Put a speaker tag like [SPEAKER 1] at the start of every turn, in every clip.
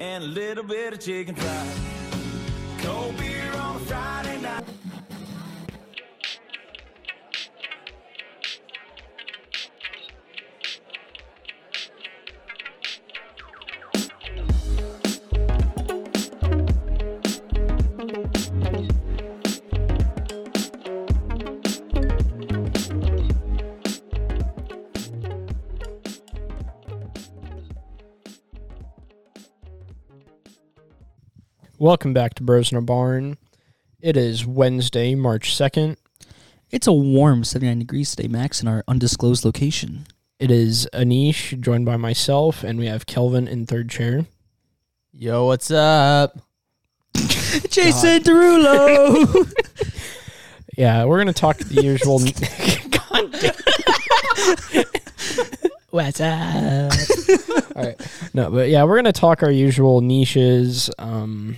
[SPEAKER 1] and a little bit of chicken fried. Cold beer on a Friday night.
[SPEAKER 2] Welcome back to Bros in a Barn. It is Wednesday, March 2nd.
[SPEAKER 3] It's a warm 79 degrees today, Max, in our undisclosed location.
[SPEAKER 2] It is Anish joined by myself, and we have Kelvin in third chair.
[SPEAKER 4] Yo, what's up?
[SPEAKER 3] Jason Derulo.
[SPEAKER 2] Yeah, we're going to talk the usual.
[SPEAKER 3] What's up?
[SPEAKER 2] No, but yeah, we're going to talk our usual niches, um,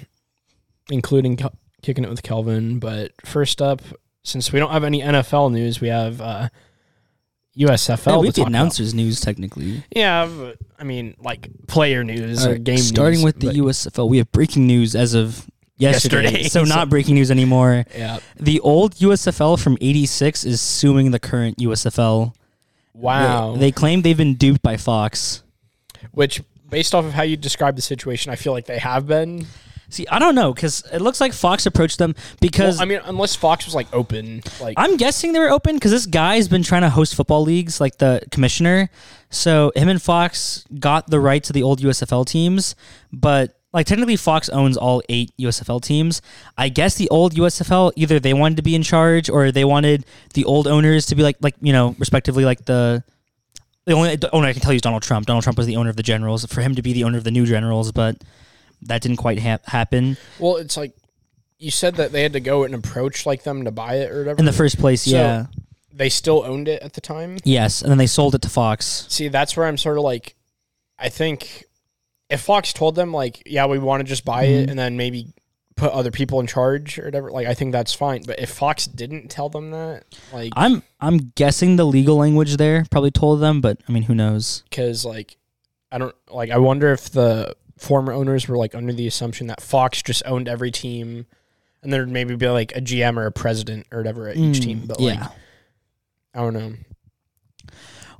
[SPEAKER 2] including Kel- kicking it with Kelvin. But first up, since we don't have any NFL news, we have uh, USFL.
[SPEAKER 3] Man, we
[SPEAKER 2] to
[SPEAKER 3] have the
[SPEAKER 2] talk about.
[SPEAKER 3] announcers news technically.
[SPEAKER 2] Yeah, but, I mean, like player news or
[SPEAKER 3] Alright,
[SPEAKER 2] game
[SPEAKER 3] starting
[SPEAKER 2] news,
[SPEAKER 3] with the
[SPEAKER 2] but-
[SPEAKER 3] USFL, we have breaking news as of yesterday.
[SPEAKER 2] Yesterday.
[SPEAKER 3] So not breaking news anymore.
[SPEAKER 2] Yeah.
[SPEAKER 3] The old USFL from 86 is suing the current USFL.
[SPEAKER 2] Wow.
[SPEAKER 3] They claim they've been duped by Fox.
[SPEAKER 2] which based off of how you describe the situation, I feel like they have been.
[SPEAKER 3] See, I don't know cuz it looks like Fox approached them because
[SPEAKER 2] Well, I mean, unless Fox was like open, like
[SPEAKER 3] I'm guessing they were open because this guy's been trying to host football leagues, like the commissioner. So him and Fox got the rights to the old USFL teams, but like technically Fox owns all eight USFL teams. I guess the old USFL either they wanted to be in charge or they wanted the old owners to be like like you know respectively like the. The only the owner I can tell you is Donald Trump. Donald Trump was the owner of the Generals. For him to be the owner of the new Generals, but that didn't quite ha- happen
[SPEAKER 2] well, it's like you said that they had to go and approach like them to buy it or whatever.
[SPEAKER 3] in the first place.
[SPEAKER 2] So-
[SPEAKER 3] yeah,
[SPEAKER 2] they still owned it at the time.
[SPEAKER 3] yes, and then they sold it to Fox.
[SPEAKER 2] See, that's where I'm sort of like, I think if Fox told them like, yeah, we want to just buy
[SPEAKER 3] Mm-hmm.
[SPEAKER 2] it and then maybe put other people in charge or whatever, like I think that's fine. But if Fox didn't tell them that, like,
[SPEAKER 3] I'm I'm guessing the legal language there probably told them, but I mean, who knows?
[SPEAKER 2] because like I don't like I wonder if the former owners were like under the assumption that Fox just owned every team, and there'd maybe be like a GM or a president or whatever at each
[SPEAKER 3] Mm,
[SPEAKER 2] team. But like I don't know.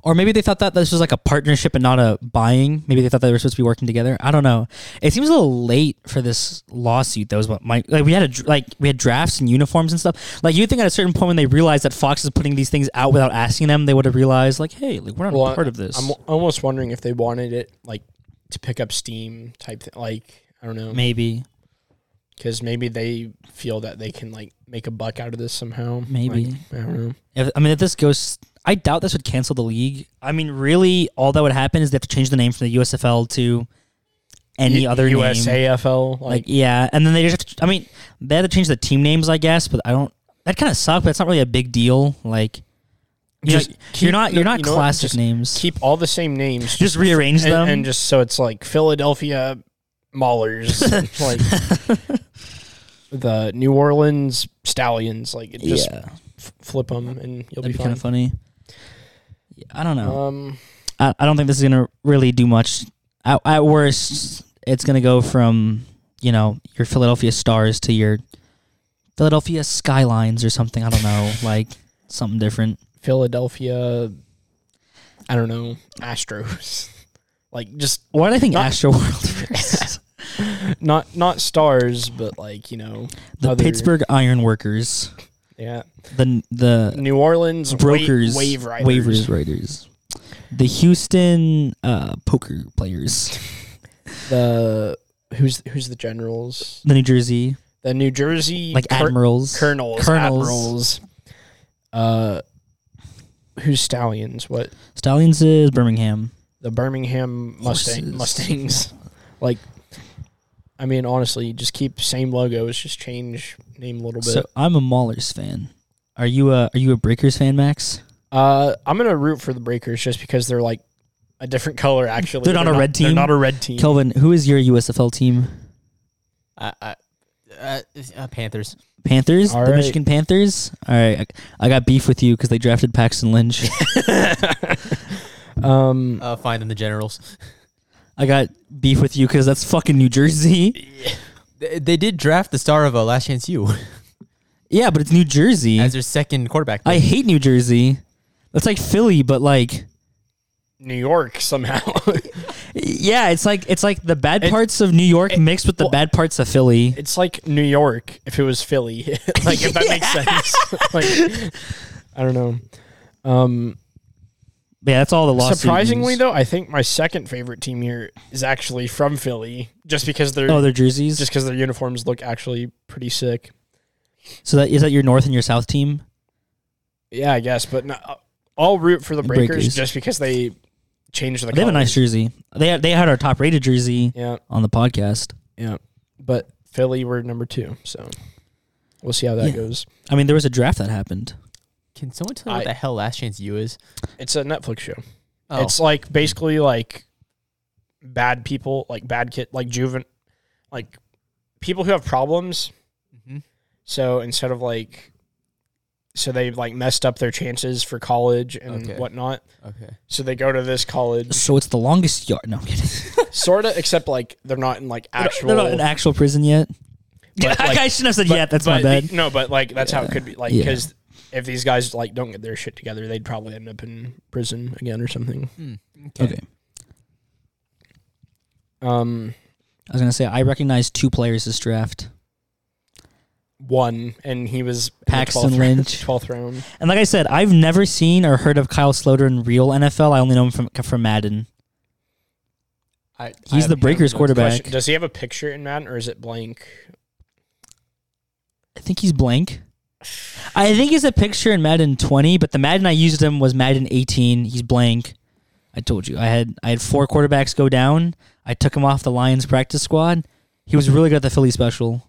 [SPEAKER 3] Or maybe they thought that this was like a partnership and not a buying. Maybe they thought they were supposed to be working together. I don't know. It seems a little late for this lawsuit. That was what my like we had a dr- like we had drafts and uniforms and stuff. Like you would think at a certain point when they realized that Fox is putting these things out without asking them, they would have realized like, hey, like, we're not
[SPEAKER 2] Well,
[SPEAKER 3] a part of this.
[SPEAKER 2] I'm almost wondering if they wanted it like to pick up steam type thing. Like I don't know
[SPEAKER 3] maybe,
[SPEAKER 2] because maybe they feel that they can like make a buck out of this somehow.
[SPEAKER 3] Maybe.
[SPEAKER 2] Like, I don't know.
[SPEAKER 3] If, I mean, if this goes, I doubt this would cancel the league. I mean, really, all that would happen is they have to change the name from the USFL to any
[SPEAKER 2] U-
[SPEAKER 3] other name.
[SPEAKER 2] USAFL
[SPEAKER 3] Like,
[SPEAKER 2] like,
[SPEAKER 3] yeah, and then they just. Have to, I mean, they had to change the team names, I guess, but I don't. That kind of sucked. But it's not really a big deal. Like, you
[SPEAKER 2] Just
[SPEAKER 3] know,
[SPEAKER 2] keep-
[SPEAKER 3] you're not
[SPEAKER 2] no,
[SPEAKER 3] you're not
[SPEAKER 2] you know what?
[SPEAKER 3] classic
[SPEAKER 2] Just
[SPEAKER 3] names.
[SPEAKER 2] keep all the same names.
[SPEAKER 3] just rearrange
[SPEAKER 2] and,
[SPEAKER 3] them.
[SPEAKER 2] and just so it's like Philadelphia Maulers, like the New Orleans Stallions, like it just
[SPEAKER 3] yeah,
[SPEAKER 2] f- flip them and you'll
[SPEAKER 3] that'd
[SPEAKER 2] be,
[SPEAKER 3] be, kind
[SPEAKER 2] fine.
[SPEAKER 3] of funny. Yeah, I don't know.
[SPEAKER 2] Um,
[SPEAKER 3] I, I don't think this is gonna really do much. At, at worst, it's gonna go from you know your Philadelphia Stars to your Philadelphia Skylines or something. I don't know, like something different.
[SPEAKER 2] Philadelphia, I don't know, Astros, like just
[SPEAKER 3] Why did I think
[SPEAKER 2] Not-
[SPEAKER 3] Astro World? is?
[SPEAKER 2] not not stars, but like you know
[SPEAKER 3] the
[SPEAKER 2] other-
[SPEAKER 3] Pittsburgh Iron Workers.
[SPEAKER 2] yeah,
[SPEAKER 3] The the
[SPEAKER 2] New Orleans wa-
[SPEAKER 3] brokers
[SPEAKER 2] wave riders.
[SPEAKER 3] waivers writers. The Houston uh, poker players.
[SPEAKER 2] the who's who's the Generals,
[SPEAKER 3] The New Jersey
[SPEAKER 2] the New Jersey
[SPEAKER 3] like
[SPEAKER 2] Cur-
[SPEAKER 3] admirals.
[SPEAKER 2] colonels,
[SPEAKER 3] Colonels.
[SPEAKER 2] admirals. Uh, who's stallions? What
[SPEAKER 3] Stallions is Birmingham.
[SPEAKER 2] the Birmingham Mustang,
[SPEAKER 3] Horses.
[SPEAKER 2] Mustangs? Like, I mean, honestly, just keep same logos, just change name a little bit.
[SPEAKER 3] So I'm a Maulers fan. Are you a are you a Breakers fan, Max?
[SPEAKER 2] uh, I'm gonna root for the Breakers just because they're like a different color. Actually,
[SPEAKER 3] They're not a red
[SPEAKER 2] They're
[SPEAKER 3] team?
[SPEAKER 2] not a red team.
[SPEAKER 3] Kelvin, who is your USFL team?
[SPEAKER 4] Uh, uh, uh, uh, Panthers.
[SPEAKER 3] Panthers,
[SPEAKER 2] All
[SPEAKER 3] the
[SPEAKER 2] right.
[SPEAKER 3] Michigan Panthers. All right, I, I got beef with you because they drafted Paxton Lynch.
[SPEAKER 2] um,
[SPEAKER 4] Uh, find them the Generals.
[SPEAKER 3] I got beef with you because that's fucking New Jersey.
[SPEAKER 4] They, they did draft the star of a Last Chance U
[SPEAKER 3] Yeah, but it's New Jersey.
[SPEAKER 4] as their second quarterback.
[SPEAKER 3] I hate New Jersey. That's like Philly, but like
[SPEAKER 2] New York somehow.
[SPEAKER 3] yeah, it's like it's like the bad
[SPEAKER 2] It-
[SPEAKER 3] parts of New York
[SPEAKER 2] it-
[SPEAKER 3] mixed with the
[SPEAKER 2] well-
[SPEAKER 3] bad parts of Philly.
[SPEAKER 2] it's like New York if it was Philly. like if that makes sense. like I don't know. Um,
[SPEAKER 3] yeah, that's all the lawsuits.
[SPEAKER 2] surprisingly though, I think my second favorite team here is actually from Philly, just because they're
[SPEAKER 3] oh, their jerseys.
[SPEAKER 2] just because their uniforms look actually pretty sick.
[SPEAKER 3] so that is that your North and your South team.
[SPEAKER 2] Yeah, I guess, but not, I'll root for the
[SPEAKER 3] Breakers.
[SPEAKER 2] breakers, just because they changed the.
[SPEAKER 3] They have a nice
[SPEAKER 2] colors.
[SPEAKER 3] jersey. They they had our top rated jersey
[SPEAKER 2] Yeah,
[SPEAKER 3] on the podcast.
[SPEAKER 2] yeah, but Philly were number two, so we'll see how that
[SPEAKER 3] Yeah.
[SPEAKER 2] goes.
[SPEAKER 3] I mean, there was a draft that happened.
[SPEAKER 4] Can someone tell me
[SPEAKER 2] I-
[SPEAKER 4] what the hell Last Chance U is?
[SPEAKER 2] It's a Netflix show.
[SPEAKER 4] Oh,
[SPEAKER 2] It's like basically like bad people, like bad kid, like juven, like people who have problems.
[SPEAKER 4] Mhm.
[SPEAKER 2] So instead of like, so they like messed up their chances for college and
[SPEAKER 4] Okay.
[SPEAKER 2] whatnot.
[SPEAKER 4] okay.
[SPEAKER 2] So they go to this college,
[SPEAKER 3] So it's the longest yard. No, I'm kidding.
[SPEAKER 2] sort of, except like they're not in like actual.
[SPEAKER 3] They're not in actual prison yet. Yeah,
[SPEAKER 2] like-
[SPEAKER 3] I shouldn't have said
[SPEAKER 2] but-
[SPEAKER 3] yet. That's my
[SPEAKER 2] but
[SPEAKER 3] bad.
[SPEAKER 2] the- no, but like that's how it could be. Like
[SPEAKER 3] Yeah.
[SPEAKER 2] because if these guys like don't get their shit together, they'd probably end up in prison again or something.
[SPEAKER 4] Okay.
[SPEAKER 3] okay.
[SPEAKER 2] Um,
[SPEAKER 3] I was gonna say I recognize two players this draft,
[SPEAKER 2] one, and he was in the
[SPEAKER 3] Paxton
[SPEAKER 2] 12th round-
[SPEAKER 3] Lynch.
[SPEAKER 2] twelfth round.
[SPEAKER 3] and like I said, I've never seen or heard of Kyle Sloter in real NFL. I only know him from from Madden.
[SPEAKER 4] I, I
[SPEAKER 3] He's
[SPEAKER 4] have
[SPEAKER 3] the
[SPEAKER 4] no
[SPEAKER 3] Breakers
[SPEAKER 4] clue.
[SPEAKER 3] quarterback.
[SPEAKER 2] Question, does he have a picture in Madden or is it blank?
[SPEAKER 3] I think he's blank. I think he's a picture in Madden 20, but the Madden I used him was Madden 18. He's blank. I told you I had I had four quarterbacks go down. I took him off the Lions practice squad. He was really good at the Philly special.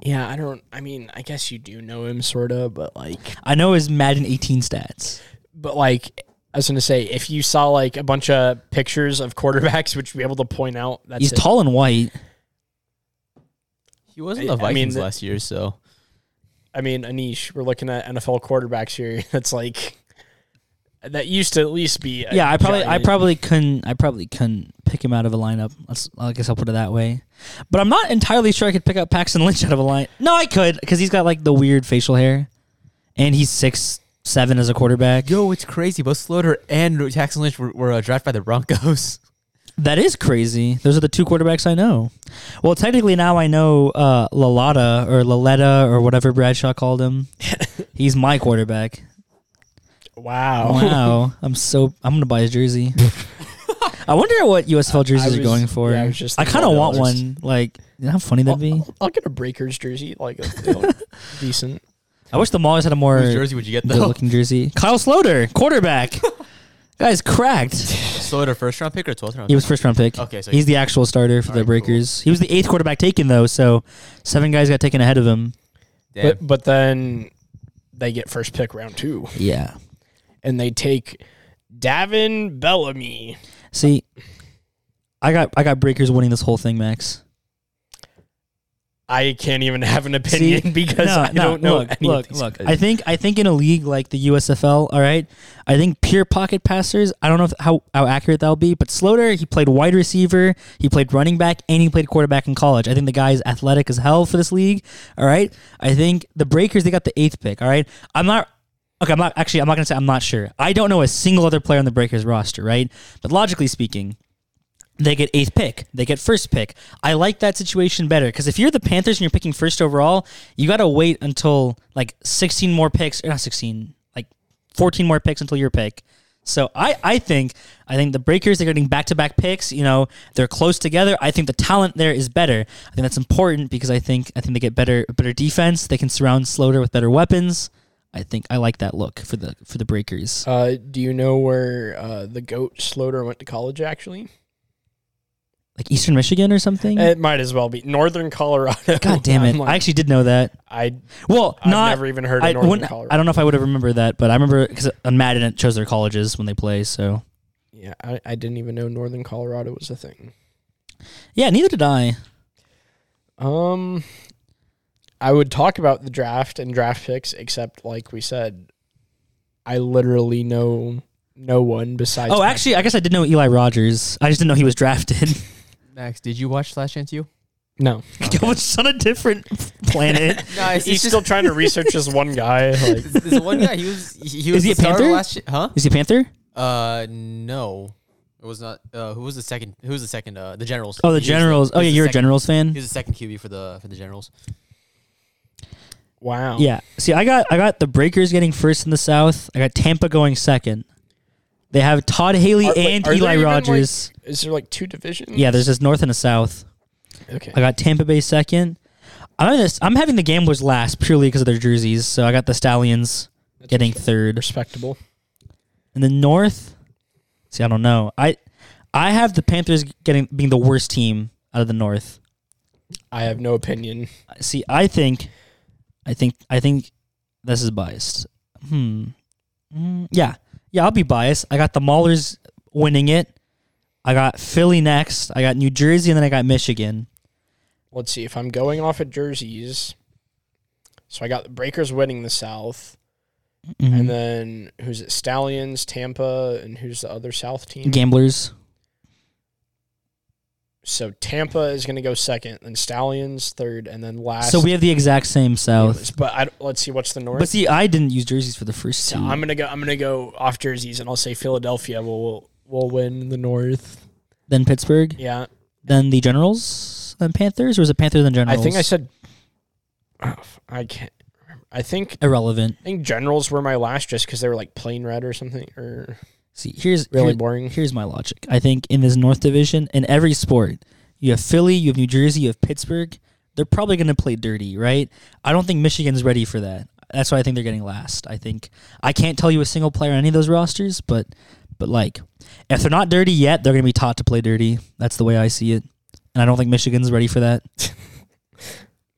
[SPEAKER 2] Yeah, I don't. I mean, I guess you do know him, sort of, but like,
[SPEAKER 3] I know his Madden 18 stats.
[SPEAKER 2] but like, I was gonna say, if you saw like a bunch of pictures of quarterbacks, would you be able to point out that's
[SPEAKER 3] he's
[SPEAKER 2] it.
[SPEAKER 3] tall and white.
[SPEAKER 4] He wasn't
[SPEAKER 2] I-
[SPEAKER 4] the
[SPEAKER 2] I mean,
[SPEAKER 4] Vikings
[SPEAKER 2] the-
[SPEAKER 4] last year, so
[SPEAKER 2] I mean, Anish, we're looking at NFL quarterbacks here. That's like that used to at least be. a
[SPEAKER 3] yeah, I probably I
[SPEAKER 2] giant-
[SPEAKER 3] probably couldn't I probably couldn't pick him out of a lineup. Let's I guess I'll put it that way. But I'm not entirely sure I could pick up Paxton Lynch out of a line. No, I could because he's got like the weird facial hair, and he's six seven as a quarterback.
[SPEAKER 4] yo, it's crazy. Both Slaughter and Jackson Lynch were, were uh, drafted by the Broncos.
[SPEAKER 3] That is crazy. Those are the two quarterbacks I know. Well, technically now I know uh, Lalata or Laletta or whatever Bradshaw called him. he's my quarterback.
[SPEAKER 2] Wow.
[SPEAKER 3] Wow, I'm so I'm gonna buy his jersey. I wonder what USFL jerseys
[SPEAKER 2] was-
[SPEAKER 3] are going for.
[SPEAKER 2] yeah, I was just
[SPEAKER 3] I
[SPEAKER 2] thinking
[SPEAKER 3] kind of
[SPEAKER 2] about
[SPEAKER 3] want
[SPEAKER 2] that.
[SPEAKER 3] one. Like, you know how funny that'd be.
[SPEAKER 2] I'll, I'll get a Breakers jersey, like they look decent.
[SPEAKER 3] I wish the Maulers had a more
[SPEAKER 4] Whose
[SPEAKER 3] good
[SPEAKER 4] jersey would you get though?
[SPEAKER 3] looking jersey. Kyle Sloter, quarterback. Guys, cracked.
[SPEAKER 4] Slaughter first round pick or twelfth round?
[SPEAKER 3] He was first round pick.
[SPEAKER 2] Oh,
[SPEAKER 4] Okay, so-
[SPEAKER 3] he's the actual starter for the
[SPEAKER 4] Alright, cool.
[SPEAKER 3] Breakers. He was the eighth quarterback taken though, so seven guys got taken ahead of him.
[SPEAKER 4] pick? Damn.
[SPEAKER 2] But but then they get first pick round two,
[SPEAKER 3] Yeah.
[SPEAKER 2] and they take Davin Bellamy.
[SPEAKER 3] See, I got I got Breakers winning this whole thing, Max.
[SPEAKER 2] I can't even have an opinion
[SPEAKER 3] See?
[SPEAKER 2] because
[SPEAKER 3] No,
[SPEAKER 2] I
[SPEAKER 3] no,
[SPEAKER 2] don't know.
[SPEAKER 3] Look,
[SPEAKER 2] any of
[SPEAKER 3] look,
[SPEAKER 2] these
[SPEAKER 3] look.
[SPEAKER 2] guys.
[SPEAKER 3] I think I think in a league like the USFL, all right, I think pure pocket passers. I don't know if, how how accurate that'll be, but Sloter he played wide receiver, he played running back, and he played quarterback in college. I think the guy is athletic as hell for this league. All right, I think the Breakers they got the eighth pick. All right, I'm not. Okay, I'm not actually. I'm not gonna say I'm not sure. I don't know a single other player on the Breakers roster, right? But logically speaking, they get eighth pick. They get first pick. I like that situation better because if you're the Panthers and you're picking first overall, you got to wait until like 16 more picks, or not 16, like 14 more picks until your pick. So I, I think I think the Breakers they're getting back to back picks. You know they're close together. I think the talent there is better. I think that's important because I think I think they get better better defense. They can surround Sloter with better weapons. I think I like that look for the for the Breakers.
[SPEAKER 2] Uh, do you know where uh, the goat Sloter went to college? Actually,
[SPEAKER 3] Like Eastern Michigan or something.
[SPEAKER 2] it might as well be Northern Colorado.
[SPEAKER 3] Mm. God damn it!
[SPEAKER 2] Uh, I'm
[SPEAKER 3] I
[SPEAKER 2] like,
[SPEAKER 3] actually did know that.
[SPEAKER 2] I
[SPEAKER 3] Well,
[SPEAKER 2] I've
[SPEAKER 3] not
[SPEAKER 2] never even heard of
[SPEAKER 3] I,
[SPEAKER 2] Northern
[SPEAKER 3] wouldn't-
[SPEAKER 2] Colorado.
[SPEAKER 3] I don't know if I would have remembered that, but I remember because on Madden it chose their colleges when they play. So
[SPEAKER 2] yeah, I, I didn't even know Northern Colorado was a thing.
[SPEAKER 3] yeah, neither did I.
[SPEAKER 2] Um, I would talk about the draft and draft picks, except like we said, I literally know no one besides.
[SPEAKER 3] Oh, actually, I guess I did know Eli Rogers. I just didn't know he was drafted.
[SPEAKER 4] Max, did you watch Last Chance U?
[SPEAKER 2] no.
[SPEAKER 3] I was on a different planet.
[SPEAKER 4] No, it's,
[SPEAKER 2] He's still trying to research this one guy. Like,
[SPEAKER 4] this one guy. He was he, he was
[SPEAKER 3] he
[SPEAKER 4] the
[SPEAKER 3] a
[SPEAKER 4] star of
[SPEAKER 3] Panther?
[SPEAKER 4] Last Ch- huh?
[SPEAKER 3] Is he a Panther?
[SPEAKER 4] Uh, no, it was not. Uh, who was the second? Who was the second? Uh, the Generals.
[SPEAKER 3] Oh,
[SPEAKER 4] He
[SPEAKER 3] the
[SPEAKER 4] was
[SPEAKER 3] Generals.
[SPEAKER 4] he
[SPEAKER 3] oh
[SPEAKER 4] was
[SPEAKER 3] yeah,
[SPEAKER 4] the
[SPEAKER 3] you're a
[SPEAKER 4] second-
[SPEAKER 3] Generals fan.
[SPEAKER 4] He was the second QB for the for the Generals.
[SPEAKER 2] wow.
[SPEAKER 3] Yeah. See, I got I got the Breakers getting first in the South. I got Tampa going second. They have Todd Haley
[SPEAKER 2] Are- wait,
[SPEAKER 3] and
[SPEAKER 2] are there
[SPEAKER 3] Eli
[SPEAKER 2] even, like-
[SPEAKER 3] Rogers.
[SPEAKER 2] Is there like two divisions?
[SPEAKER 3] yeah, there's this North and a South.
[SPEAKER 2] Okay.
[SPEAKER 3] I got Tampa Bay second. I'm this, I'm having the Gamblers last purely because of their jerseys. So I got the Stallions
[SPEAKER 2] That's
[SPEAKER 3] getting third.
[SPEAKER 2] respectable.
[SPEAKER 3] And the North, see, I don't know. I I have the Panthers getting being the worst team out of the North.
[SPEAKER 2] I have no opinion.
[SPEAKER 3] See, I think, I think, I think this is biased. Hmm. Mm, yeah, yeah, I'll be biased. I got the Maulers winning it. I got Philly next. I got New Jersey, and then I got Michigan.
[SPEAKER 2] Let's see if I'm going off of jerseys. So I got the Breakers winning the South,
[SPEAKER 3] Mm-hmm.
[SPEAKER 2] and then who's it? Stallions, Tampa, and who's the other South team?
[SPEAKER 3] Gamblers.
[SPEAKER 2] So Tampa is going to go second, then Stallions third, and then last.
[SPEAKER 3] So we have the exact same South.
[SPEAKER 2] But I, let's see what's the North.
[SPEAKER 3] But see, I didn't use jerseys for the first
[SPEAKER 2] So
[SPEAKER 3] two.
[SPEAKER 2] I'm gonna go. I'm gonna go off jerseys, and I'll say Philadelphia will will win the North.
[SPEAKER 3] then Pittsburgh,
[SPEAKER 2] Yeah,
[SPEAKER 3] then the Generals, then Panthers, or is it Panthers then Generals?
[SPEAKER 2] I think I said. Oh, f- I can't. remember. I think
[SPEAKER 3] irrelevant.
[SPEAKER 2] I think Generals were my last just because they were like plain red or something or
[SPEAKER 3] See, here's
[SPEAKER 2] really
[SPEAKER 3] here-
[SPEAKER 2] boring.
[SPEAKER 3] Here's my logic. I think in this North Division, in every sport, you have Philly, you have New Jersey, you have Pittsburgh. They're probably going to play dirty, right? I don't think Michigan's ready for that. That's why I think they're getting last. I think I can't tell you a single player on any of those rosters, but but like if they're not dirty yet, they're going to be taught to play dirty. That's the way I see it. And I don't think Michigan's ready for that.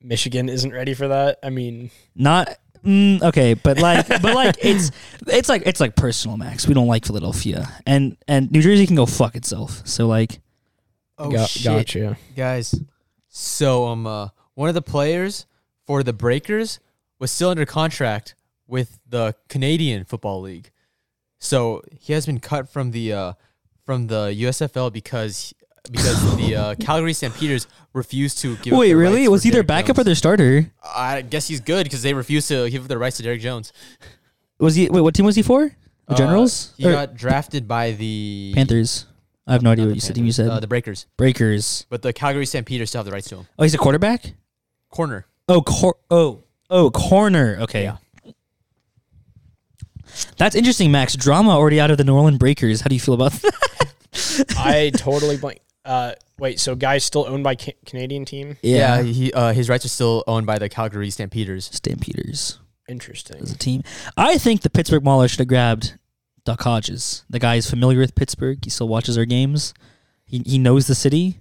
[SPEAKER 2] Michigan isn't ready for that. I mean,
[SPEAKER 3] Not mm, okay, but like, but like, it's it's like it's like personal, Max. We don't like Philadelphia, and and New Jersey can go fuck itself. So like,
[SPEAKER 4] Oh
[SPEAKER 2] go- gotcha.
[SPEAKER 4] guys. So um, uh, one of the players for the Breakers was still under contract with the Canadian Football League, so he has been cut from the uh, from the USFL because because the uh, Calgary Stampeders refused to give. up
[SPEAKER 3] Wait,
[SPEAKER 4] their
[SPEAKER 3] really?
[SPEAKER 4] rights
[SPEAKER 3] Was
[SPEAKER 4] for
[SPEAKER 3] he their
[SPEAKER 4] Derrick
[SPEAKER 3] backup
[SPEAKER 4] Jones.
[SPEAKER 3] or their starter?
[SPEAKER 4] I guess he's good because they refused to give up their rights to Derrick Jones.
[SPEAKER 3] Was he? Wait, what team was he for? The
[SPEAKER 4] Uh,
[SPEAKER 3] Generals?
[SPEAKER 4] he
[SPEAKER 3] Or
[SPEAKER 4] got drafted by the
[SPEAKER 3] Panthers. I have no idea
[SPEAKER 4] not
[SPEAKER 3] what
[SPEAKER 4] the
[SPEAKER 3] you said. You
[SPEAKER 4] Panthers,
[SPEAKER 3] said
[SPEAKER 4] uh, the Breakers,
[SPEAKER 3] Breakers.
[SPEAKER 4] but the Calgary Stampeders still have the rights to him.
[SPEAKER 3] Oh, he's a quarterback.
[SPEAKER 4] Corner.
[SPEAKER 3] Oh, cor- oh, oh, corner. Okay. That's interesting, Max. Drama already out of the New Orleans Breakers. How do you feel about that?
[SPEAKER 2] I totally blank. Uh, wait, so guy's still owned by ca- Canadian team?
[SPEAKER 4] Yeah, he uh, his rights are still owned by the Calgary Stampeders.
[SPEAKER 3] Stampeders
[SPEAKER 2] Interesting.
[SPEAKER 3] as a team. I think the Pittsburgh Maulers should have grabbed Duck Hodges. The guy is familiar with Pittsburgh. He still watches our games. He he knows the city.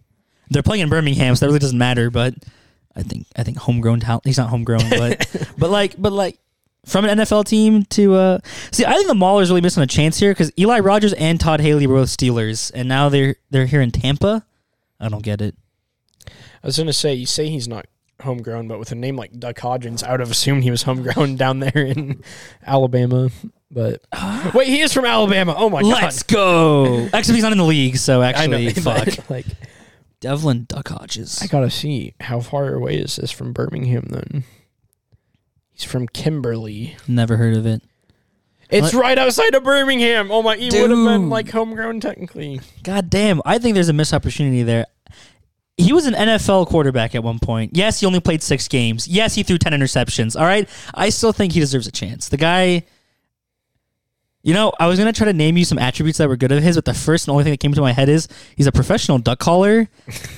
[SPEAKER 3] They're playing in Birmingham, so that really doesn't matter. But I think I think homegrown talent. He's not homegrown, but but like but like from an NFL team to uh see, I think the Maulers really missing a chance here because Eli Rogers and Todd Haley were both Steelers, and now they're they're here in Tampa. I don't get it.
[SPEAKER 2] I was gonna say you say he's not homegrown, but with a name like Duck Hodgins, I would have assumed he was homegrown down there in Alabama. But wait, he is from Alabama. Oh my
[SPEAKER 3] Let's go. Actually, he's not in the league, so
[SPEAKER 2] god! I know.
[SPEAKER 3] actually, fuck.
[SPEAKER 2] but, like
[SPEAKER 3] Devlin Duck Hodges.
[SPEAKER 2] I gotta see how far away is this from Birmingham then. He's from Kimberly.
[SPEAKER 3] Never heard of it.
[SPEAKER 2] It's right outside of Birmingham. Oh my, he would have been
[SPEAKER 3] Dude.
[SPEAKER 2] like homegrown technically.
[SPEAKER 3] God damn, I think there's a missed opportunity there. He was an NFL quarterback at one point. Yes, he only played six games. Yes, he threw 10 interceptions. All right. I still think he deserves a chance. The guy, you know, I was going to try to name you some attributes that were good of his, but the first and only thing that came to my head is he's a professional duck caller.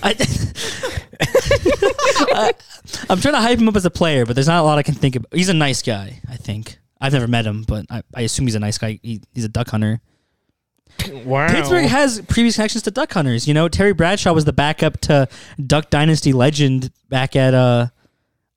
[SPEAKER 3] I, I, am trying to hype him up as a player, but there's not a lot I can think of. He's a nice guy, I think. I've never met him, but I, I assume he's a nice guy. He, he's a duck hunter.
[SPEAKER 2] Wow.
[SPEAKER 3] Pittsburgh has previous connections to duck hunters. You know, Terry Bradshaw was the backup to Duck Dynasty legend back at uh,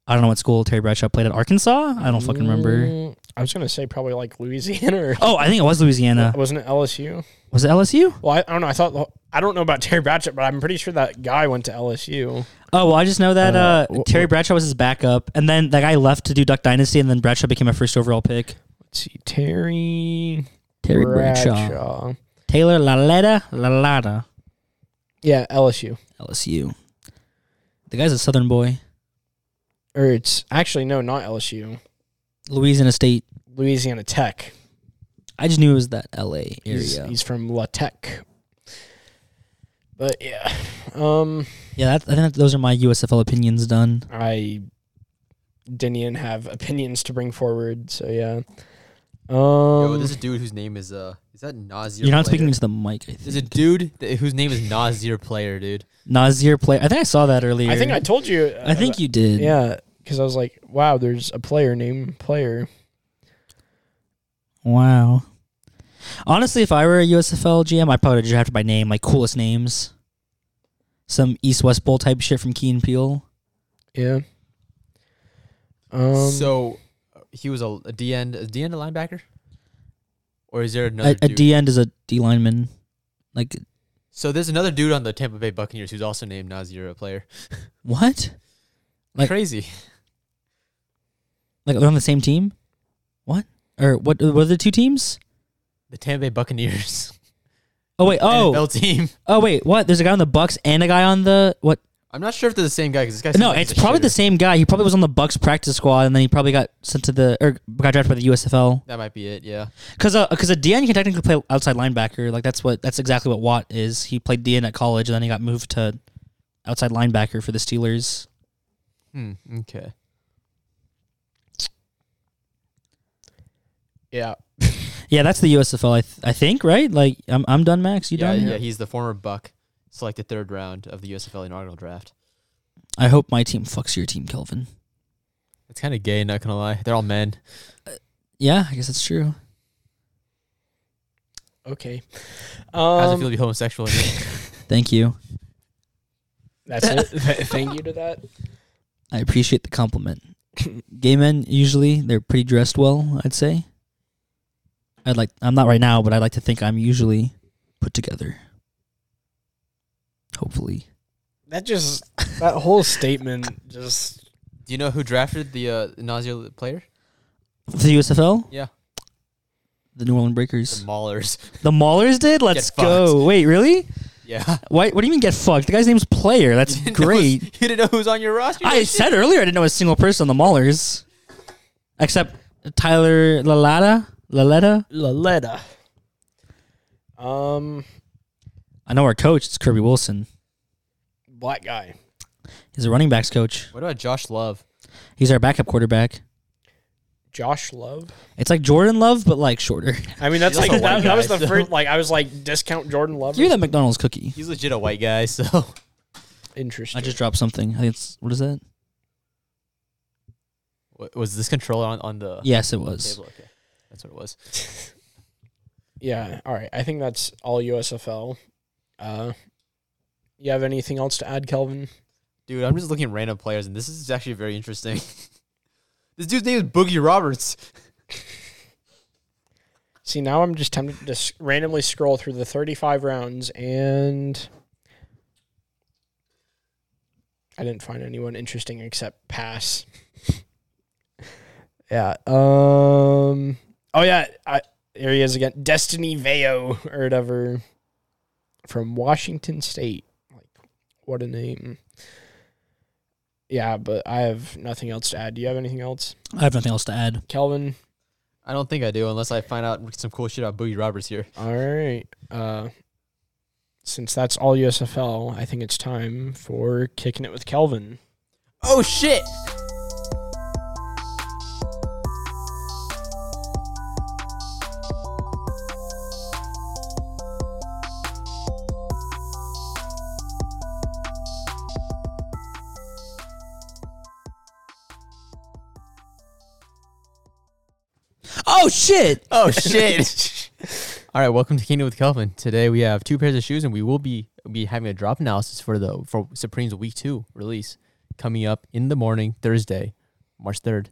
[SPEAKER 3] I don't know what school Terry Bradshaw played at Arkansas. I don't fucking remember.
[SPEAKER 2] Mm, I was gonna say probably like Louisiana or
[SPEAKER 3] Oh, I think it was Louisiana.
[SPEAKER 2] wasn't it LSU?
[SPEAKER 3] Was it LSU?
[SPEAKER 2] Well, I, I don't know. I thought the, I don't know about Terry Bradshaw, but I'm pretty sure that guy went to LSU.
[SPEAKER 3] Oh well, I just know that uh,
[SPEAKER 2] wh-
[SPEAKER 3] Terry
[SPEAKER 2] wh-
[SPEAKER 3] Bradshaw was his backup, and then that guy left to do Duck Dynasty, and then Bradshaw became a first overall pick.
[SPEAKER 2] Let's see, Terry
[SPEAKER 3] Terry Bradshaw.
[SPEAKER 2] Bradshaw.
[SPEAKER 3] Taylor Laletta Lalata.
[SPEAKER 2] Yeah, LSU.
[SPEAKER 3] LSU. The guy's a Southern boy.
[SPEAKER 2] Or it's actually no, not LSU.
[SPEAKER 3] Louisiana State.
[SPEAKER 2] Louisiana Tech.
[SPEAKER 3] I just knew it was that LA area.
[SPEAKER 2] He's, he's from La Tech. But yeah, um,
[SPEAKER 3] yeah, that, I think those are my USFL opinions done.
[SPEAKER 2] I didn't even have opinions to bring forward. So yeah, um,
[SPEAKER 4] Yo, there's a dude whose name is uh, is that Nazir?
[SPEAKER 3] You're not
[SPEAKER 4] Player?
[SPEAKER 3] speaking into the mic, I
[SPEAKER 4] There's a
[SPEAKER 3] think.
[SPEAKER 4] dude that, whose name is Nazir Player, dude.
[SPEAKER 3] Nazir player. I think I saw that earlier.
[SPEAKER 2] I think I told you. uh,
[SPEAKER 3] I think you did.
[SPEAKER 2] Yeah, because I was like, wow, there's a player named Player.
[SPEAKER 3] Wow. Honestly, if I were a USFL GM, I probably would have drafted by name, like coolest names. Some East West Bowl type shit from Keen Peel.
[SPEAKER 2] Yeah. Um,
[SPEAKER 4] so uh, he was a, a D end, a D end, a linebacker, or is there another
[SPEAKER 3] A, a
[SPEAKER 4] dude?
[SPEAKER 3] D end is a D lineman. Like
[SPEAKER 4] so there's another dude on the Tampa Bay Buccaneers who's also named Nazir Player.
[SPEAKER 3] what? Like-
[SPEAKER 4] Crazy.
[SPEAKER 3] Like they're on the same team? What? Or what? What are the two teams?
[SPEAKER 4] The Tampa Bay Buccaneers.
[SPEAKER 3] Oh wait. Oh.
[SPEAKER 4] NFL team.
[SPEAKER 3] Oh wait. What? There's a guy on the Bucks and a guy on the what?
[SPEAKER 4] I'm not sure if they're the same guy because this guy. seems
[SPEAKER 3] No,
[SPEAKER 4] like
[SPEAKER 3] it's
[SPEAKER 4] he's a
[SPEAKER 3] probably the
[SPEAKER 4] shitter.
[SPEAKER 3] same guy. He probably was on the Bucks practice squad, and then he probably got sent to the or got drafted by the USFL.
[SPEAKER 4] That might be it. Yeah.
[SPEAKER 3] Because because uh, a DN can technically play outside linebacker. Like that's what that's exactly what Watt is. He played DN at college, and then he got moved to outside linebacker for the Steelers.
[SPEAKER 4] Hmm. Okay.
[SPEAKER 2] yeah.
[SPEAKER 3] Yeah, that's the USFL. I th- I think right. Like I'm I'm done, Max. You
[SPEAKER 4] yeah,
[SPEAKER 3] done?
[SPEAKER 4] yeah. He's the former Buck, selected third round of the USFL inaugural draft.
[SPEAKER 3] I hope my team fucks your team, Kelvin.
[SPEAKER 4] It's kind of gay. Not gonna lie. They're all men.
[SPEAKER 3] Yeah, I guess that's true.
[SPEAKER 2] Okay.
[SPEAKER 4] How does it
[SPEAKER 2] Um,
[SPEAKER 4] feel to be homosexual? in here?
[SPEAKER 3] Thank you.
[SPEAKER 2] that's it. Thank you to that.
[SPEAKER 3] I appreciate the compliment. Gay men usually they're pretty dressed well. I'd say. I'd like I'm not right now, but I'd like to think I'm usually put together. Hopefully.
[SPEAKER 2] That just that whole statement just
[SPEAKER 4] Do you know who drafted the uh, Nazir player?
[SPEAKER 3] The USFL?
[SPEAKER 4] Yeah.
[SPEAKER 3] The New Orleans
[SPEAKER 4] The
[SPEAKER 3] Breakers.
[SPEAKER 4] Maulers.
[SPEAKER 3] The Maulers did? Let's go. Wait, really?
[SPEAKER 4] Yeah.
[SPEAKER 3] Why, what do you mean get fucked? The guy's name's Player. That's
[SPEAKER 4] You didn't know who's-
[SPEAKER 3] great.
[SPEAKER 4] you didn't know who's on your roster.
[SPEAKER 3] I said earlier I didn't know a single person on the Maulers. Except Tyler Lalata. Laletta.
[SPEAKER 2] Laletta. Um,
[SPEAKER 3] I know our coach. It's Kirby Wilson.
[SPEAKER 2] black guy.
[SPEAKER 3] He's a running backs coach.
[SPEAKER 4] What about Josh Love?
[SPEAKER 3] He's our backup quarterback.
[SPEAKER 2] Josh Love.
[SPEAKER 3] It's like Jordan Love, but like shorter.
[SPEAKER 2] I mean, that's
[SPEAKER 4] He's
[SPEAKER 2] like
[SPEAKER 4] also a
[SPEAKER 2] that,
[SPEAKER 4] white
[SPEAKER 2] that was
[SPEAKER 4] guy,
[SPEAKER 2] the
[SPEAKER 4] so-
[SPEAKER 2] first. Like I was like discount Jordan Love.
[SPEAKER 3] Give me that McDonald's cookie.
[SPEAKER 4] He's legit a white guy, so
[SPEAKER 2] Interesting.
[SPEAKER 3] I just dropped something. I think it's what is that?
[SPEAKER 4] Wa- was this controller on, on the
[SPEAKER 3] Yes, it was.
[SPEAKER 4] table? Okay. That's what it was.
[SPEAKER 2] yeah. All right. I think that's all USFL. Uh, you have anything else to add, Kelvin?
[SPEAKER 4] Dude, I'm just looking at random players, and this is actually very interesting. this dude's name is Boogie Roberts.
[SPEAKER 2] See, now I'm just tempted to s- randomly scroll through the 35 rounds, and I didn't find anyone interesting except pass. yeah. Um. Oh yeah. I, there he is again, Destiny Veo or whatever, from Washington State. Like, what a name. Yeah, but I have nothing else to add. Do you have anything else,
[SPEAKER 3] I have nothing else to add.
[SPEAKER 2] Kelvin?
[SPEAKER 4] I don't think I do, unless I find out some cool shit about Boogie Roberts here.
[SPEAKER 2] All right. Uh, since that's all USFL, I think it's time for kicking it with Kelvin.
[SPEAKER 4] Oh shit!
[SPEAKER 3] Oh shit!
[SPEAKER 4] Oh shit! All right, welcome to Kingdom with Kelvin. Today we have two pairs of shoes, and we will be be having a drop analysis for the for Supreme's Week Two release coming up in the morning Thursday, March third.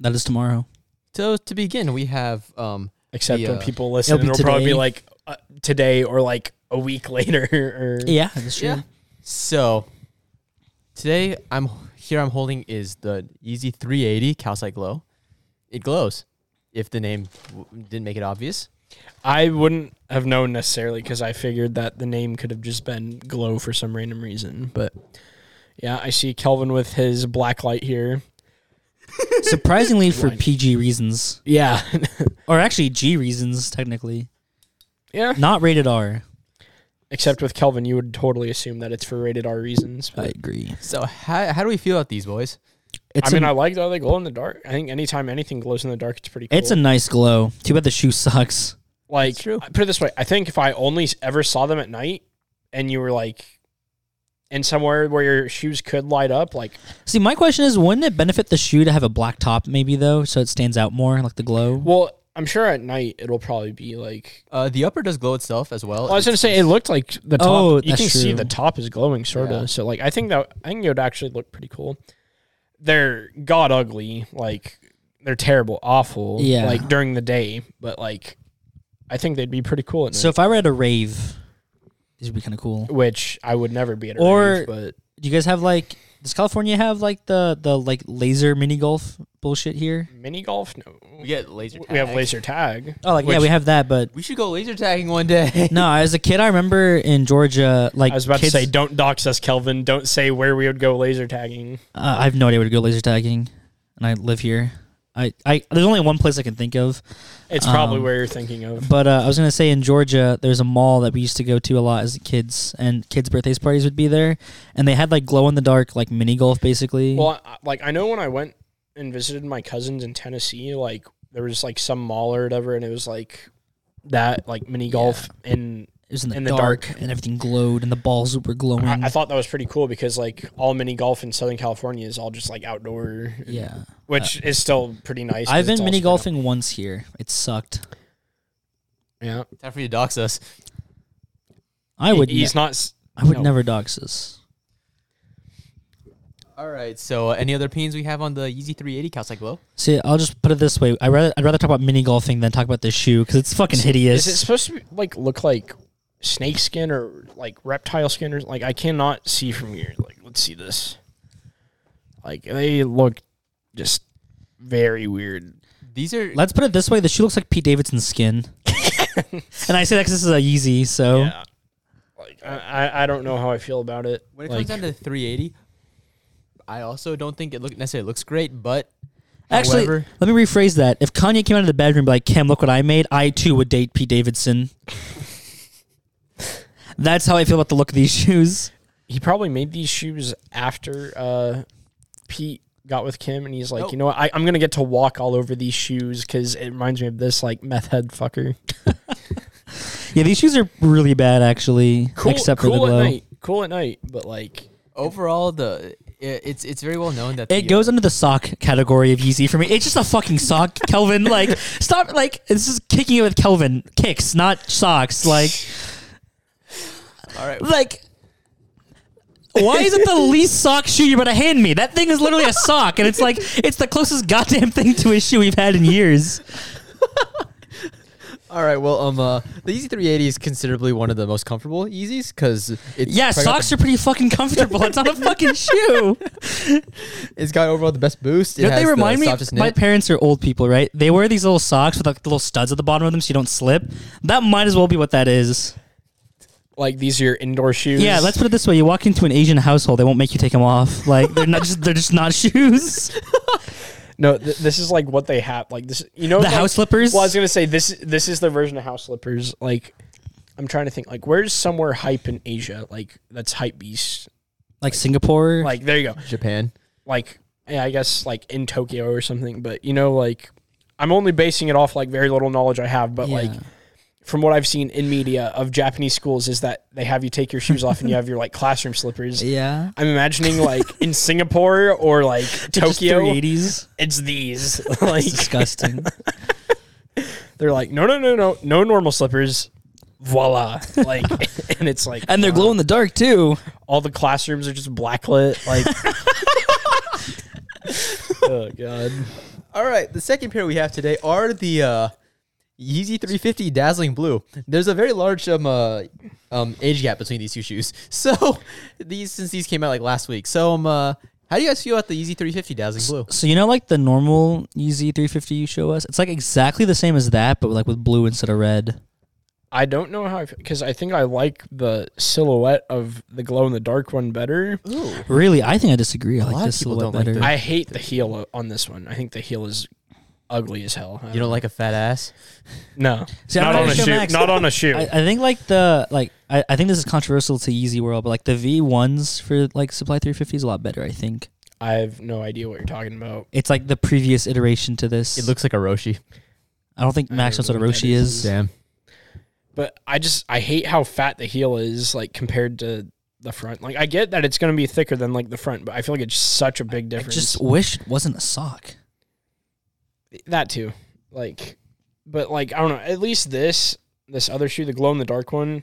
[SPEAKER 3] That is tomorrow.
[SPEAKER 4] So to begin, we have um
[SPEAKER 2] Except when
[SPEAKER 4] Yeah.
[SPEAKER 2] people listen,
[SPEAKER 3] It'll be
[SPEAKER 2] it'll, probably be
[SPEAKER 3] today.
[SPEAKER 2] like uh, today or like a week later. Or
[SPEAKER 3] Yeah, that's true.
[SPEAKER 4] Yeah. So today I'm here. I'm holding is the Easy 380 Calcite Glow. It glows. if the name w- didn't make it obvious.
[SPEAKER 2] I wouldn't have known necessarily because I figured that the name could have just been Glow for some random reason. But yeah, I see Kelvin with his black light here.
[SPEAKER 3] Surprisingly, for PG reasons,
[SPEAKER 2] Yeah.
[SPEAKER 3] or actually G reasons, technically,
[SPEAKER 2] yeah.
[SPEAKER 3] not rated R.
[SPEAKER 2] Except with Kelvin, you would totally assume that it's for rated R reasons. But
[SPEAKER 3] agree.
[SPEAKER 4] So how, how do we feel about these boys?
[SPEAKER 3] It's
[SPEAKER 2] I mean,
[SPEAKER 3] a,
[SPEAKER 2] I like how they glow in the dark. I think anytime anything glows in the dark, it's pretty cool.
[SPEAKER 3] it's a nice glow. Too bad the shoe sucks.
[SPEAKER 2] like
[SPEAKER 4] It's true.
[SPEAKER 2] I put it this way i think if i only s- ever saw them at night and you were like in somewhere where your shoes could light up like
[SPEAKER 3] See, my question is, wouldn't it benefit the shoe to have a black top, maybe though, so it stands out more, like the glow?
[SPEAKER 2] well i'm sure at night it'll probably be like
[SPEAKER 4] Uh, the upper does glow itself as well.
[SPEAKER 2] well, i was gonna say it looked like the top
[SPEAKER 3] Oh,
[SPEAKER 2] you
[SPEAKER 3] that's
[SPEAKER 2] can see
[SPEAKER 3] true.
[SPEAKER 2] the top is glowing sort of
[SPEAKER 4] Yeah.
[SPEAKER 2] so like i think that i think it would actually look pretty cool they're god ugly like they're terrible awful
[SPEAKER 3] Yeah.
[SPEAKER 2] like during the day but like i think they'd be pretty cool at night
[SPEAKER 3] So if I were at a rave, these would be kind of cool.
[SPEAKER 2] which i would never be at a
[SPEAKER 3] Or-
[SPEAKER 2] rave, but
[SPEAKER 3] Do you guys have like? Does California have like the the like laser mini golf bullshit here?
[SPEAKER 2] mini golf no
[SPEAKER 4] we get laser. Tag.
[SPEAKER 2] We have laser tag.
[SPEAKER 3] Oh, like yeah,
[SPEAKER 2] Which-
[SPEAKER 3] we have that, but
[SPEAKER 4] We should go laser tagging one day.
[SPEAKER 3] no. As a kid, I remember in Georgia, like
[SPEAKER 2] I was about
[SPEAKER 3] kids-
[SPEAKER 2] to say, don't dox us, Kelvin. Don't say where we would go laser tagging.
[SPEAKER 3] Uh, I have no idea where to go laser tagging, and I live here. I, I there's only one place I can think of,
[SPEAKER 2] It's probably
[SPEAKER 3] Um,
[SPEAKER 2] where you're thinking of.
[SPEAKER 3] but uh, I was gonna say in Georgia there's a mall that we used to go to a lot as kids, and kids' birthdays parties would be there, and they had like glow in the dark like mini golf basically.
[SPEAKER 2] Well, I, like I know when I went and visited my cousins in Tennessee, like there was like some mall or whatever, and it was like that, like mini golf, and
[SPEAKER 3] it was in the,
[SPEAKER 2] in the
[SPEAKER 3] dark,
[SPEAKER 2] dark.
[SPEAKER 3] and everything glowed, and the balls were glowing.
[SPEAKER 2] I, I thought that was pretty cool because like all mini golf in Southern California is all just like outdoor,
[SPEAKER 3] yeah, Uh,
[SPEAKER 2] which is still pretty nice. 'cause
[SPEAKER 3] I've
[SPEAKER 2] it's
[SPEAKER 3] been
[SPEAKER 2] all
[SPEAKER 3] mini
[SPEAKER 2] spread out.
[SPEAKER 3] golfing once here. It sucked.
[SPEAKER 2] Yeah,
[SPEAKER 4] Time for you to dox us.
[SPEAKER 3] I would.
[SPEAKER 2] He's
[SPEAKER 3] Ne-
[SPEAKER 2] not. s-
[SPEAKER 3] I would
[SPEAKER 2] no.
[SPEAKER 3] never dox this.
[SPEAKER 4] All right. So uh, any other opinions we have on the Yeezy 380 Calcite Glow?
[SPEAKER 3] See, I'll just put it this way. I rather I'd rather talk about mini golfing than talk about the shoe because it's fucking hideous.
[SPEAKER 2] Is it supposed to be, like look like snake skin or like reptile skin or like I cannot see from here. Like let's see this. Like they look just very weird.
[SPEAKER 4] These are
[SPEAKER 3] Let's put it this way: the shoe looks like Pete Davidson's skin. and I say that 'cause this is a Yeezy, so
[SPEAKER 2] Yeah. Like I, I- I don't know how I feel about it.
[SPEAKER 4] when it
[SPEAKER 2] like,
[SPEAKER 4] comes down to 380. I also don't think it look necessarily looks great, but
[SPEAKER 3] actually,
[SPEAKER 4] However-
[SPEAKER 3] let me rephrase that. If Kanye came out of the bedroom and be like, "Kim, look what I made," I too would date Pete Davidson. That's how I feel about the look of these shoes.
[SPEAKER 2] he probably made these shoes after uh, Pete got with Kim, and he's like,
[SPEAKER 4] No.
[SPEAKER 2] you know what, I, I'm gonna get to walk all over these shoes because it reminds me of this like meth head fucker.
[SPEAKER 3] Yeah, these shoes are really bad, actually,
[SPEAKER 2] Cool,
[SPEAKER 3] except
[SPEAKER 2] cool
[SPEAKER 3] for the
[SPEAKER 2] at
[SPEAKER 3] glow.
[SPEAKER 2] night, cool at night, but like
[SPEAKER 4] overall the i- it's it's very well known that
[SPEAKER 3] It
[SPEAKER 4] the,
[SPEAKER 3] goes under the sock category of Yeezy for me. It's just a fucking sock, Kelvin. Like, stop. Like, this is kicking it with Kelvin. Kicks, not socks. Like,
[SPEAKER 4] All right.
[SPEAKER 3] like why is it the least sock shoe you're gonna hand me? That thing is literally a sock, and it's like it's the closest goddamn thing to a shoe we've had in years.
[SPEAKER 4] All right. Well, um, uh, the Yeezy 380 is considerably one of the most comfortable Yeezys because it's
[SPEAKER 3] Yeah,
[SPEAKER 4] probably got
[SPEAKER 3] socks
[SPEAKER 4] the-
[SPEAKER 3] are pretty fucking comfortable. It's not a fucking shoe.
[SPEAKER 4] it's got overall the best boost.
[SPEAKER 3] You know
[SPEAKER 4] it
[SPEAKER 3] what they
[SPEAKER 4] has the
[SPEAKER 3] remind me?
[SPEAKER 4] softest
[SPEAKER 3] My
[SPEAKER 4] knit.
[SPEAKER 3] parents are old people, right? They wear these little socks with like the little studs at the bottom of them, so you don't slip. That might as well be what that is.
[SPEAKER 2] like these are your indoor shoes.
[SPEAKER 3] Yeah, let's put it this way: you walk into an Asian household, they won't make you take them off. Like they're not just they're just not shoes.
[SPEAKER 2] No, th- this is like what they have. Like this, you know,
[SPEAKER 3] The
[SPEAKER 2] like-
[SPEAKER 3] house slippers?
[SPEAKER 2] Well, I was gonna say this. This is the version of house slippers. Like, I'm trying to think. Like, where's somewhere hype in Asia? Like, that's hype beast.
[SPEAKER 3] Like Singapore,
[SPEAKER 2] Like, there you go.
[SPEAKER 4] Japan.
[SPEAKER 2] Like, yeah, I guess like in Tokyo or something. But you know, like, I'm only basing it off like very little knowledge I have. But like,
[SPEAKER 3] Yeah.
[SPEAKER 2] from what I've seen in media of Japanese schools, is that they have you take your shoes off and you have your like classroom slippers.
[SPEAKER 3] yeah,
[SPEAKER 2] I'm imagining like in Singapore or like Tokyo,
[SPEAKER 3] 380s.
[SPEAKER 2] it's these. like,
[SPEAKER 3] disgusting.
[SPEAKER 2] they're like, no, no, no, no, no normal slippers. Voila. Like, and it's like,
[SPEAKER 3] and they're glow in the dark too.
[SPEAKER 2] all the classrooms are just blacklit. Like, oh, God.
[SPEAKER 4] All right. The second pair we have today are the uh, Yeezy 350 Dazzling Blue. There's a very large um, uh, um age gap between these two shoes. So these since these came out like last week. So um uh, How do you guys feel about the Easy 350 Dazzling Blue?
[SPEAKER 3] So you know, like the normal Yeezy 350 you show us, it's like exactly the same as that, but like with blue instead of red.
[SPEAKER 2] I don't know how because I think I like the silhouette of the glow in the dark one better.
[SPEAKER 4] Ooh.
[SPEAKER 3] Really, I think I disagree. I like
[SPEAKER 4] lot of
[SPEAKER 3] this
[SPEAKER 4] people
[SPEAKER 3] silhouette
[SPEAKER 4] don't like
[SPEAKER 3] better.
[SPEAKER 4] the-
[SPEAKER 2] I hate the heel o- on this one. I think the heel is ugly as hell. I
[SPEAKER 4] You don't like a fat ass?
[SPEAKER 2] No,
[SPEAKER 3] See, I'm
[SPEAKER 2] not
[SPEAKER 3] not
[SPEAKER 2] on a
[SPEAKER 3] sure,
[SPEAKER 2] shoe.
[SPEAKER 3] Max.
[SPEAKER 2] Not on a shoe.
[SPEAKER 3] I, I think like the like I, I think this is controversial to Yeezy world, but like the V ones for like Supply 350 is a lot better. I think
[SPEAKER 2] I have no idea what you're talking about.
[SPEAKER 3] it's like the previous iteration to this.
[SPEAKER 4] It looks like a Roshi.
[SPEAKER 3] I don't think
[SPEAKER 2] I
[SPEAKER 3] Max
[SPEAKER 2] don't
[SPEAKER 3] knows what a
[SPEAKER 2] know what
[SPEAKER 3] Roshi
[SPEAKER 2] that
[SPEAKER 3] is.
[SPEAKER 2] is.
[SPEAKER 4] Damn.
[SPEAKER 2] But I just I hate how fat the heel is like compared to the front. Like I get that it's going to be thicker than like the front, but I feel like it's such a big
[SPEAKER 3] I
[SPEAKER 2] difference.
[SPEAKER 3] just wish it wasn't a sock.
[SPEAKER 2] that too. Like, but like I don't know. At least this this other shoe, the glow in the dark one,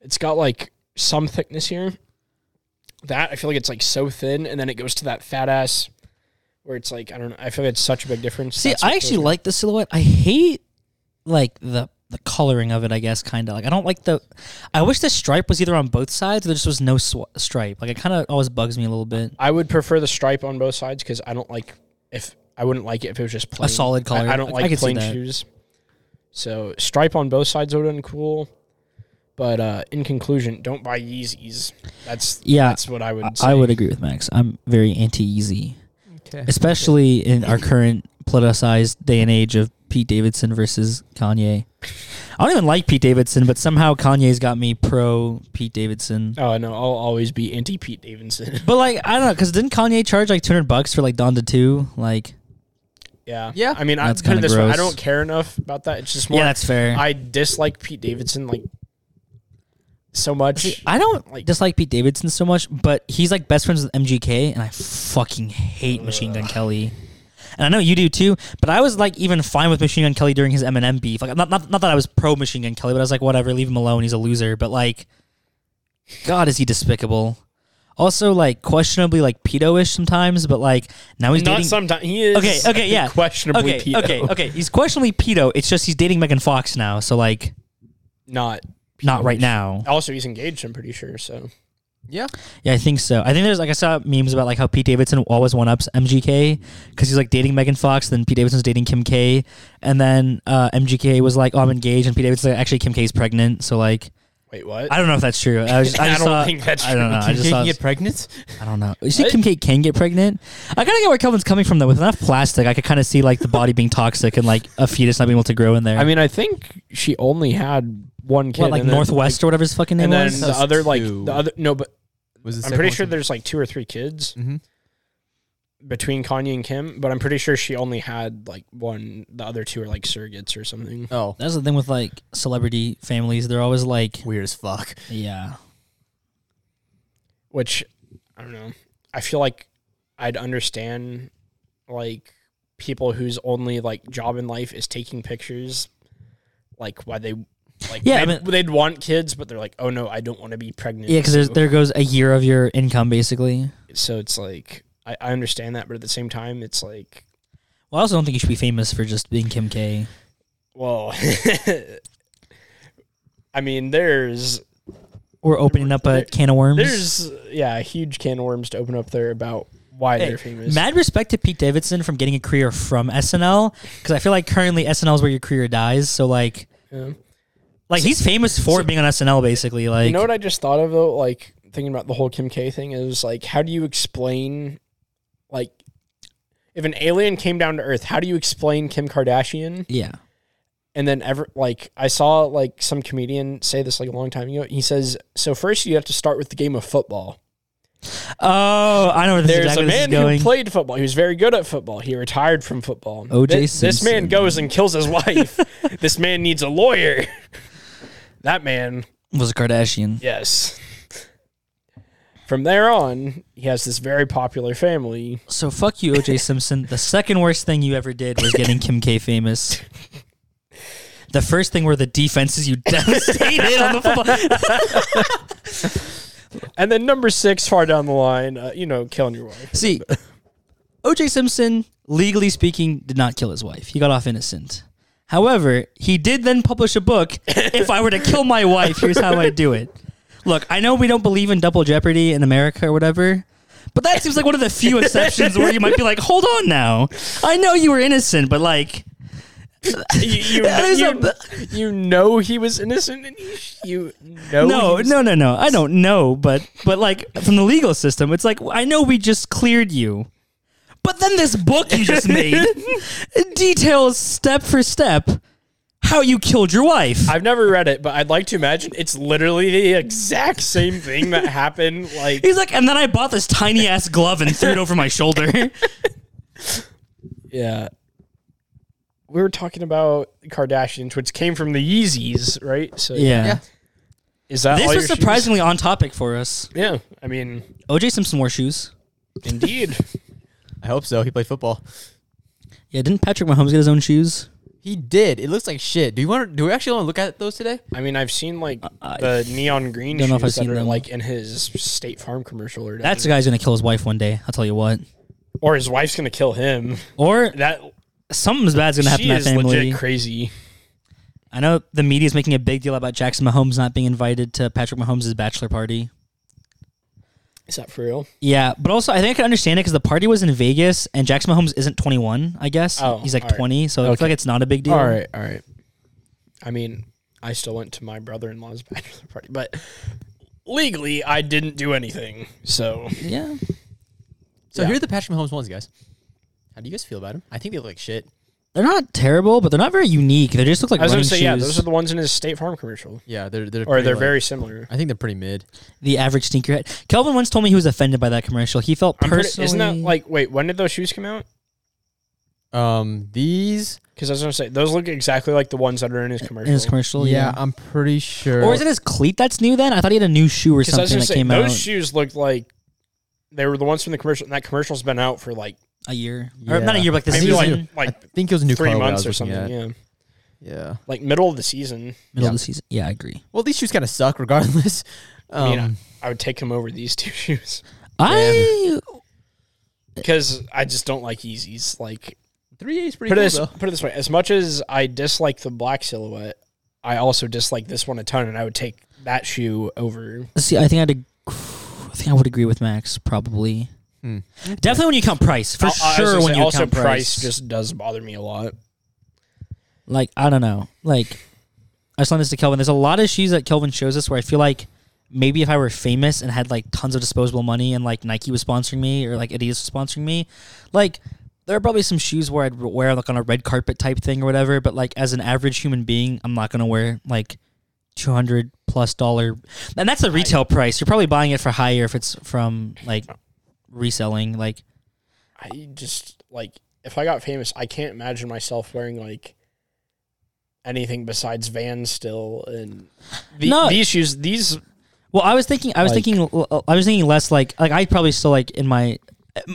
[SPEAKER 2] it's got like some thickness here. That I feel like it's like so thin, and then it goes to that fat ass where it's like I don't know. I feel like it's such a big difference.
[SPEAKER 3] See,
[SPEAKER 2] That's what
[SPEAKER 3] I actually
[SPEAKER 2] throws me.
[SPEAKER 3] like the silhouette. I hate like the the coloring of it. I guess kind of like I don't like the. I wish the stripe was either on both sides. Or there just was no sw- stripe. Like it kind of always bugs me a little bit.
[SPEAKER 2] I would prefer the stripe on both sides because I don't like if I wouldn't like it if it was just plain.
[SPEAKER 3] solid
[SPEAKER 2] I-
[SPEAKER 3] color.
[SPEAKER 2] I, don't
[SPEAKER 3] I
[SPEAKER 2] like
[SPEAKER 3] can see
[SPEAKER 2] plain
[SPEAKER 3] that.
[SPEAKER 2] shoes. So stripe on both sides would have been cool. But uh, in conclusion, don't buy Yeezys. That's
[SPEAKER 3] Yeah,
[SPEAKER 2] that's what I would. say.
[SPEAKER 3] I, I would agree with Max. I'm very anti Yeezy,
[SPEAKER 4] Okay.
[SPEAKER 3] especially in our current politicized day and age of Pete Davidson versus Kanye. I don't even like Pete Davidson, but somehow Kanye's got me pro Pete Davidson.
[SPEAKER 2] Oh no, I'll always be anti Pete Davidson.
[SPEAKER 3] But like I don't know, cause didn't Kanye charge like two hundred bucks for like Donda two? Like
[SPEAKER 2] yeah,
[SPEAKER 4] Yeah.
[SPEAKER 2] I mean, I
[SPEAKER 3] That's
[SPEAKER 2] put it
[SPEAKER 3] kinda
[SPEAKER 2] this way, I
[SPEAKER 3] gross.
[SPEAKER 2] don't care enough about that. It's just more.
[SPEAKER 3] yeah, that's fair.
[SPEAKER 2] I dislike Pete Davidson like so much.
[SPEAKER 3] See, I don't
[SPEAKER 2] Like-
[SPEAKER 3] dislike Pete Davidson so much, but he's like best friends with MGK, and I fucking hate Machine Gun Kelly. And I know you do too, but I was like even fine with Machine Gun Kelly during his Eminem beef. Like not not, not that I was pro Machine Gun Kelly, but I was like whatever, leave him alone, he's a loser. But like, God, is he despicable? Also, like questionably like pedo-ish sometimes, but like now he's
[SPEAKER 2] Not
[SPEAKER 3] dating.
[SPEAKER 2] sometimes he is
[SPEAKER 3] okay,
[SPEAKER 2] I
[SPEAKER 3] okay,
[SPEAKER 2] think,
[SPEAKER 3] yeah,
[SPEAKER 2] questionably
[SPEAKER 3] okay,
[SPEAKER 2] pedo.
[SPEAKER 3] Okay, okay, he's questionably pedo. It's just he's dating Megan Fox now, so like
[SPEAKER 2] not
[SPEAKER 3] not right now.
[SPEAKER 2] Also, he's engaged. I'm pretty sure. So
[SPEAKER 4] Yeah.
[SPEAKER 3] Yeah, I think so. I think there's like I saw memes about like how Pete Davidson always one ups MGK because he's like dating Megan Fox, then Pete Davidson's dating Kim K, and then uh, MGK was like, "Oh, I'm engaged," and Pete Davidson's like, "Actually, Kim K's pregnant." So like,
[SPEAKER 2] wait, what?
[SPEAKER 3] I don't know if that's true. I, was just, I,
[SPEAKER 2] I
[SPEAKER 3] just
[SPEAKER 2] don't
[SPEAKER 3] saw-
[SPEAKER 2] think that's
[SPEAKER 3] I don't
[SPEAKER 2] true.
[SPEAKER 3] know. I
[SPEAKER 4] Can
[SPEAKER 3] just
[SPEAKER 4] you
[SPEAKER 3] saw,
[SPEAKER 4] get pregnant?
[SPEAKER 3] I don't know. You think
[SPEAKER 2] What?
[SPEAKER 3] Kim K can get pregnant? I kind of get where Kelvin's coming from though. With enough plastic, I could kind of see like the body being toxic and like a fetus not being able to grow in there.
[SPEAKER 2] I mean, I think she only had one kid,
[SPEAKER 3] what, like
[SPEAKER 2] and then,
[SPEAKER 3] Northwest or whatever his fucking
[SPEAKER 2] like,
[SPEAKER 3] name
[SPEAKER 2] and then
[SPEAKER 3] was.
[SPEAKER 2] the other like
[SPEAKER 4] Two.
[SPEAKER 2] the other no, but
[SPEAKER 4] Was the
[SPEAKER 2] I'm pretty sure there's like two or three kids Mm-hmm.
[SPEAKER 4] Mhm.
[SPEAKER 2] between Kanye and Kim, but I'm pretty sure she only had like one. The other two are like surrogates or something.
[SPEAKER 4] Oh,
[SPEAKER 3] That's the thing with like celebrity families. They're always like,
[SPEAKER 4] weird as fuck.
[SPEAKER 3] yeah.
[SPEAKER 2] Which I don't know. I feel like I'd understand like people whose only like job in life is taking pictures, like why they like
[SPEAKER 3] Yeah, I
[SPEAKER 2] they'd,
[SPEAKER 3] mean-
[SPEAKER 2] they'd want kids, but they're like, oh no, I don't want to be pregnant.
[SPEAKER 3] Yeah, because
[SPEAKER 2] so,
[SPEAKER 3] there goes a year of your income basically.
[SPEAKER 2] so it's like I, I understand that, but at the same time, it's like
[SPEAKER 3] Well, I also don't think you should be famous for just being Kim K.
[SPEAKER 2] well. I mean, there's
[SPEAKER 3] Or opening up a
[SPEAKER 2] There-
[SPEAKER 3] can of worms.
[SPEAKER 2] There's yeah, a huge can of worms to open up there about why
[SPEAKER 3] Hey,
[SPEAKER 2] they're famous.
[SPEAKER 3] Mad respect to Pete Davidson from getting a career from SNL because I feel like currently SNL is where your career dies. So like,
[SPEAKER 2] Yeah.
[SPEAKER 3] like he's famous for being on SNL basically. Like,
[SPEAKER 2] you know what I just thought of though, like thinking about the whole Kim K thing is like, how do you explain, like, if an alien came down to Earth, how do you explain Kim Kardashian?
[SPEAKER 3] yeah,
[SPEAKER 2] And then ever like I saw like some comedian say this like a long time ago. He says, so first you have to start with the game of football.
[SPEAKER 3] oh, I know where this is
[SPEAKER 2] There's
[SPEAKER 3] exactly
[SPEAKER 2] a
[SPEAKER 3] where this is
[SPEAKER 2] man who
[SPEAKER 3] going.
[SPEAKER 2] played football. He was very good at football. He retired from football.
[SPEAKER 3] O.J.
[SPEAKER 2] Th- This man
[SPEAKER 3] Simpson.
[SPEAKER 2] goes and kills his wife. this man needs a lawyer. that man,
[SPEAKER 3] was a Kardashian.
[SPEAKER 2] yes. From there on, he has this very popular family.
[SPEAKER 3] So fuck you, OJ Simpson. The second worst thing you ever did was getting Kim K famous. The first thing were the defenses you devastated on the football.
[SPEAKER 2] And then number six, far down the line, uh, you know, killing your wife.
[SPEAKER 3] See, OJ Simpson, legally speaking, did not kill his wife. He got off innocent. However, he did then publish a book. if I were to kill my wife, here's how I do it. Look, I know we don't believe in double jeopardy in America or whatever, But that seems like one of the few exceptions where you might be like, hold on now. I know you were innocent, but like,
[SPEAKER 2] You, you,
[SPEAKER 3] There's
[SPEAKER 2] you,
[SPEAKER 3] a-
[SPEAKER 2] you know he was innocent, and you- you know
[SPEAKER 3] no,
[SPEAKER 2] he was-
[SPEAKER 3] no, no, no. I don't know, but but like from the legal system, it's like I know we just cleared you, but then this book you just made details step for step how you killed your wife.
[SPEAKER 2] I've never read it, but I'd like to imagine it's literally the exact same thing that happened. Like
[SPEAKER 3] He's like, and then I bought this tiny ass glove and threw it over my shoulder.
[SPEAKER 2] Yeah. We were talking about Kardashians, which came from the Yeezys, right? So
[SPEAKER 4] Yeah.
[SPEAKER 2] is that all
[SPEAKER 3] This was
[SPEAKER 2] your shoes?
[SPEAKER 3] surprisingly on topic for us.
[SPEAKER 2] Yeah, I mean,
[SPEAKER 3] OJ Simpson wore shoes.
[SPEAKER 2] indeed.
[SPEAKER 4] I hope so. He played football.
[SPEAKER 3] Yeah, didn't Patrick Mahomes get his own shoes?
[SPEAKER 4] He did. It looks like shit. Do you want? Do we actually want to look at those today?
[SPEAKER 2] I mean, I've seen like
[SPEAKER 3] I
[SPEAKER 2] the neon green
[SPEAKER 3] don't
[SPEAKER 2] shoes
[SPEAKER 3] know if I've
[SPEAKER 2] that
[SPEAKER 3] seen
[SPEAKER 2] are
[SPEAKER 3] them.
[SPEAKER 2] like in his State Farm commercial or something.
[SPEAKER 3] That's the guy's gonna kill his wife one day. I'll tell you what.
[SPEAKER 2] or his wife's gonna kill him.
[SPEAKER 3] Or
[SPEAKER 2] That
[SPEAKER 3] something's bad's gonna happen
[SPEAKER 2] she
[SPEAKER 3] to that
[SPEAKER 2] is
[SPEAKER 3] family.
[SPEAKER 2] legit crazy.
[SPEAKER 3] I know the media's making a big deal about Jackson Mahomes not being invited to Patrick Mahomes' bachelor party.
[SPEAKER 2] Is that for real?
[SPEAKER 3] Yeah, but also I think I can understand it because the party was in Vegas and Jackson Mahomes isn't 21. I guess
[SPEAKER 2] Oh,
[SPEAKER 3] he's like
[SPEAKER 2] all right.
[SPEAKER 3] 20, so I
[SPEAKER 2] Okay.
[SPEAKER 3] feel like it's not a big deal.
[SPEAKER 2] All right, all right. I mean, I still went to my brother-in-law's bachelor party, but legally, I didn't do anything. So
[SPEAKER 3] Yeah.
[SPEAKER 4] So
[SPEAKER 2] Yeah.
[SPEAKER 4] here are the Patrick Mahomes ones, guys. How do you guys feel about him? I think they look like shit.
[SPEAKER 3] They're not terrible, but they're not very unique. They just look like
[SPEAKER 2] I was
[SPEAKER 3] running
[SPEAKER 2] gonna say,
[SPEAKER 3] shoes.
[SPEAKER 2] yeah, those are the ones in his State Farm commercial,
[SPEAKER 4] Yeah, they're they're
[SPEAKER 2] or
[SPEAKER 4] pretty,
[SPEAKER 2] they're
[SPEAKER 4] like-
[SPEAKER 2] very similar.
[SPEAKER 4] I think they're pretty mid.
[SPEAKER 3] the average sneakerhead. Kelvin once told me he was offended by that commercial. He felt
[SPEAKER 2] I'm pretty,
[SPEAKER 3] personally.
[SPEAKER 2] isn't that like wait? When did those shoes come out?
[SPEAKER 4] Um, these.
[SPEAKER 2] Because I was gonna say those look exactly like the ones that are in his commercial.
[SPEAKER 3] in his commercial?
[SPEAKER 4] Yeah,
[SPEAKER 3] Yeah.
[SPEAKER 4] I'm pretty sure.
[SPEAKER 3] Or is it his cleat that's new? Then I thought he had a new shoe or
[SPEAKER 2] 'Cause I was
[SPEAKER 3] something
[SPEAKER 2] gonna
[SPEAKER 3] that
[SPEAKER 2] say
[SPEAKER 3] came out
[SPEAKER 2] those shoes looked like they were the ones from the commercial, and that commercial's been out for like
[SPEAKER 3] a year,
[SPEAKER 4] Yeah.
[SPEAKER 3] or not a year, but like the
[SPEAKER 2] maybe
[SPEAKER 3] season,
[SPEAKER 2] like
[SPEAKER 3] middle
[SPEAKER 4] I
[SPEAKER 2] like
[SPEAKER 4] think it was a new
[SPEAKER 2] three
[SPEAKER 4] colorway I
[SPEAKER 2] months or
[SPEAKER 4] was looking
[SPEAKER 2] something.
[SPEAKER 4] at.
[SPEAKER 2] Yeah,
[SPEAKER 4] Yeah.
[SPEAKER 2] like middle of the season.
[SPEAKER 3] of the season. Yeah, I agree.
[SPEAKER 4] Well, these shoes kind of suck, regardless. Um,
[SPEAKER 2] I mean, I, I would take him over these two shoes
[SPEAKER 3] I
[SPEAKER 2] because I just don't like Yeezys. Like
[SPEAKER 4] three A is pretty
[SPEAKER 2] put it
[SPEAKER 4] cool
[SPEAKER 2] this,
[SPEAKER 4] though.
[SPEAKER 2] put it this way: as much as I dislike the black silhouette, I also dislike this one a ton, and I would take that shoe over.
[SPEAKER 3] see. I think I'd. ag- I think I would agree with Max probably.
[SPEAKER 4] Hmm.
[SPEAKER 3] Definitely when you count price for
[SPEAKER 2] I'll- I was
[SPEAKER 3] sure.
[SPEAKER 2] gonna
[SPEAKER 3] when
[SPEAKER 2] say,
[SPEAKER 3] you
[SPEAKER 2] also
[SPEAKER 3] count
[SPEAKER 2] price.
[SPEAKER 3] price,
[SPEAKER 2] just does bother me a lot.
[SPEAKER 3] like I don't know. Like I was telling this to Kelvin. There's a lot of shoes that Kelvin shows us where I feel like maybe if I were famous and had like tons of disposable money and like Nike was sponsoring me or like Adidas was sponsoring me, like there are probably some shoes where I'd wear like on a red carpet type thing or whatever. But like as an average human being, I'm not gonna wear like. 200 plus dollar and that's the retail price you're probably buying it for higher if it's from like reselling like
[SPEAKER 2] I just like if I got famous, I can't imagine myself wearing like anything besides Vans still and the,
[SPEAKER 3] No.
[SPEAKER 2] these shoes. These
[SPEAKER 3] Well, I was thinking, I was
[SPEAKER 2] Like-
[SPEAKER 3] thinking, I was thinking less like like I probably still like in my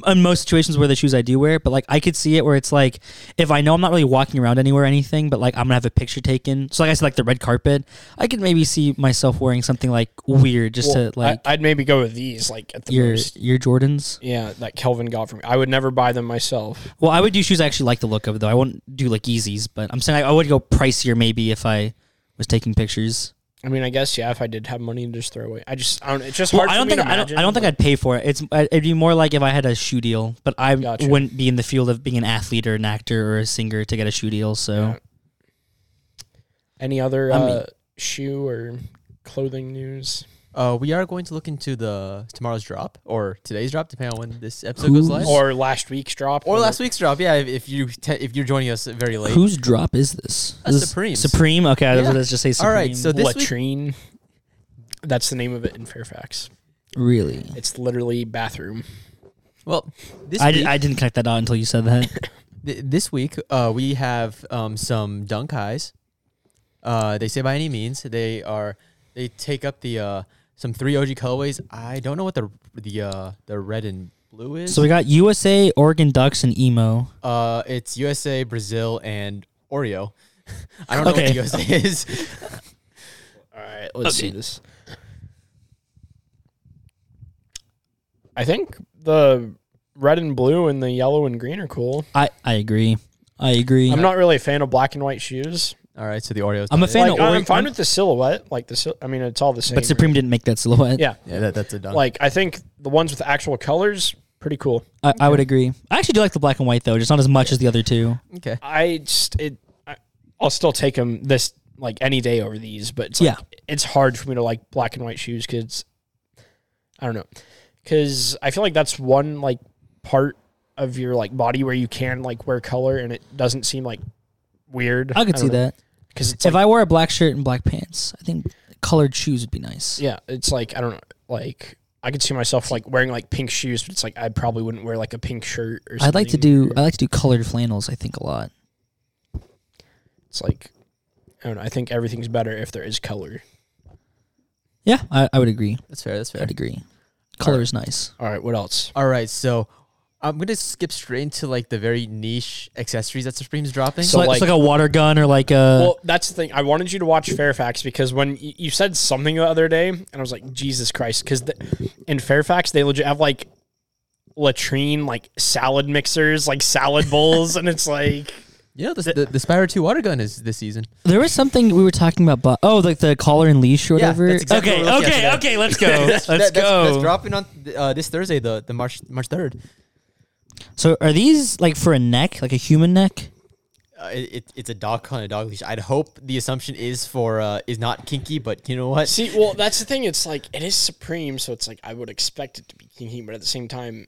[SPEAKER 3] in most situations where the shoes I do wear, but like I could see it where it's like if I know I'm not really walking around anywhere or anything, but like I'm gonna have a picture taken. So like I said, like the red carpet, I could maybe see myself wearing something like weird just
[SPEAKER 2] well,
[SPEAKER 3] to like
[SPEAKER 2] I, would maybe go with these like at the
[SPEAKER 3] your
[SPEAKER 2] most.
[SPEAKER 3] your Jordans.
[SPEAKER 2] Yeah, that Kelvin got for me. I would never buy them myself.
[SPEAKER 3] Well, I would do shoes I actually like the look of though. I wouldn't do like Yeezys, but I'm saying I, I would go pricier maybe if I was taking pictures.
[SPEAKER 2] I mean, I guess yeah, if I did have money to just throw away, I just I don't. It's just
[SPEAKER 3] Well,
[SPEAKER 2] hard.
[SPEAKER 3] I don't
[SPEAKER 2] for me to
[SPEAKER 3] think I don't,
[SPEAKER 2] imagine,
[SPEAKER 3] I don't think
[SPEAKER 2] like,
[SPEAKER 3] I'd pay for it. It's uh, it'd be more like if I had a shoe deal, but I
[SPEAKER 2] Gotcha.
[SPEAKER 3] wouldn't be in the field of being an athlete or an actor or a singer to get a shoe deal. So
[SPEAKER 2] any other
[SPEAKER 3] I mean-
[SPEAKER 2] uh, shoe or clothing news.
[SPEAKER 4] Uh, we are going to look into the tomorrow's drop or today's drop, depending on when this episode goes live,
[SPEAKER 3] Who's-
[SPEAKER 4] or,
[SPEAKER 2] Or last week's drop,
[SPEAKER 4] or last week's drop. Yeah, if, if you te- if you're joining us very late.
[SPEAKER 3] whose drop is this?
[SPEAKER 4] Uh,
[SPEAKER 3] This-
[SPEAKER 4] Supreme's.
[SPEAKER 3] Supreme. Okay, I was
[SPEAKER 4] Yeah.
[SPEAKER 3] gonna just say Supreme.
[SPEAKER 4] All right, so this week,
[SPEAKER 2] latrine. That's the name of it in Fairfax.
[SPEAKER 3] really,
[SPEAKER 2] It's literally bathroom.
[SPEAKER 4] well, this
[SPEAKER 3] I,
[SPEAKER 4] week,
[SPEAKER 3] did, I didn't connect that out until you said that.
[SPEAKER 4] th- this week uh, we have um, some dunk highs. Uh, they say by any means they are they take up the uh, some three OG colorways. I don't know what the the uh, the red and blue is.
[SPEAKER 3] so we got USA, Oregon Ducks, and emo.
[SPEAKER 4] Uh, it's USA, Brazil, and Oreo. I don't
[SPEAKER 3] Okay.
[SPEAKER 4] know what the USA is.
[SPEAKER 2] All right, let's
[SPEAKER 3] Okay.
[SPEAKER 2] see this. I think the red and blue and the yellow and green are cool.
[SPEAKER 3] I I agree. I agree.
[SPEAKER 2] I'm not really a fan of black and white shoes.
[SPEAKER 4] All right, so the Oreos.
[SPEAKER 3] I'm a
[SPEAKER 4] not it.
[SPEAKER 3] fan
[SPEAKER 2] Like,
[SPEAKER 3] of
[SPEAKER 2] I'm
[SPEAKER 3] Ori-
[SPEAKER 2] fine with the silhouette. Like the, sil- I mean, it's all the same.
[SPEAKER 3] But Supreme didn't make that silhouette.
[SPEAKER 2] Yeah,
[SPEAKER 4] Yeah, that, that's a done.
[SPEAKER 2] like I think the ones with actual colors, pretty cool.
[SPEAKER 3] I, I would agree. I actually do like the black and white though, just not as much as the other two.
[SPEAKER 4] okay.
[SPEAKER 2] I just it, I, I'll still take them this like any day over these, but it's like, it's hard for me to like black and white shoes because I don't know because I feel like that's one like part of your like body where you can like wear color and it doesn't seem like weird.
[SPEAKER 3] I could see that.
[SPEAKER 2] because it's
[SPEAKER 3] if
[SPEAKER 2] like,
[SPEAKER 3] I wore a black shirt and black pants, I think colored shoes would be nice.
[SPEAKER 2] yeah, it's like I don't know like. I could see myself like wearing like pink shoes, but it's like I probably wouldn't wear like a pink shirt or something.
[SPEAKER 3] I'd like to do I like to do colored flannels, I think a lot.
[SPEAKER 2] It's like I don't know. I think everything's better if there is color.
[SPEAKER 3] Yeah, I, I would agree.
[SPEAKER 4] That's fair. That's fair.
[SPEAKER 3] I'd agree. Color is nice.
[SPEAKER 2] All right, what else?
[SPEAKER 4] All right, so I'm gonna skip straight into like the very niche accessories that Supreme's dropping.
[SPEAKER 2] So,
[SPEAKER 3] So like, it's
[SPEAKER 2] like-
[SPEAKER 3] like a water gun or like a
[SPEAKER 2] Well, that's the thing. I wanted you to watch Fairfax because when you, you said something the other day, and I was like, Jesus Christ, because in Fairfax they legit have like latrine, like salad mixers, like salad bowls, and it's like
[SPEAKER 4] you know, the, the, the Spyro 2 water gun is this season.
[SPEAKER 3] There was something we were talking about. But, oh, like the collar and leash or
[SPEAKER 4] Yeah,
[SPEAKER 3] whatever.
[SPEAKER 4] that's exactly
[SPEAKER 3] okay,
[SPEAKER 4] what we're looking
[SPEAKER 3] okay,
[SPEAKER 4] at
[SPEAKER 3] okay. Let's go. let's
[SPEAKER 4] That- that's,
[SPEAKER 3] go.
[SPEAKER 4] That's dropping on uh, this Thursday, the, the March March third.
[SPEAKER 3] so are these like for a neck, like a human neck?
[SPEAKER 4] Uh, it, it- it's a dog on a dog leash. I'd hope the assumption is for uh, is not kinky, but you know what?
[SPEAKER 2] see. Well, that's the thing. It's like it is supreme, so it's like I would expect it to be kinky, but at the same time,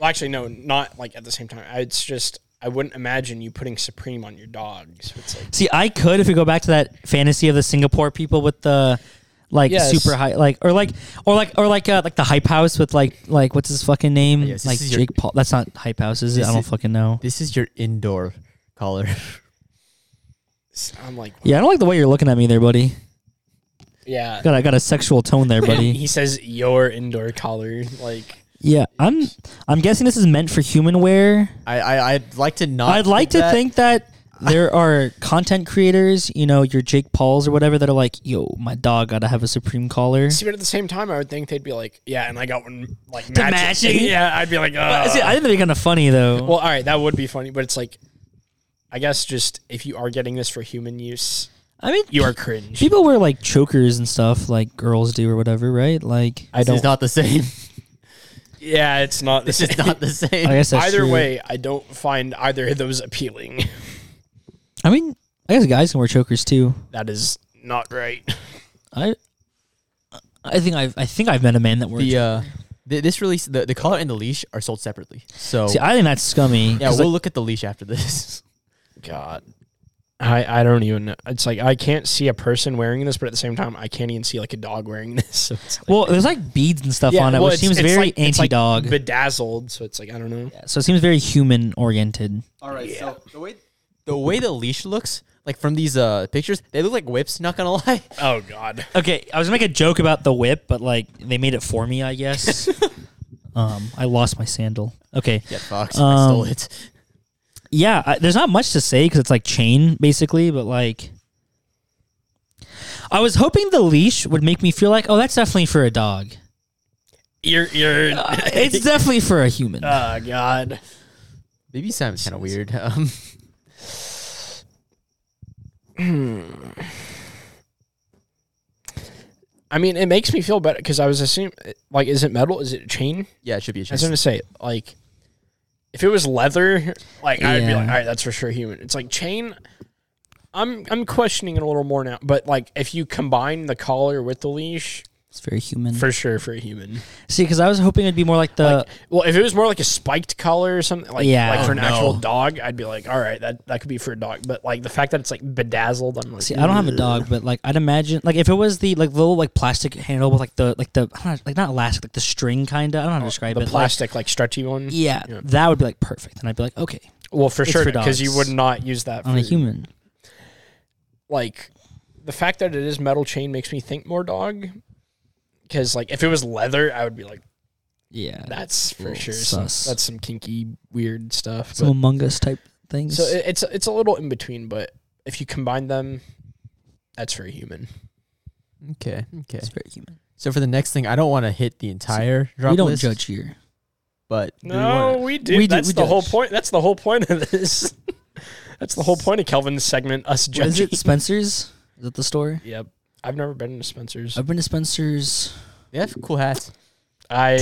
[SPEAKER 2] well, actually, no, not like at the same time. I, it's just I wouldn't imagine you putting supreme on your dog. So it's like
[SPEAKER 3] See, I could if we go back to that fantasy of the Singapore people with the like
[SPEAKER 2] Yes.
[SPEAKER 3] super high, like or like or like or like uh, like the hype house with like like what's his fucking name?
[SPEAKER 4] Yes, this
[SPEAKER 3] like
[SPEAKER 4] is
[SPEAKER 3] Jake
[SPEAKER 4] your-
[SPEAKER 3] Paul. That's not hype house, is it?
[SPEAKER 4] This
[SPEAKER 3] I don't
[SPEAKER 4] is-
[SPEAKER 3] fucking know.
[SPEAKER 4] This is your indoor collar.
[SPEAKER 2] I'm like
[SPEAKER 3] Yeah, I don't like the way you're looking at me there, buddy.
[SPEAKER 2] yeah.
[SPEAKER 3] Got I got a sexual tone there, buddy.
[SPEAKER 2] He says your indoor collar, like.
[SPEAKER 3] yeah, I'm I'm guessing this is meant for human wear.
[SPEAKER 4] I, I I'd like to not.
[SPEAKER 3] I'd like to
[SPEAKER 4] that.
[SPEAKER 3] think that there are content creators, you know, your Jake Pauls or whatever, that are like, yo, my dog gotta have a Supreme collar.
[SPEAKER 2] See, but at the same time, I would think they'd be like, yeah, and I got one like
[SPEAKER 3] The matching?
[SPEAKER 2] yeah, I'd be like,
[SPEAKER 3] Uh, See,
[SPEAKER 2] uh.
[SPEAKER 3] I think that'd be kind of funny though.
[SPEAKER 2] well, all right, that would be funny, but it's like, I guess just if you are getting this for human use,
[SPEAKER 3] I mean,
[SPEAKER 2] you are cringe.
[SPEAKER 3] People wear like chokers and stuff, like girls do or whatever, right? Like I
[SPEAKER 4] This is not the same.
[SPEAKER 2] yeah, it's not.
[SPEAKER 4] This is not the same.
[SPEAKER 3] guess that's
[SPEAKER 2] either
[SPEAKER 3] true.
[SPEAKER 2] way, I don't find either of those appealing.
[SPEAKER 3] I mean, I guess guys can wear chokers too.
[SPEAKER 2] that is not right.
[SPEAKER 3] I, I think I've, I think I've met a man that wears.
[SPEAKER 4] the uh, th- this release the, the collar and the leash are sold separately. So
[SPEAKER 3] See, I think that's scummy.
[SPEAKER 4] yeah,
[SPEAKER 3] 'cause,
[SPEAKER 4] we'll
[SPEAKER 3] like,
[SPEAKER 4] look at the leash after this.
[SPEAKER 2] God. I, I don't even know. It's like I can't see a person wearing this, but at the same time, I can't even see like a dog wearing this. So it's like,
[SPEAKER 3] well, there's like beads and stuff on it,
[SPEAKER 2] well,
[SPEAKER 3] which seems
[SPEAKER 2] it's
[SPEAKER 3] very
[SPEAKER 2] like- it's like
[SPEAKER 3] anti-dog.
[SPEAKER 2] bedazzled. So it's like I don't know.
[SPEAKER 3] so it seems very human-oriented.
[SPEAKER 4] All right. So the way the way the leash looks, like from these uh pictures, they look like whips. Not gonna lie.
[SPEAKER 2] Oh God.
[SPEAKER 3] Okay, I was gonna make a joke about the whip, but like they made it for me, I guess. um, I lost my sandal. Okay,
[SPEAKER 4] Yeah, Fox, I
[SPEAKER 3] Um,
[SPEAKER 4] stole it.
[SPEAKER 3] yeah, I, there's not much to say because it's like chain basically, but like, I was hoping the leash would make me feel like, oh, that's definitely for a dog.
[SPEAKER 2] You're you're.
[SPEAKER 3] It's definitely for a human.
[SPEAKER 2] oh God.
[SPEAKER 4] Maybe Simon's kind of weird. Um,
[SPEAKER 2] I mean, it makes me feel better because I was assuming like, is it metal? Is it chain?
[SPEAKER 4] yeah, it should be a
[SPEAKER 2] I was gonna
[SPEAKER 4] chance.
[SPEAKER 2] say like, if it was leather, like I'd be
[SPEAKER 3] Yeah.
[SPEAKER 2] like, all right, that's for sure human. It's like chain. I'm I'm questioning it a little more now, but like if you combine the collar with the leash,
[SPEAKER 3] it's very human.
[SPEAKER 2] for sure for a human.
[SPEAKER 3] See, because I was hoping it'd be more like the.
[SPEAKER 2] Like, well, if it was more like a spiked collar or something, like
[SPEAKER 3] Uh, Yeah.
[SPEAKER 2] like for an
[SPEAKER 3] Oh,
[SPEAKER 2] actual
[SPEAKER 3] no.
[SPEAKER 2] dog, I'd be like, all right, that that could be for a dog. But like the fact that it's like bedazzled, I'm like,
[SPEAKER 3] see, I don't have a
[SPEAKER 2] "Ugh."
[SPEAKER 3] dog, but like I'd imagine, like if it was the like little like plastic handle with like the like the I don't know, like not elastic, like the string kind of. I don't know how to describe
[SPEAKER 2] the
[SPEAKER 3] it. like-
[SPEAKER 2] plastic like stretchy one.
[SPEAKER 3] Oh, yeah,
[SPEAKER 2] Yeah.
[SPEAKER 3] that would be like perfect, and I'd be like, okay,
[SPEAKER 2] Well, for
[SPEAKER 3] It's
[SPEAKER 2] sure,
[SPEAKER 3] for
[SPEAKER 2] because you would
[SPEAKER 3] dogs.
[SPEAKER 2] not use that for
[SPEAKER 3] on a human.
[SPEAKER 2] Like the fact that it is metal chain makes me think more dog. Because like if it was leather, I would be like,
[SPEAKER 3] Yeah,
[SPEAKER 2] that's for
[SPEAKER 3] Little
[SPEAKER 2] sure. some-
[SPEAKER 3] sus.
[SPEAKER 2] that's some kinky weird stuff.
[SPEAKER 3] some
[SPEAKER 2] but-
[SPEAKER 3] Among Us type things.
[SPEAKER 2] so it, it's it's a little in between, but if you combine them, that's for a human.
[SPEAKER 4] Okay, okay.
[SPEAKER 3] it's very human.
[SPEAKER 4] So for the next thing, I don't want to hit the entire drop
[SPEAKER 3] We don't
[SPEAKER 4] list,
[SPEAKER 3] judge here.
[SPEAKER 4] but do we
[SPEAKER 2] No,
[SPEAKER 4] wanna-
[SPEAKER 2] we do.
[SPEAKER 3] We do-
[SPEAKER 2] that's
[SPEAKER 3] we
[SPEAKER 2] the whole
[SPEAKER 3] judge.
[SPEAKER 2] point. That's the whole point of this. That's the whole point of Kelvin's segment, us
[SPEAKER 3] What is
[SPEAKER 2] judging.
[SPEAKER 3] it? Spencer's? Is it the store?
[SPEAKER 2] Yep. I've never been to Spencer's.
[SPEAKER 3] I've been to Spencer's.
[SPEAKER 4] They have cool hats.
[SPEAKER 2] I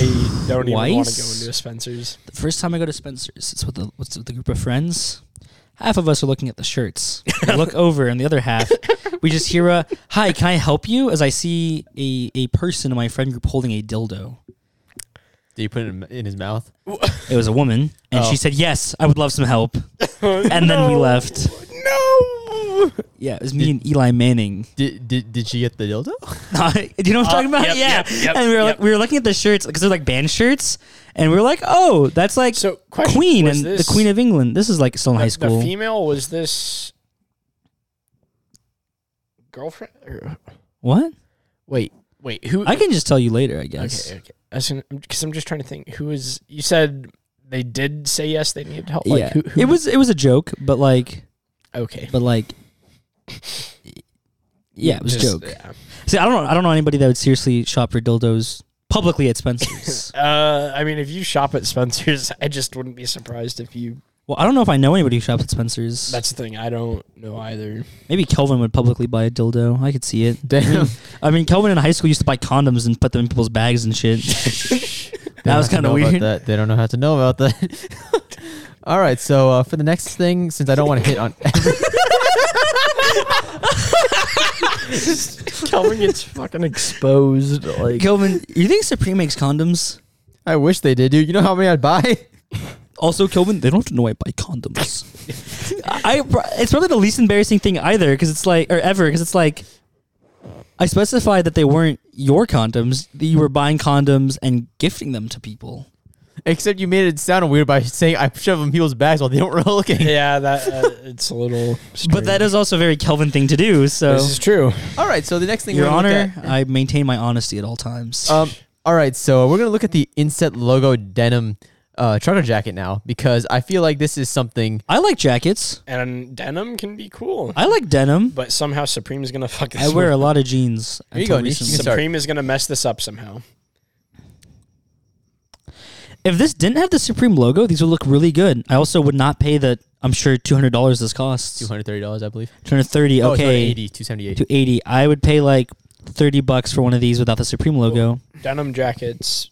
[SPEAKER 2] don't even want to go
[SPEAKER 3] Twice?
[SPEAKER 2] into a Spencer's.
[SPEAKER 3] The first time I go to Spencer's, it's with the what's with the group of friends. Half of us are looking at the shirts. We look over, and the other half, we just hear a "Hi, can I help you?" As I see a a person in my friend group holding a dildo.
[SPEAKER 4] Did you put it in, in his mouth?
[SPEAKER 3] It was a woman, and
[SPEAKER 4] Oh.
[SPEAKER 3] she said, "Yes, I would love some help." And then we left.
[SPEAKER 2] No.
[SPEAKER 3] Yeah, it was me and Eli Manning.
[SPEAKER 4] Did did, did she get the dildo?
[SPEAKER 3] Do you know what I'm talking
[SPEAKER 2] Uh, yep,
[SPEAKER 3] about? yeah.
[SPEAKER 2] yep, yep,
[SPEAKER 3] and we were
[SPEAKER 2] yep.
[SPEAKER 3] like, we were looking at the shirts because they're like band shirts, and we were like, "Oh, that's like
[SPEAKER 2] So, question,
[SPEAKER 3] Queen
[SPEAKER 2] was
[SPEAKER 3] and
[SPEAKER 2] this-
[SPEAKER 3] the Queen of England." This is like still in high
[SPEAKER 2] The-
[SPEAKER 3] school.
[SPEAKER 2] The female was this girlfriend? Or,
[SPEAKER 3] what?
[SPEAKER 2] wait, wait. Who?
[SPEAKER 3] I can just tell you later, I guess.
[SPEAKER 2] Okay, okay. Because I'm just trying to think. Who is? You said they did say yes. They needed help. Like,
[SPEAKER 3] yeah,
[SPEAKER 2] Who, who
[SPEAKER 3] it was it was a joke, but like,
[SPEAKER 2] okay.
[SPEAKER 3] but like, yeah, it was
[SPEAKER 2] Just-
[SPEAKER 3] a joke. See, I don't know, I don't know anybody that would seriously shop for dildos publicly at Spencer's.
[SPEAKER 2] Uh, I mean, if you shop at Spencer's, I just wouldn't be surprised if you.
[SPEAKER 3] well, I don't know if I know anybody who shops at Spencer's.
[SPEAKER 2] That's the thing. I don't know either.
[SPEAKER 3] Maybe Kelvin would publicly buy a dildo. I could see it.
[SPEAKER 4] Damn.
[SPEAKER 3] I mean, Kelvin in high school used to buy condoms and put them in people's bags and shit. that was kind of weird.
[SPEAKER 4] That. They don't know how to know about that. All right, so uh, for the next thing, since I don't want to hit on
[SPEAKER 2] Kelvin gets fucking exposed. Like
[SPEAKER 3] Kelvin, you think Supreme makes condoms?
[SPEAKER 4] I wish they did, dude. You know how many I'd buy?
[SPEAKER 3] Also, Kelvin, they don't have to know I buy condoms. I, I- it's probably the least embarrassing thing either because it's like or ever because it's like I specified that they weren't your condoms that you were buying condoms and gifting them to people.
[SPEAKER 4] Except you made it sound weird by saying I shove them in people's bags while they don't were looking.
[SPEAKER 2] yeah, that uh, it's a little.
[SPEAKER 3] But that is also a very Kelvin thing to do. So,
[SPEAKER 2] This is true.
[SPEAKER 4] All right, so the next thing
[SPEAKER 3] Your
[SPEAKER 4] we're gonna look
[SPEAKER 3] Honor,
[SPEAKER 4] at-
[SPEAKER 3] I maintain my honesty at all times.
[SPEAKER 4] Um, all right, so we're gonna look at the inset logo denim uh, trucker jacket now because I feel like this is something.
[SPEAKER 3] I like jackets.
[SPEAKER 2] And denim can be cool,
[SPEAKER 3] I like denim.
[SPEAKER 2] but somehow Supreme's gonna fuck this.
[SPEAKER 3] I wear a
[SPEAKER 2] up.
[SPEAKER 3] lot of jeans.
[SPEAKER 4] Here you
[SPEAKER 3] until
[SPEAKER 4] go, Nish.
[SPEAKER 3] recently.
[SPEAKER 4] You can start.
[SPEAKER 2] Supreme is gonna mess this up somehow.
[SPEAKER 3] If this didn't have the Supreme logo, these would look really good. I also would not pay the, I'm sure, $200 this costs.
[SPEAKER 4] Two hundred thirty dollars, I believe.
[SPEAKER 3] 230
[SPEAKER 4] Oh,
[SPEAKER 3] okay
[SPEAKER 4] 280, 278.
[SPEAKER 3] to 80 i would pay like 30 bucks for one of these without the supreme logo
[SPEAKER 2] Denim jackets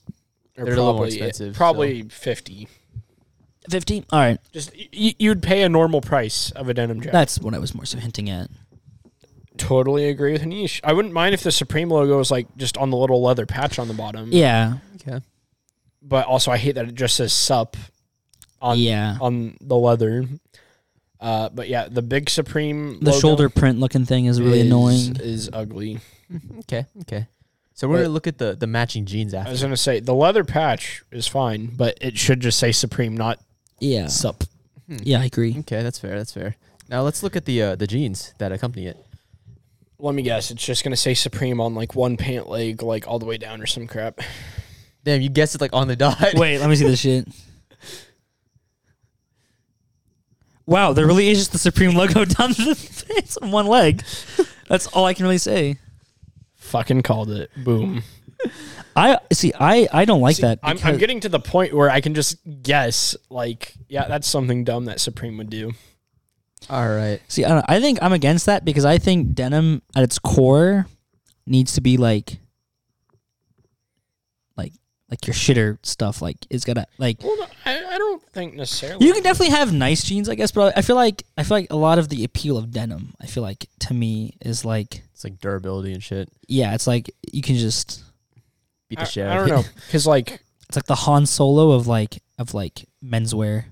[SPEAKER 2] are
[SPEAKER 4] They're
[SPEAKER 2] probably
[SPEAKER 4] a little more expensive,
[SPEAKER 2] probably fifty.
[SPEAKER 3] 15 all right
[SPEAKER 2] Just y- you'd pay a normal price of a denim jacket.
[SPEAKER 3] that's what i was more so hinting at
[SPEAKER 2] totally agree with Anish. I wouldn't mind if the Supreme logo was like just on the little leather patch on the bottom.
[SPEAKER 3] yeah
[SPEAKER 4] Okay.
[SPEAKER 2] But also, I hate that it just says Sup on
[SPEAKER 3] yeah
[SPEAKER 2] on the leather. Uh, but yeah, the big Supreme
[SPEAKER 3] the
[SPEAKER 2] logo
[SPEAKER 3] shoulder print looking thing is really
[SPEAKER 2] is-
[SPEAKER 3] annoying
[SPEAKER 2] Is ugly.
[SPEAKER 4] Okay. Okay. So we're
[SPEAKER 2] But-
[SPEAKER 4] gonna look at the the matching jeans
[SPEAKER 2] I
[SPEAKER 4] after.
[SPEAKER 2] was gonna say the leather patch is fine, but it should just say Supreme, not
[SPEAKER 3] yeah
[SPEAKER 2] Sup.
[SPEAKER 3] yeah i agree
[SPEAKER 4] Okay, that's fair. That's fair. Now let's look at the uh, the jeans that accompany it.
[SPEAKER 2] Let me guess, it's just gonna say Supreme on like one pant leg, like all the way down or some crap.
[SPEAKER 4] Damn, you guessed it like on the dot.
[SPEAKER 3] wait let me see this shit wow there really is just the supreme logo down to the it's on one leg that's all i can really say
[SPEAKER 2] Fucking called it. Boom.
[SPEAKER 3] i see i i don't like
[SPEAKER 2] See,
[SPEAKER 3] that
[SPEAKER 2] I'm, I'm
[SPEAKER 3] because-
[SPEAKER 2] getting to the point where I can just guess, like, yeah, that's something dumb that Supreme would do.
[SPEAKER 4] All right.
[SPEAKER 3] See, I, don't, I think I'm against that because I think denim at its core needs to be like, like, like your shitter stuff. Like, it's gotta like
[SPEAKER 2] Well, no, I, I don't think necessarily.
[SPEAKER 3] you can definitely have nice jeans, I guess. But I feel like I feel like a lot of the appeal of denim, I feel like to me is like,
[SPEAKER 4] It's like durability and shit.
[SPEAKER 3] yeah, it's like you can just
[SPEAKER 4] Beat the
[SPEAKER 2] I,
[SPEAKER 4] shit.
[SPEAKER 2] I
[SPEAKER 4] out of
[SPEAKER 2] don't
[SPEAKER 4] it.
[SPEAKER 2] know, because like
[SPEAKER 3] it's like the Han Solo of like of like menswear.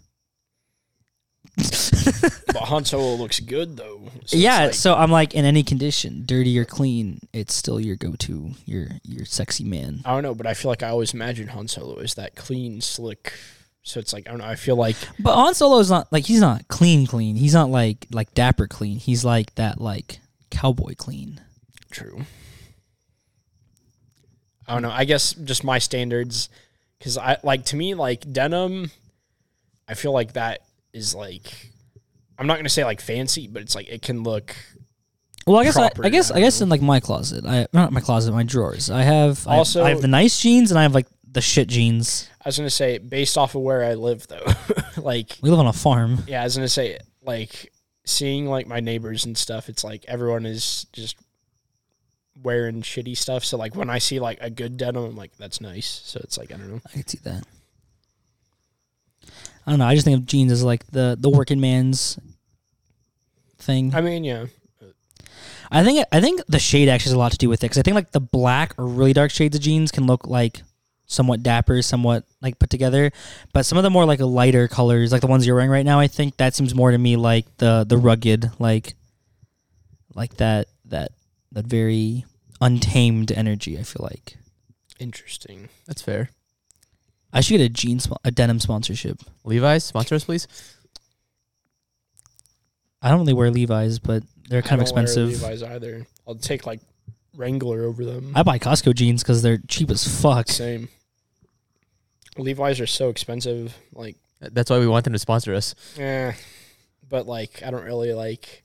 [SPEAKER 2] but Han Solo looks good though. So it's
[SPEAKER 3] yeah,
[SPEAKER 2] like-
[SPEAKER 3] so I'm like in any condition, dirty or clean, it's still your go-to, your your sexy man.
[SPEAKER 2] I don't know, but I feel like I always imagined Han Solo as that clean, slick. So it's like I don't know. I feel like
[SPEAKER 3] But Han Solo is not like he's not clean, clean. He's not like like dapper clean. He's like that like cowboy clean.
[SPEAKER 2] true. I don't know. I guess just my standards, because I like to me like denim. I feel like that is like, I'm not gonna say like fancy, but it's like it can look
[SPEAKER 3] Well, I guess I,
[SPEAKER 2] Proper
[SPEAKER 3] I guess I guess
[SPEAKER 2] dapper.
[SPEAKER 3] in like my closet, I not my closet, my drawers. I have I have-
[SPEAKER 2] Also-
[SPEAKER 3] I have the nice jeans and I have like the shit jeans.
[SPEAKER 2] I was gonna say based off of where I live though, like
[SPEAKER 3] We live on a farm.
[SPEAKER 2] yeah, I was gonna say like seeing like my neighbors and stuff, it's like everyone is just wearing shitty stuff. So like when I see like a good denim, I'm like, that's nice. So it's like I don't know.
[SPEAKER 3] I could see that. I don't know. I just think of jeans as like the the working man's thing.
[SPEAKER 2] I mean, yeah,
[SPEAKER 3] I think I think the shade actually has a lot to do with it because I think like the black or really dark shades of jeans can look like somewhat dapper, somewhat like put together, but some of the more like lighter colors, like the ones you're wearing right now, I think that seems more to me like the the rugged, like like that that that very untamed energy. I feel like
[SPEAKER 2] interesting.
[SPEAKER 4] That's fair.
[SPEAKER 3] I should get a jeans spo- a denim sponsorship.
[SPEAKER 4] Levi's, sponsor us, please.
[SPEAKER 3] I don't really wear Levi's, but they're kind
[SPEAKER 2] I
[SPEAKER 3] of
[SPEAKER 2] don't wear
[SPEAKER 3] expensive.
[SPEAKER 2] Levi's either. I'll take like Wrangler over them.
[SPEAKER 3] I buy Costco jeans because they're cheap as fuck.
[SPEAKER 2] Same. Levi's are so expensive. Like,
[SPEAKER 4] That's why we want them to sponsor us.
[SPEAKER 2] eh. But like, I don't really like.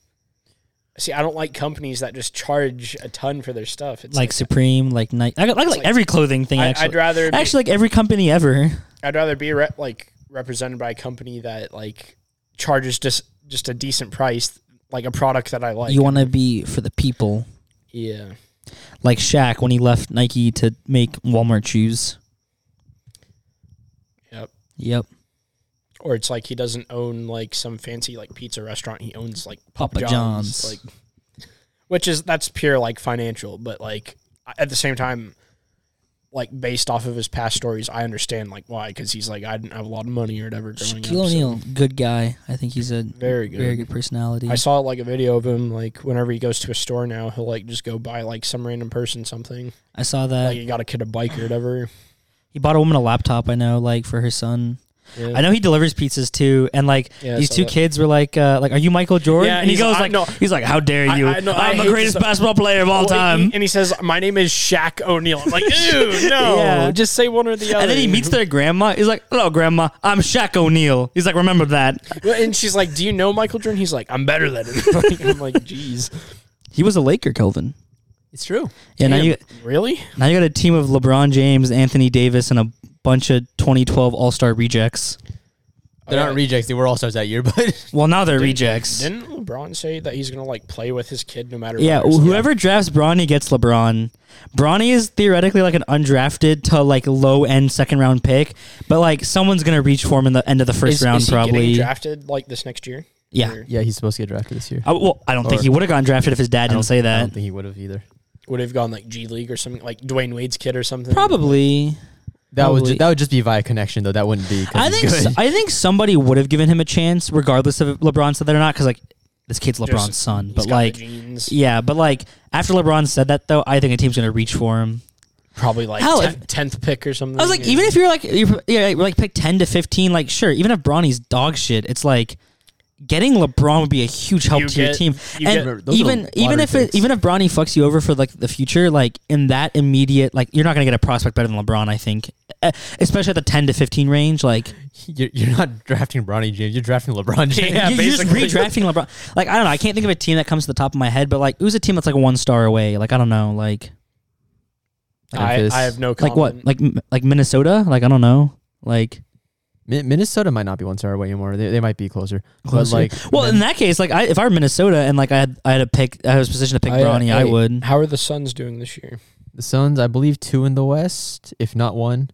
[SPEAKER 2] See, I don't like companies that just charge a ton for their stuff. It's
[SPEAKER 3] Like Supreme, like Nike, I got- like, like,
[SPEAKER 2] like-
[SPEAKER 3] every clothing thing.
[SPEAKER 2] I,
[SPEAKER 3] actually,
[SPEAKER 2] would rather be,
[SPEAKER 3] Actually, like every company ever.
[SPEAKER 2] I'd rather be re- like represented by a company that like charges just just a decent price, like a product that I like.
[SPEAKER 3] you want to be for the people,
[SPEAKER 2] yeah.
[SPEAKER 3] like Shaq when he left Nike to make Walmart shoes.
[SPEAKER 2] Yep.
[SPEAKER 3] Yep.
[SPEAKER 2] Or it's like he doesn't own like some fancy like pizza restaurant. He owns like
[SPEAKER 3] Papa
[SPEAKER 2] Papa,
[SPEAKER 3] John's.
[SPEAKER 2] John's, like, which is that's pure like financial, but like I- at the same time, like based off of his past stories, I understand like why because he's like I didn't have a lot of money or whatever. growing up, so-
[SPEAKER 3] Shaquille O'Neal, good guy. I think he's a
[SPEAKER 2] Very good.
[SPEAKER 3] very good personality.
[SPEAKER 2] I saw like a video of him like whenever he goes to a store now, he'll like just go buy like some random person something.
[SPEAKER 3] I saw that
[SPEAKER 2] like you got a kid a bike or whatever.
[SPEAKER 3] he bought a woman a laptop. I know, like for her son.
[SPEAKER 2] Yeah.
[SPEAKER 3] I know he delivers pizzas too, and like
[SPEAKER 2] Yeah, I
[SPEAKER 3] these
[SPEAKER 2] saw
[SPEAKER 3] two
[SPEAKER 2] that.
[SPEAKER 3] kids were like, uh, "Like, are you Michael Jordan?"
[SPEAKER 2] Yeah,
[SPEAKER 3] and he
[SPEAKER 2] he's-
[SPEAKER 3] goes
[SPEAKER 2] I
[SPEAKER 3] like,
[SPEAKER 2] know.
[SPEAKER 3] "He's like, how dare
[SPEAKER 2] I-
[SPEAKER 3] you?
[SPEAKER 2] I know, I
[SPEAKER 3] am the
[SPEAKER 2] hate
[SPEAKER 3] greatest
[SPEAKER 2] this-
[SPEAKER 3] basketball player of all
[SPEAKER 2] Well,
[SPEAKER 3] time."
[SPEAKER 2] he- and he says, "My name is Shaq O'Neal." I'm like, ew, no,
[SPEAKER 3] Yeah.
[SPEAKER 2] just say one or the other.
[SPEAKER 3] and then he meets their grandma. He's like, "Hello, grandma. I'm Shaq O'Neal." He's like, "Remember that."
[SPEAKER 2] and she's like, "Do you know Michael Jordan?" He's like, "I'm better than him." Like, I'm like, "Jeez,
[SPEAKER 3] He was a Laker, Kelvin.
[SPEAKER 4] It's true.
[SPEAKER 3] Yeah, now
[SPEAKER 2] damn,
[SPEAKER 3] you
[SPEAKER 2] really?"
[SPEAKER 3] now you got a team of LeBron James, Anthony Davis, and a bunch of 2012 All Star rejects.
[SPEAKER 4] They're
[SPEAKER 2] Okay.
[SPEAKER 4] not rejects. They were all stars that year, but
[SPEAKER 3] Well, now they're rejects.
[SPEAKER 2] Didn't LeBron say that he's gonna like play with his kid no matter?
[SPEAKER 3] yeah,
[SPEAKER 2] what or something?
[SPEAKER 3] whoever drafts Bronny gets LeBron. Bronny is theoretically like an undrafted to like low end second round pick, but like someone's gonna reach for him in the end of the first
[SPEAKER 2] Is-
[SPEAKER 3] round
[SPEAKER 2] is he getting
[SPEAKER 3] probably.
[SPEAKER 2] drafted like this next year.
[SPEAKER 3] yeah.
[SPEAKER 2] Or
[SPEAKER 4] yeah, he's supposed to get drafted this year.
[SPEAKER 3] I, well, I don't think
[SPEAKER 4] Or-
[SPEAKER 3] he would have gotten drafted if his dad
[SPEAKER 4] I don't-
[SPEAKER 3] didn't say
[SPEAKER 4] I
[SPEAKER 3] that.
[SPEAKER 4] don't think he would have either.
[SPEAKER 2] would have gone like G League or something like Dwayne Wade's kid or something.
[SPEAKER 3] Probably.
[SPEAKER 4] That would
[SPEAKER 3] Probably.
[SPEAKER 4] ju- that would just be via connection though. That wouldn't be. 'cause
[SPEAKER 3] I
[SPEAKER 4] he's
[SPEAKER 3] think
[SPEAKER 4] good.
[SPEAKER 3] so, I think somebody would have given him a chance, regardless of if LeBron said that or not, because like this kid's LeBron's
[SPEAKER 2] Just-
[SPEAKER 3] son.
[SPEAKER 2] He's
[SPEAKER 3] But
[SPEAKER 2] got the
[SPEAKER 3] like,
[SPEAKER 2] genes.
[SPEAKER 3] yeah, but like after LeBron said that though, I think a team's gonna reach for him.
[SPEAKER 2] probably like
[SPEAKER 3] Hell,
[SPEAKER 2] ten-
[SPEAKER 3] if-
[SPEAKER 2] tenth pick or something.
[SPEAKER 3] I was like,
[SPEAKER 2] yeah.
[SPEAKER 3] even if you're like you're, yeah, like, like pick ten to fifteen, like sure, even if Bronny's dog shit, it's like getting LeBron would be a huge help
[SPEAKER 2] You
[SPEAKER 3] to your
[SPEAKER 2] get-
[SPEAKER 3] team.
[SPEAKER 2] you
[SPEAKER 3] and
[SPEAKER 4] get- those are
[SPEAKER 3] even even
[SPEAKER 4] lottery
[SPEAKER 3] if it,
[SPEAKER 4] picks.
[SPEAKER 3] even if Bronny fucks you over for like the future, like in that immediate, like you're not gonna get a prospect better than LeBron. I think, Eh, especially at the ten to fifteen range, like.
[SPEAKER 4] you're, you're not drafting Bronny James. You're drafting LeBron James.
[SPEAKER 2] Yeah,
[SPEAKER 3] you you're just
[SPEAKER 2] basically.
[SPEAKER 3] redrafting LeBron. Like I don't know. I can't think of a team that comes to the top of my head, but like who's a team that's like one star away? Like I don't know. Like
[SPEAKER 2] I,
[SPEAKER 4] Memphis.
[SPEAKER 2] I have no
[SPEAKER 3] like
[SPEAKER 2] comment.
[SPEAKER 3] what? Like M- like Minnesota? Like I don't know. Like
[SPEAKER 4] Mi- Minnesota might not be one star away anymore. They, they might be closer.
[SPEAKER 3] closer.
[SPEAKER 4] But like,
[SPEAKER 3] well, in that case, like I, if I were Minnesota and like I had I had a pick, I was positioned to pick
[SPEAKER 2] I, uh,
[SPEAKER 3] Bronny, I
[SPEAKER 2] hey,
[SPEAKER 3] would.
[SPEAKER 2] How are the Suns doing this year?
[SPEAKER 4] the Suns, I believe two in the West, if not one.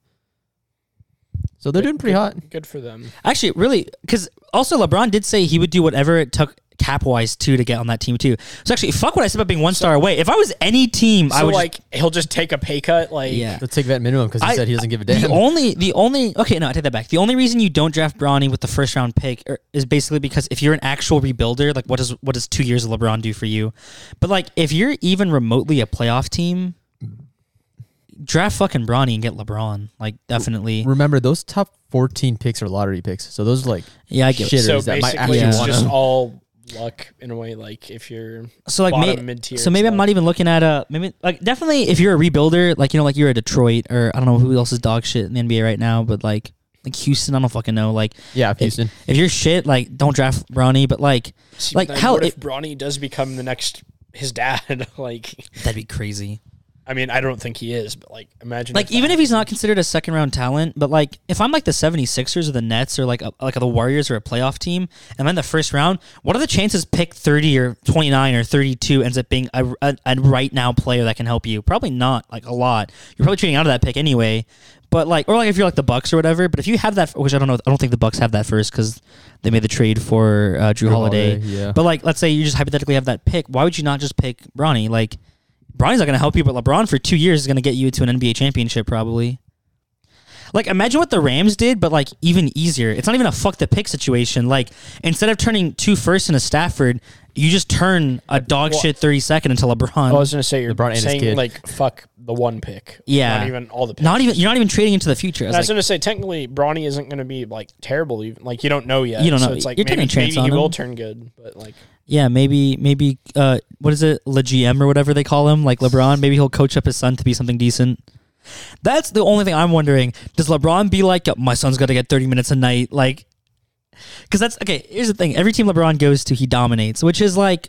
[SPEAKER 4] So they're
[SPEAKER 2] Good-
[SPEAKER 4] doing pretty hot.
[SPEAKER 2] Good for them.
[SPEAKER 3] Actually, really, because also LeBron did say he would do whatever it took cap wise too to get on that team too. So actually, fuck what I said about being one star away. If I was any team,
[SPEAKER 2] So
[SPEAKER 3] I would just-
[SPEAKER 2] like he'll just take a pay cut. Like
[SPEAKER 3] yeah.
[SPEAKER 4] Let's take that minimum because he
[SPEAKER 3] I-
[SPEAKER 4] said he doesn't give a
[SPEAKER 3] The
[SPEAKER 4] damn.
[SPEAKER 3] only, the only, okay, no, I take that back. The only reason you don't draft Bronny with the first round pick er, is basically because if you're an actual rebuilder, like what does what does two years of LeBron do for you? But like if you're even remotely a playoff team, draft fucking Bronny and get LeBron. Like definitely,
[SPEAKER 4] Remember, those top 14 picks are lottery picks. So those are like
[SPEAKER 3] yeah, I get it.
[SPEAKER 4] shitters
[SPEAKER 2] so
[SPEAKER 4] that might
[SPEAKER 2] basically
[SPEAKER 4] actually
[SPEAKER 2] it's
[SPEAKER 4] want
[SPEAKER 2] just
[SPEAKER 4] to.
[SPEAKER 2] all luck in a way. Like if you're
[SPEAKER 3] So like
[SPEAKER 2] bottom
[SPEAKER 3] may,
[SPEAKER 2] mid-tier
[SPEAKER 3] so maybe I'm
[SPEAKER 2] stuff.
[SPEAKER 3] not even looking at a maybe like definitely if you're a rebuilder, like you know, like you're a Detroit or I don't know who else is dog shit in the NBA right now, but like like Houston, I don't fucking know. Like
[SPEAKER 4] Yeah, Houston.
[SPEAKER 3] if you're shit, like don't draft Bronny, but like
[SPEAKER 2] See,
[SPEAKER 3] e- Like,
[SPEAKER 2] then
[SPEAKER 3] hell,
[SPEAKER 2] what
[SPEAKER 3] it-
[SPEAKER 2] if Bronny does become the next his dad? like
[SPEAKER 3] that'd be crazy.
[SPEAKER 2] I mean, I don't think he is, but like, imagine.
[SPEAKER 3] Like even if he's not considered a second round talent, but like if I'm like the 76ers or the Nets or like a, like the Warriors or a playoff team, and I'm in the first round, what are the chances pick 30 or 29 or 32 ends up being a, a, a right now player that can help you? Probably not like a lot. You're probably trading out of that pick anyway. But like, or like if you're like the Bucks or whatever. But if you have that, which I don't know, I don't think the Bucks have that first because they made the trade for uh, Drew, Holiday.
[SPEAKER 4] Holiday, yeah.
[SPEAKER 3] But like, let's say you just hypothetically have that pick. Why would you not just pick Bronny? Like, Bronny's not going to help you, but LeBron for two years is going to get you to an NBA championship probably. Like, imagine what the Rams did, but like even easier. It's not even a fuck the pick situation. Like, instead of turning two first into Stafford, you just turn a dog
[SPEAKER 2] Well-
[SPEAKER 3] shit thirty second into LeBron.
[SPEAKER 2] I was gonna say you're
[SPEAKER 4] LeBron and his
[SPEAKER 2] saying
[SPEAKER 4] kid.
[SPEAKER 2] like fuck the one pick.
[SPEAKER 3] Yeah.
[SPEAKER 2] not even all the picks.
[SPEAKER 3] not even you're not even trading into the future. I was
[SPEAKER 2] And I was
[SPEAKER 3] like,
[SPEAKER 2] gonna say technically Bronny isn't gonna be like terrible even like you don't know yet.
[SPEAKER 3] You don't know.
[SPEAKER 2] So it's like
[SPEAKER 3] You're
[SPEAKER 2] maybe,
[SPEAKER 3] taking a chance
[SPEAKER 2] maybe he
[SPEAKER 3] on
[SPEAKER 2] will
[SPEAKER 3] him.
[SPEAKER 2] turn good, but like
[SPEAKER 3] yeah, maybe maybe uh, what is it, Le GM or whatever they call him, like LeBron. Maybe he'll coach up his son to be something decent. That's the only thing I'm wondering. Does LeBron be like, "Oh, my son's got to get 30 minutes a night? Like, because that's okay. Here's the thing: every team LeBron goes to, he dominates, which is like,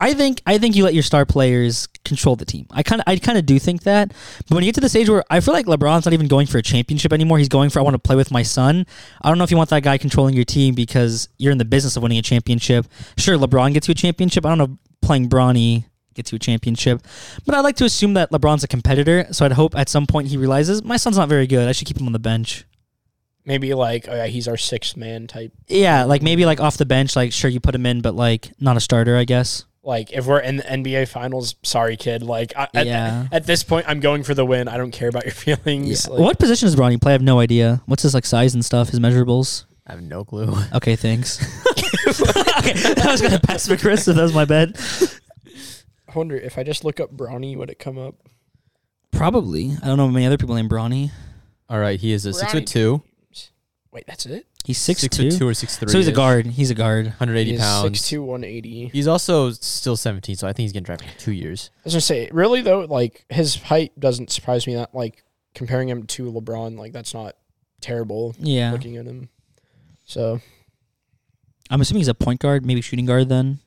[SPEAKER 3] I think, I think you let your star players control the team. I kind of, I kind of do think that. But when you get to the stage where I feel like LeBron's not even going for a championship anymore, he's going for I want to play with my son. I don't know if you want that guy controlling your team because you're in the business of winning a championship. Sure, LeBron gets you a championship. I don't know if playing Bronny gets you a championship, but I like to assume that LeBron's a competitor. So I'd hope at some point he realizes my son's not very good. I should keep him on the bench.
[SPEAKER 2] maybe like oh yeah, he's our sixth man type.
[SPEAKER 3] Yeah, like maybe like off the bench, like sure you put him in, but like not a starter, I guess.
[SPEAKER 2] Like if we're in the NBA finals, sorry kid. Like I, at,
[SPEAKER 3] Yeah.
[SPEAKER 2] at this point, I'm going for the win. I don't care about your feelings. Like,
[SPEAKER 3] what position does Bronny play? I have no idea. What's his like size and stuff? His measurables?
[SPEAKER 4] I have no clue.
[SPEAKER 3] Okay, thanks. okay, I was gonna pass for Chris, so that was my bad.
[SPEAKER 2] I wonder if I just look up Bronny, would it come up?
[SPEAKER 3] Probably. I don't know many other people named Bronny.
[SPEAKER 4] All right, he is a six
[SPEAKER 2] Brownie.
[SPEAKER 4] foot two,
[SPEAKER 2] Wait, that's it.
[SPEAKER 3] He's six,
[SPEAKER 4] six foot
[SPEAKER 3] two.
[SPEAKER 4] two or six three.
[SPEAKER 3] so he's a guard. He's a guard.
[SPEAKER 4] 180
[SPEAKER 2] He's
[SPEAKER 4] pounds.
[SPEAKER 2] 6'2", 180.
[SPEAKER 4] He's also still 17, so I think he's gonna draft in two years.
[SPEAKER 2] I was gonna say, really though, like his height doesn't surprise me that like comparing him to LeBron, like that's not terrible
[SPEAKER 3] Yeah.
[SPEAKER 2] looking at him. So
[SPEAKER 3] I'm assuming he's a point guard, maybe shooting guard then.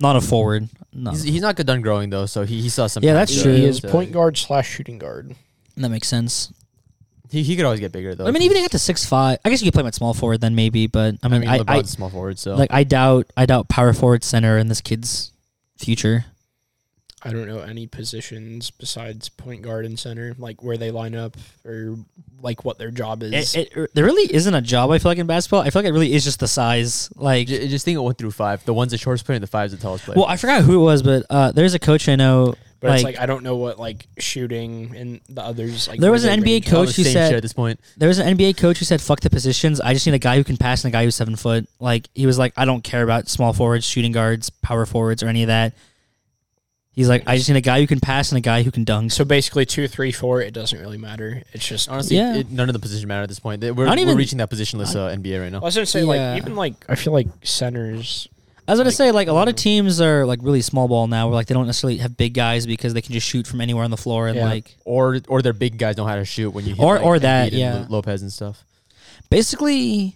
[SPEAKER 3] Not a forward. No.
[SPEAKER 4] He's, he's not good done growing though, so he, he saw some. uh,
[SPEAKER 3] Yeah,
[SPEAKER 4] time
[SPEAKER 3] that's
[SPEAKER 4] to-
[SPEAKER 2] he
[SPEAKER 3] true.
[SPEAKER 2] is
[SPEAKER 4] to-
[SPEAKER 2] point guard slash shooting guard.
[SPEAKER 3] that makes sense.
[SPEAKER 4] He, he could always get bigger though.
[SPEAKER 3] I mean, even if you got to six five, I guess you could play him at small forward then maybe, but I
[SPEAKER 4] I
[SPEAKER 3] mean
[SPEAKER 4] mean,
[SPEAKER 3] I,
[SPEAKER 4] LeBron's
[SPEAKER 3] I,
[SPEAKER 4] a small forward, so
[SPEAKER 3] like I doubt I doubt power forward center in this kid's future.
[SPEAKER 2] I don't know any positions besides point guard and center, like where they line up or like what their job is.
[SPEAKER 3] It, it, er, there really isn't a job I feel like in basketball. I feel like it really is just the size. Like
[SPEAKER 4] J- just think of one through five. The one's the shortest player, and the five's the tallest player.
[SPEAKER 3] Well, I forgot who it was, but uh, there's a coach I know.
[SPEAKER 2] but
[SPEAKER 3] like,
[SPEAKER 2] it's like I don't know what like shooting and the others like.
[SPEAKER 3] There
[SPEAKER 2] where
[SPEAKER 3] was an
[SPEAKER 2] they
[SPEAKER 3] NBA
[SPEAKER 2] range
[SPEAKER 3] coach
[SPEAKER 4] All the
[SPEAKER 3] who
[SPEAKER 4] same
[SPEAKER 3] said-
[SPEAKER 4] shit at this point.
[SPEAKER 3] there was an NBA coach who said, "Fuck the positions. I just need a guy who can pass and a guy who's seven foot." Like he was like, "I don't care about small forwards, shooting guards, power forwards, or any of that." He's like, "I just need a guy who can pass and a guy who can dunk."
[SPEAKER 2] So basically, two, three, four. It doesn't really matter. It's just
[SPEAKER 4] Honestly,
[SPEAKER 3] Yeah.
[SPEAKER 4] it, none of the positions matter at this point. They- We're,
[SPEAKER 3] Not even-
[SPEAKER 4] we're reaching that positionless uh, NBA right
[SPEAKER 2] I
[SPEAKER 4] now.
[SPEAKER 2] was gonna say
[SPEAKER 3] Yeah.
[SPEAKER 2] like even like I feel like centers.
[SPEAKER 3] I was gonna
[SPEAKER 2] Like- mm.
[SPEAKER 3] say, like a lot of teams are like really small ball now, where like they don't necessarily have big guys because they can just shoot from anywhere on the floor and
[SPEAKER 2] Yeah.
[SPEAKER 3] like
[SPEAKER 4] Or or their big guys know how to shoot when you hit
[SPEAKER 3] Or-
[SPEAKER 4] like,
[SPEAKER 3] or
[SPEAKER 4] Embiid
[SPEAKER 3] that,
[SPEAKER 4] and
[SPEAKER 3] yeah.
[SPEAKER 4] Lo- Lopez and stuff.
[SPEAKER 3] basically.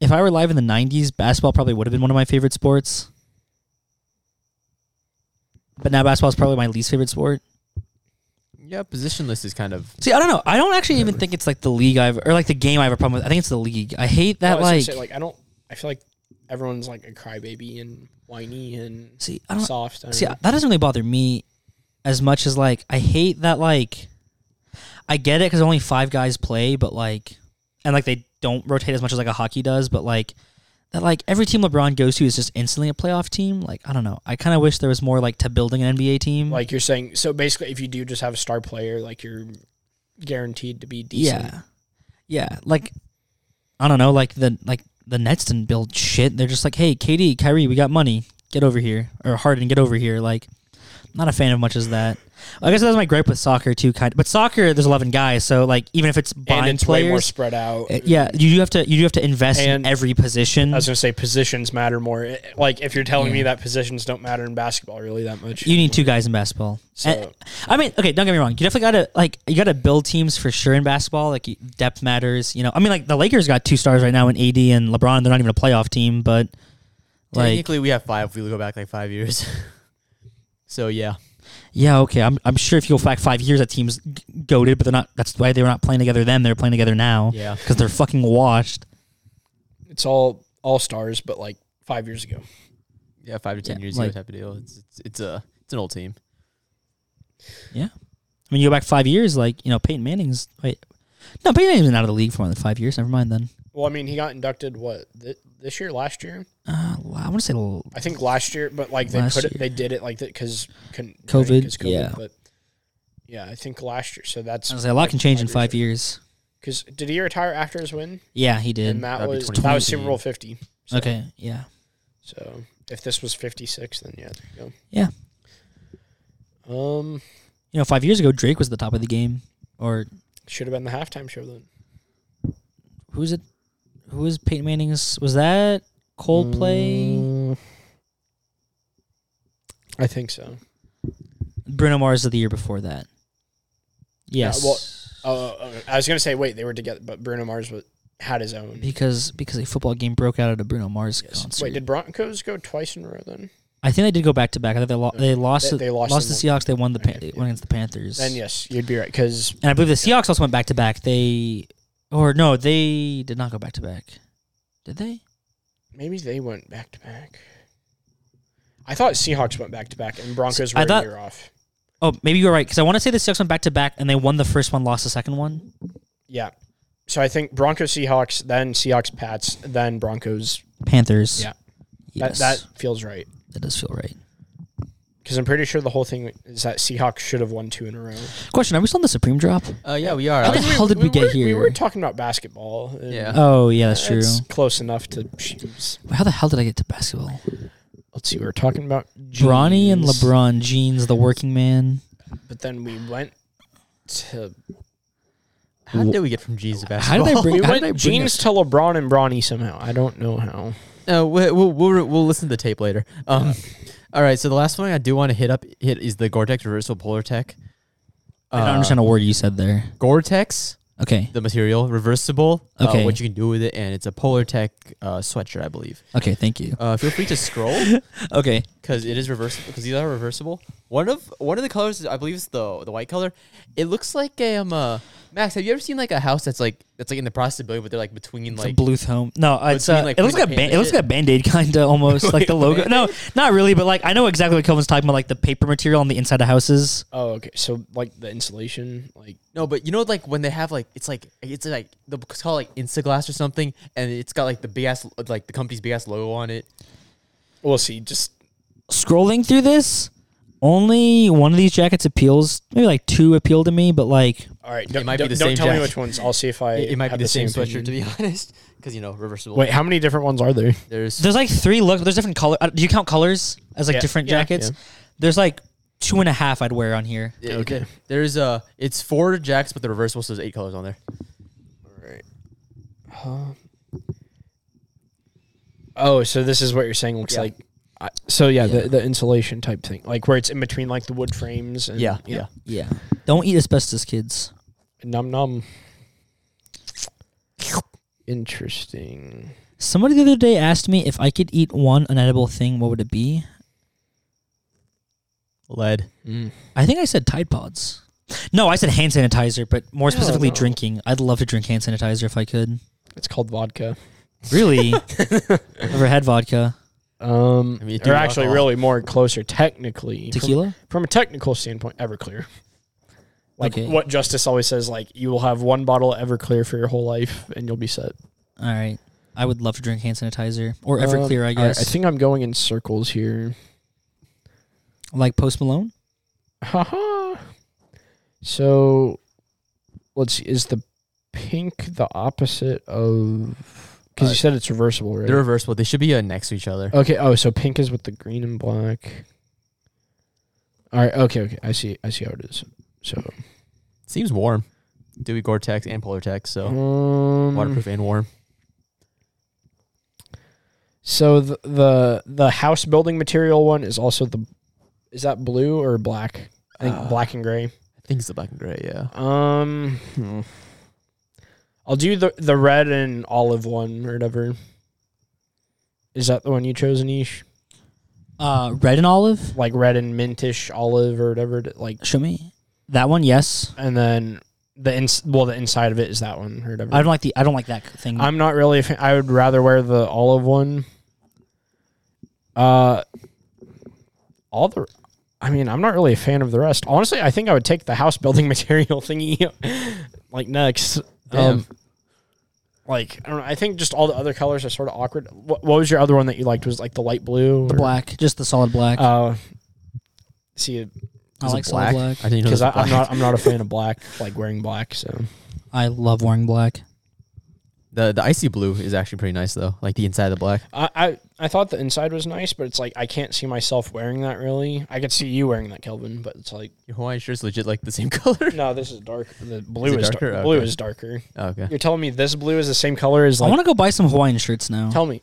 [SPEAKER 3] If I were live in the '90s, basketball probably would have been one of my favorite sports. But now basketball is probably my least favorite sport.
[SPEAKER 4] Yeah, positionless is kind of
[SPEAKER 3] See, I don't know. I don't actually even think it's like the league I've or like the game I have a problem with. I think it's the league. I hate
[SPEAKER 2] Oh, I
[SPEAKER 3] that
[SPEAKER 2] was gonna
[SPEAKER 3] like,
[SPEAKER 2] say, like I don't. I feel like everyone's like a crybaby and whiny and
[SPEAKER 3] See, I don't
[SPEAKER 2] soft. I don't
[SPEAKER 3] see
[SPEAKER 2] know.
[SPEAKER 3] that doesn't really bother me as much as like I hate that like I get it cuz only 5 guys play, but like and like they don't rotate as much as like a hockey does, but like that like every team LeBron goes to is just instantly a playoff team. Like I don't know. I kind of wish there was more like to building an NBA team.
[SPEAKER 2] like you're saying. So basically, if you do just have a star player, like you're guaranteed to be decent.
[SPEAKER 3] Yeah. Yeah. Like I don't know, like the like the Nets didn't build shit. They're just like, hey, KD, Kyrie, we got money. Get over here. Or Harden, get over here. Like not a fan of much as that. I guess that was my gripe with soccer too, kind but soccer there's eleven guys, so like even if it's
[SPEAKER 2] and
[SPEAKER 3] buying
[SPEAKER 2] it's way more
[SPEAKER 3] players
[SPEAKER 2] spread out.
[SPEAKER 3] uh, yeah, you do have to you do have to invest in
[SPEAKER 2] And-
[SPEAKER 3] every position.
[SPEAKER 2] I was gonna say positions matter more. It- Like if you're telling me that positions don't matter in basketball really that much,
[SPEAKER 3] You need two guys in basketball.
[SPEAKER 2] So-
[SPEAKER 3] And- I mean, okay, don't get me wrong. You definitely gotta like you gotta build teams for sure in basketball. Like you- depth matters. You know, I mean, like the Lakers got two stars right now in AD and LeBron. They're not even a playoff team, but like
[SPEAKER 4] technically we have five. If we go back like five years, so yeah,
[SPEAKER 3] Yeah, okay. I'm, I'm sure if you go back five years, that team's g- goaded, but they're not. That's why they were not playing together then. They're playing together now.
[SPEAKER 4] Yeah.
[SPEAKER 3] because they're fucking washed.
[SPEAKER 2] It's all all stars, but like five years ago.
[SPEAKER 4] Yeah, five to ten
[SPEAKER 3] Yeah,
[SPEAKER 4] years
[SPEAKER 3] like-
[SPEAKER 4] ago type of deal. It's it's it's a it's an old team.
[SPEAKER 3] I mean, you go back five years, like you know Peyton Manning's. Wait, no, Peyton Manning's been out of the league for more than five years. Never mind then.
[SPEAKER 2] Well, I mean, he got inducted what th- this year, last year?
[SPEAKER 3] Uh, well, I want to say l-
[SPEAKER 2] I think last year, but like they
[SPEAKER 3] Last
[SPEAKER 2] could
[SPEAKER 3] year.
[SPEAKER 2] they did it like that because couldn't
[SPEAKER 3] COVID,
[SPEAKER 2] because
[SPEAKER 3] yeah.
[SPEAKER 2] But yeah, I think last year. So
[SPEAKER 3] I
[SPEAKER 2] that's
[SPEAKER 3] was gonna say a lot can change in five years.
[SPEAKER 2] Because did he retire after his win?
[SPEAKER 3] Yeah, he did.
[SPEAKER 2] and that
[SPEAKER 4] that'd be
[SPEAKER 2] was
[SPEAKER 4] 20.
[SPEAKER 2] that was Super Bowl fifty. So,
[SPEAKER 3] Okay, yeah.
[SPEAKER 2] So if this was fifty six, then yeah, there you
[SPEAKER 3] Yeah.
[SPEAKER 2] go. Um,
[SPEAKER 3] You know, five years ago, Drake was the top of the game, or
[SPEAKER 2] should have been the halftime show then.
[SPEAKER 3] who's it? Who was Peyton Manning's? Was that Coldplay?
[SPEAKER 2] Mm, I think so.
[SPEAKER 3] Bruno Mars of the year before that. Yes.
[SPEAKER 2] well, Oh, oh, I was gonna say wait, they were together, but Bruno Mars was, had his own.
[SPEAKER 3] because because a football game broke out at a Bruno Mars
[SPEAKER 2] Yes.
[SPEAKER 3] concert.
[SPEAKER 2] Wait, did Broncos go twice in a row then?
[SPEAKER 3] I think they did go back to back. I think they, lo- they lost.
[SPEAKER 2] They-
[SPEAKER 3] They,
[SPEAKER 2] they lost
[SPEAKER 3] lost,
[SPEAKER 2] and
[SPEAKER 3] the Seahawks. They won the pan-
[SPEAKER 2] Okay, yeah.
[SPEAKER 3] won against the Panthers.
[SPEAKER 2] Then yes, you'd be right because
[SPEAKER 3] And I believe the Seahawks also went back to back. They or no, they did not go back to back. Did they?
[SPEAKER 2] maybe they went back to back. I thought Seahawks went back to back and Broncos
[SPEAKER 3] I
[SPEAKER 2] were a
[SPEAKER 3] thought-
[SPEAKER 2] year off.
[SPEAKER 3] Oh, maybe you're right because I want to say the Seahawks went back to back and they won the first one, lost the second one.
[SPEAKER 2] Yeah. So I think Broncos Seahawks, then Seahawks Pats, then Broncos.
[SPEAKER 3] Panthers.
[SPEAKER 2] Yeah.
[SPEAKER 3] Yes.
[SPEAKER 2] That that feels right.
[SPEAKER 3] that does feel right.
[SPEAKER 2] Because I'm pretty sure the whole thing is that Seahawks should have won two in a row.
[SPEAKER 3] Question: Are we still in the Supreme drop?
[SPEAKER 4] Uh, yeah, we are.
[SPEAKER 3] How the
[SPEAKER 4] Alex.
[SPEAKER 3] hell did we, get
[SPEAKER 2] were,
[SPEAKER 3] here?
[SPEAKER 2] We were talking about basketball. and
[SPEAKER 4] Yeah.
[SPEAKER 3] oh yeah, that's true.
[SPEAKER 2] It's close enough to shoes.
[SPEAKER 3] How the hell did I get to basketball?
[SPEAKER 2] Let's see, we were talking about
[SPEAKER 3] Bronny and
[SPEAKER 2] jeans,
[SPEAKER 3] LeBron jeans, the working man.
[SPEAKER 2] But then we went to
[SPEAKER 4] How did we get from jeans to
[SPEAKER 3] How
[SPEAKER 4] basketball?
[SPEAKER 3] did I
[SPEAKER 2] we
[SPEAKER 3] bring? How did I
[SPEAKER 2] went
[SPEAKER 3] bring
[SPEAKER 2] jeans
[SPEAKER 3] us-
[SPEAKER 2] to LeBron and Bronny somehow. I don't know how.
[SPEAKER 4] Uh, we'll, we'll we'll we'll listen to the tape later. Um, all right. So the last one I do want to hit up hit is the Gore-Tex reversible polar tech.
[SPEAKER 3] I don't understand a word you said there.
[SPEAKER 4] Gore-Tex,
[SPEAKER 3] Okay.
[SPEAKER 4] the material, reversible.
[SPEAKER 3] Okay.
[SPEAKER 4] Uh, what you can do with it, and it's a polar tech uh, sweatshirt, I believe.
[SPEAKER 3] Okay. Thank you.
[SPEAKER 4] Uh, feel free to scroll
[SPEAKER 3] Okay.
[SPEAKER 4] because it is reversible. Because these are reversible. One of one of the colors, is- I believe, is the the white color. It looks like a um, uh, Max. Have you ever seen like a house that's like that's like in the process of building, but they're like between
[SPEAKER 3] It's a
[SPEAKER 4] like
[SPEAKER 3] Bluth home. No, it's
[SPEAKER 4] between,
[SPEAKER 3] uh,
[SPEAKER 4] like,
[SPEAKER 3] it looks like
[SPEAKER 4] putting
[SPEAKER 3] a
[SPEAKER 4] the
[SPEAKER 3] ban-
[SPEAKER 4] paint
[SPEAKER 3] it looks
[SPEAKER 4] in
[SPEAKER 3] like a band aid kind of almost like the logo. No, not really, but like I know exactly what Kelvin's talking about, like the paper material on the inside of houses.
[SPEAKER 2] Oh, okay. So like the insulation, like
[SPEAKER 4] No, but you know, like when they have like it's like it's like the it's called like Instaglass or something, and it's got like the big ass like the company's big ass logo on it.
[SPEAKER 2] we'll see. Just
[SPEAKER 3] Scrolling through this, only one of these jackets appeals. Maybe like two appeal to me, but like
[SPEAKER 2] all right. Don't,
[SPEAKER 4] might be
[SPEAKER 2] don't-
[SPEAKER 4] the
[SPEAKER 2] don't
[SPEAKER 4] same
[SPEAKER 2] tell me
[SPEAKER 4] jacket.
[SPEAKER 2] which ones. I'll see if I.
[SPEAKER 4] It, it might be
[SPEAKER 2] have
[SPEAKER 4] the, same, sweatshirt
[SPEAKER 2] opinion.
[SPEAKER 4] to be honest, because you know reversible.
[SPEAKER 2] Wait, how many different ones are there?
[SPEAKER 4] there's
[SPEAKER 3] there's like three looks. There's different color. uh, Do you count colors as like
[SPEAKER 2] Yeah.
[SPEAKER 3] different
[SPEAKER 2] Yeah.
[SPEAKER 3] jackets? There's like two and a half I'd wear on here.
[SPEAKER 4] yeah,
[SPEAKER 2] okay.
[SPEAKER 4] there- There's uh, it's four jacks, but the reversible so there's eight colors on there.
[SPEAKER 2] Oh, so this is what you're saying looks
[SPEAKER 4] Yeah.
[SPEAKER 2] like. I- So yeah, The, the insulation type thing, like where it's in between like the wood frames. And,
[SPEAKER 4] Yeah, yeah.
[SPEAKER 3] Yeah. Don't eat asbestos, kids.
[SPEAKER 2] Num num. Interesting.
[SPEAKER 3] Somebody the other day asked me if I could eat one unedible thing, what would it be?
[SPEAKER 4] Lead.
[SPEAKER 2] Hmm.
[SPEAKER 3] I think I said Tide Pods. No, I said hand sanitizer, but more specifically
[SPEAKER 2] Oh, no.
[SPEAKER 3] drinking. I'd love to drink hand sanitizer if I could.
[SPEAKER 2] It's called vodka.
[SPEAKER 3] Really? Ever had vodka?
[SPEAKER 2] Um,
[SPEAKER 4] I mean,
[SPEAKER 2] or
[SPEAKER 4] dude,
[SPEAKER 2] actually,
[SPEAKER 4] alcohol.
[SPEAKER 2] really more closer technically. from-
[SPEAKER 3] Tequila?
[SPEAKER 2] from a technical standpoint, Everclear. Like
[SPEAKER 3] Okay.
[SPEAKER 2] what Justice always says, like you will have one bottle of Everclear for your whole life, and you'll be set.
[SPEAKER 3] All right. I would love to drink hand sanitizer or
[SPEAKER 2] Um,
[SPEAKER 3] Everclear, I
[SPEAKER 2] all right,
[SPEAKER 3] guess.
[SPEAKER 2] I think I'm going in circles here.
[SPEAKER 3] like Post Malone?
[SPEAKER 2] Haha. so, let's see. Is the pink the opposite of? Because you said
[SPEAKER 4] Uh,
[SPEAKER 2] it's reversible, right?
[SPEAKER 4] They're reversible. They should be uh, next to each other.
[SPEAKER 2] okay. Oh, so pink is with the green and black. All right. Okay. Okay. I see. I see how it is. So,
[SPEAKER 4] Seems warm. Dewey Gore-Tex and Polar Tex, so
[SPEAKER 2] um,
[SPEAKER 4] waterproof and warm.
[SPEAKER 2] So the, the the house building material one is also the is that blue or black? I think
[SPEAKER 4] Uh,
[SPEAKER 2] black and gray.
[SPEAKER 4] I think it's the black and gray. Yeah.
[SPEAKER 2] Um, I'll do the the red and olive one or whatever. Is that the one you chose, Anish?
[SPEAKER 3] Uh, red and olive.
[SPEAKER 2] like red and mintish olive or whatever. it- Like,
[SPEAKER 3] Show me that one. Yes,
[SPEAKER 2] and then the ins- well, the inside of it is that one or whatever.
[SPEAKER 3] I don't like the. I don't like that thing.
[SPEAKER 2] I'm not really. A fan. I would rather wear the olive one. Uh, all the. I mean, I'm not really a fan of the rest. Honestly, I think I would take the house building material thingy, like next. Um, like I don't know. I think just all the other colors are sort of awkward. What, what was your other one that you liked? Was like the light blue,
[SPEAKER 3] the
[SPEAKER 2] or-
[SPEAKER 3] black, just the solid black.
[SPEAKER 2] Uh, see,
[SPEAKER 3] I
[SPEAKER 4] Is it
[SPEAKER 3] like solid black.
[SPEAKER 4] I didn't know
[SPEAKER 2] because
[SPEAKER 4] it was
[SPEAKER 2] I'm
[SPEAKER 4] black.
[SPEAKER 2] not I'm not a fan of black, like wearing black. So
[SPEAKER 3] I love wearing black.
[SPEAKER 4] The the icy blue is actually pretty nice though. Like the inside of the black.
[SPEAKER 2] I, I I thought the inside was nice, but it's like I can't see myself wearing that really. I could see you wearing that, Kelvin, but it's like
[SPEAKER 4] Your Hawaiian shirt's legit like the same color.
[SPEAKER 2] no, this is dark. The blue
[SPEAKER 4] Is it
[SPEAKER 2] is,
[SPEAKER 4] darker?
[SPEAKER 2] darker. Blue
[SPEAKER 4] Okay.
[SPEAKER 2] is darker.
[SPEAKER 4] Oh, okay.
[SPEAKER 2] You're telling me this blue is the same color as
[SPEAKER 3] I
[SPEAKER 2] like?
[SPEAKER 3] want to go buy some Hawaiian shirts now.
[SPEAKER 2] tell me,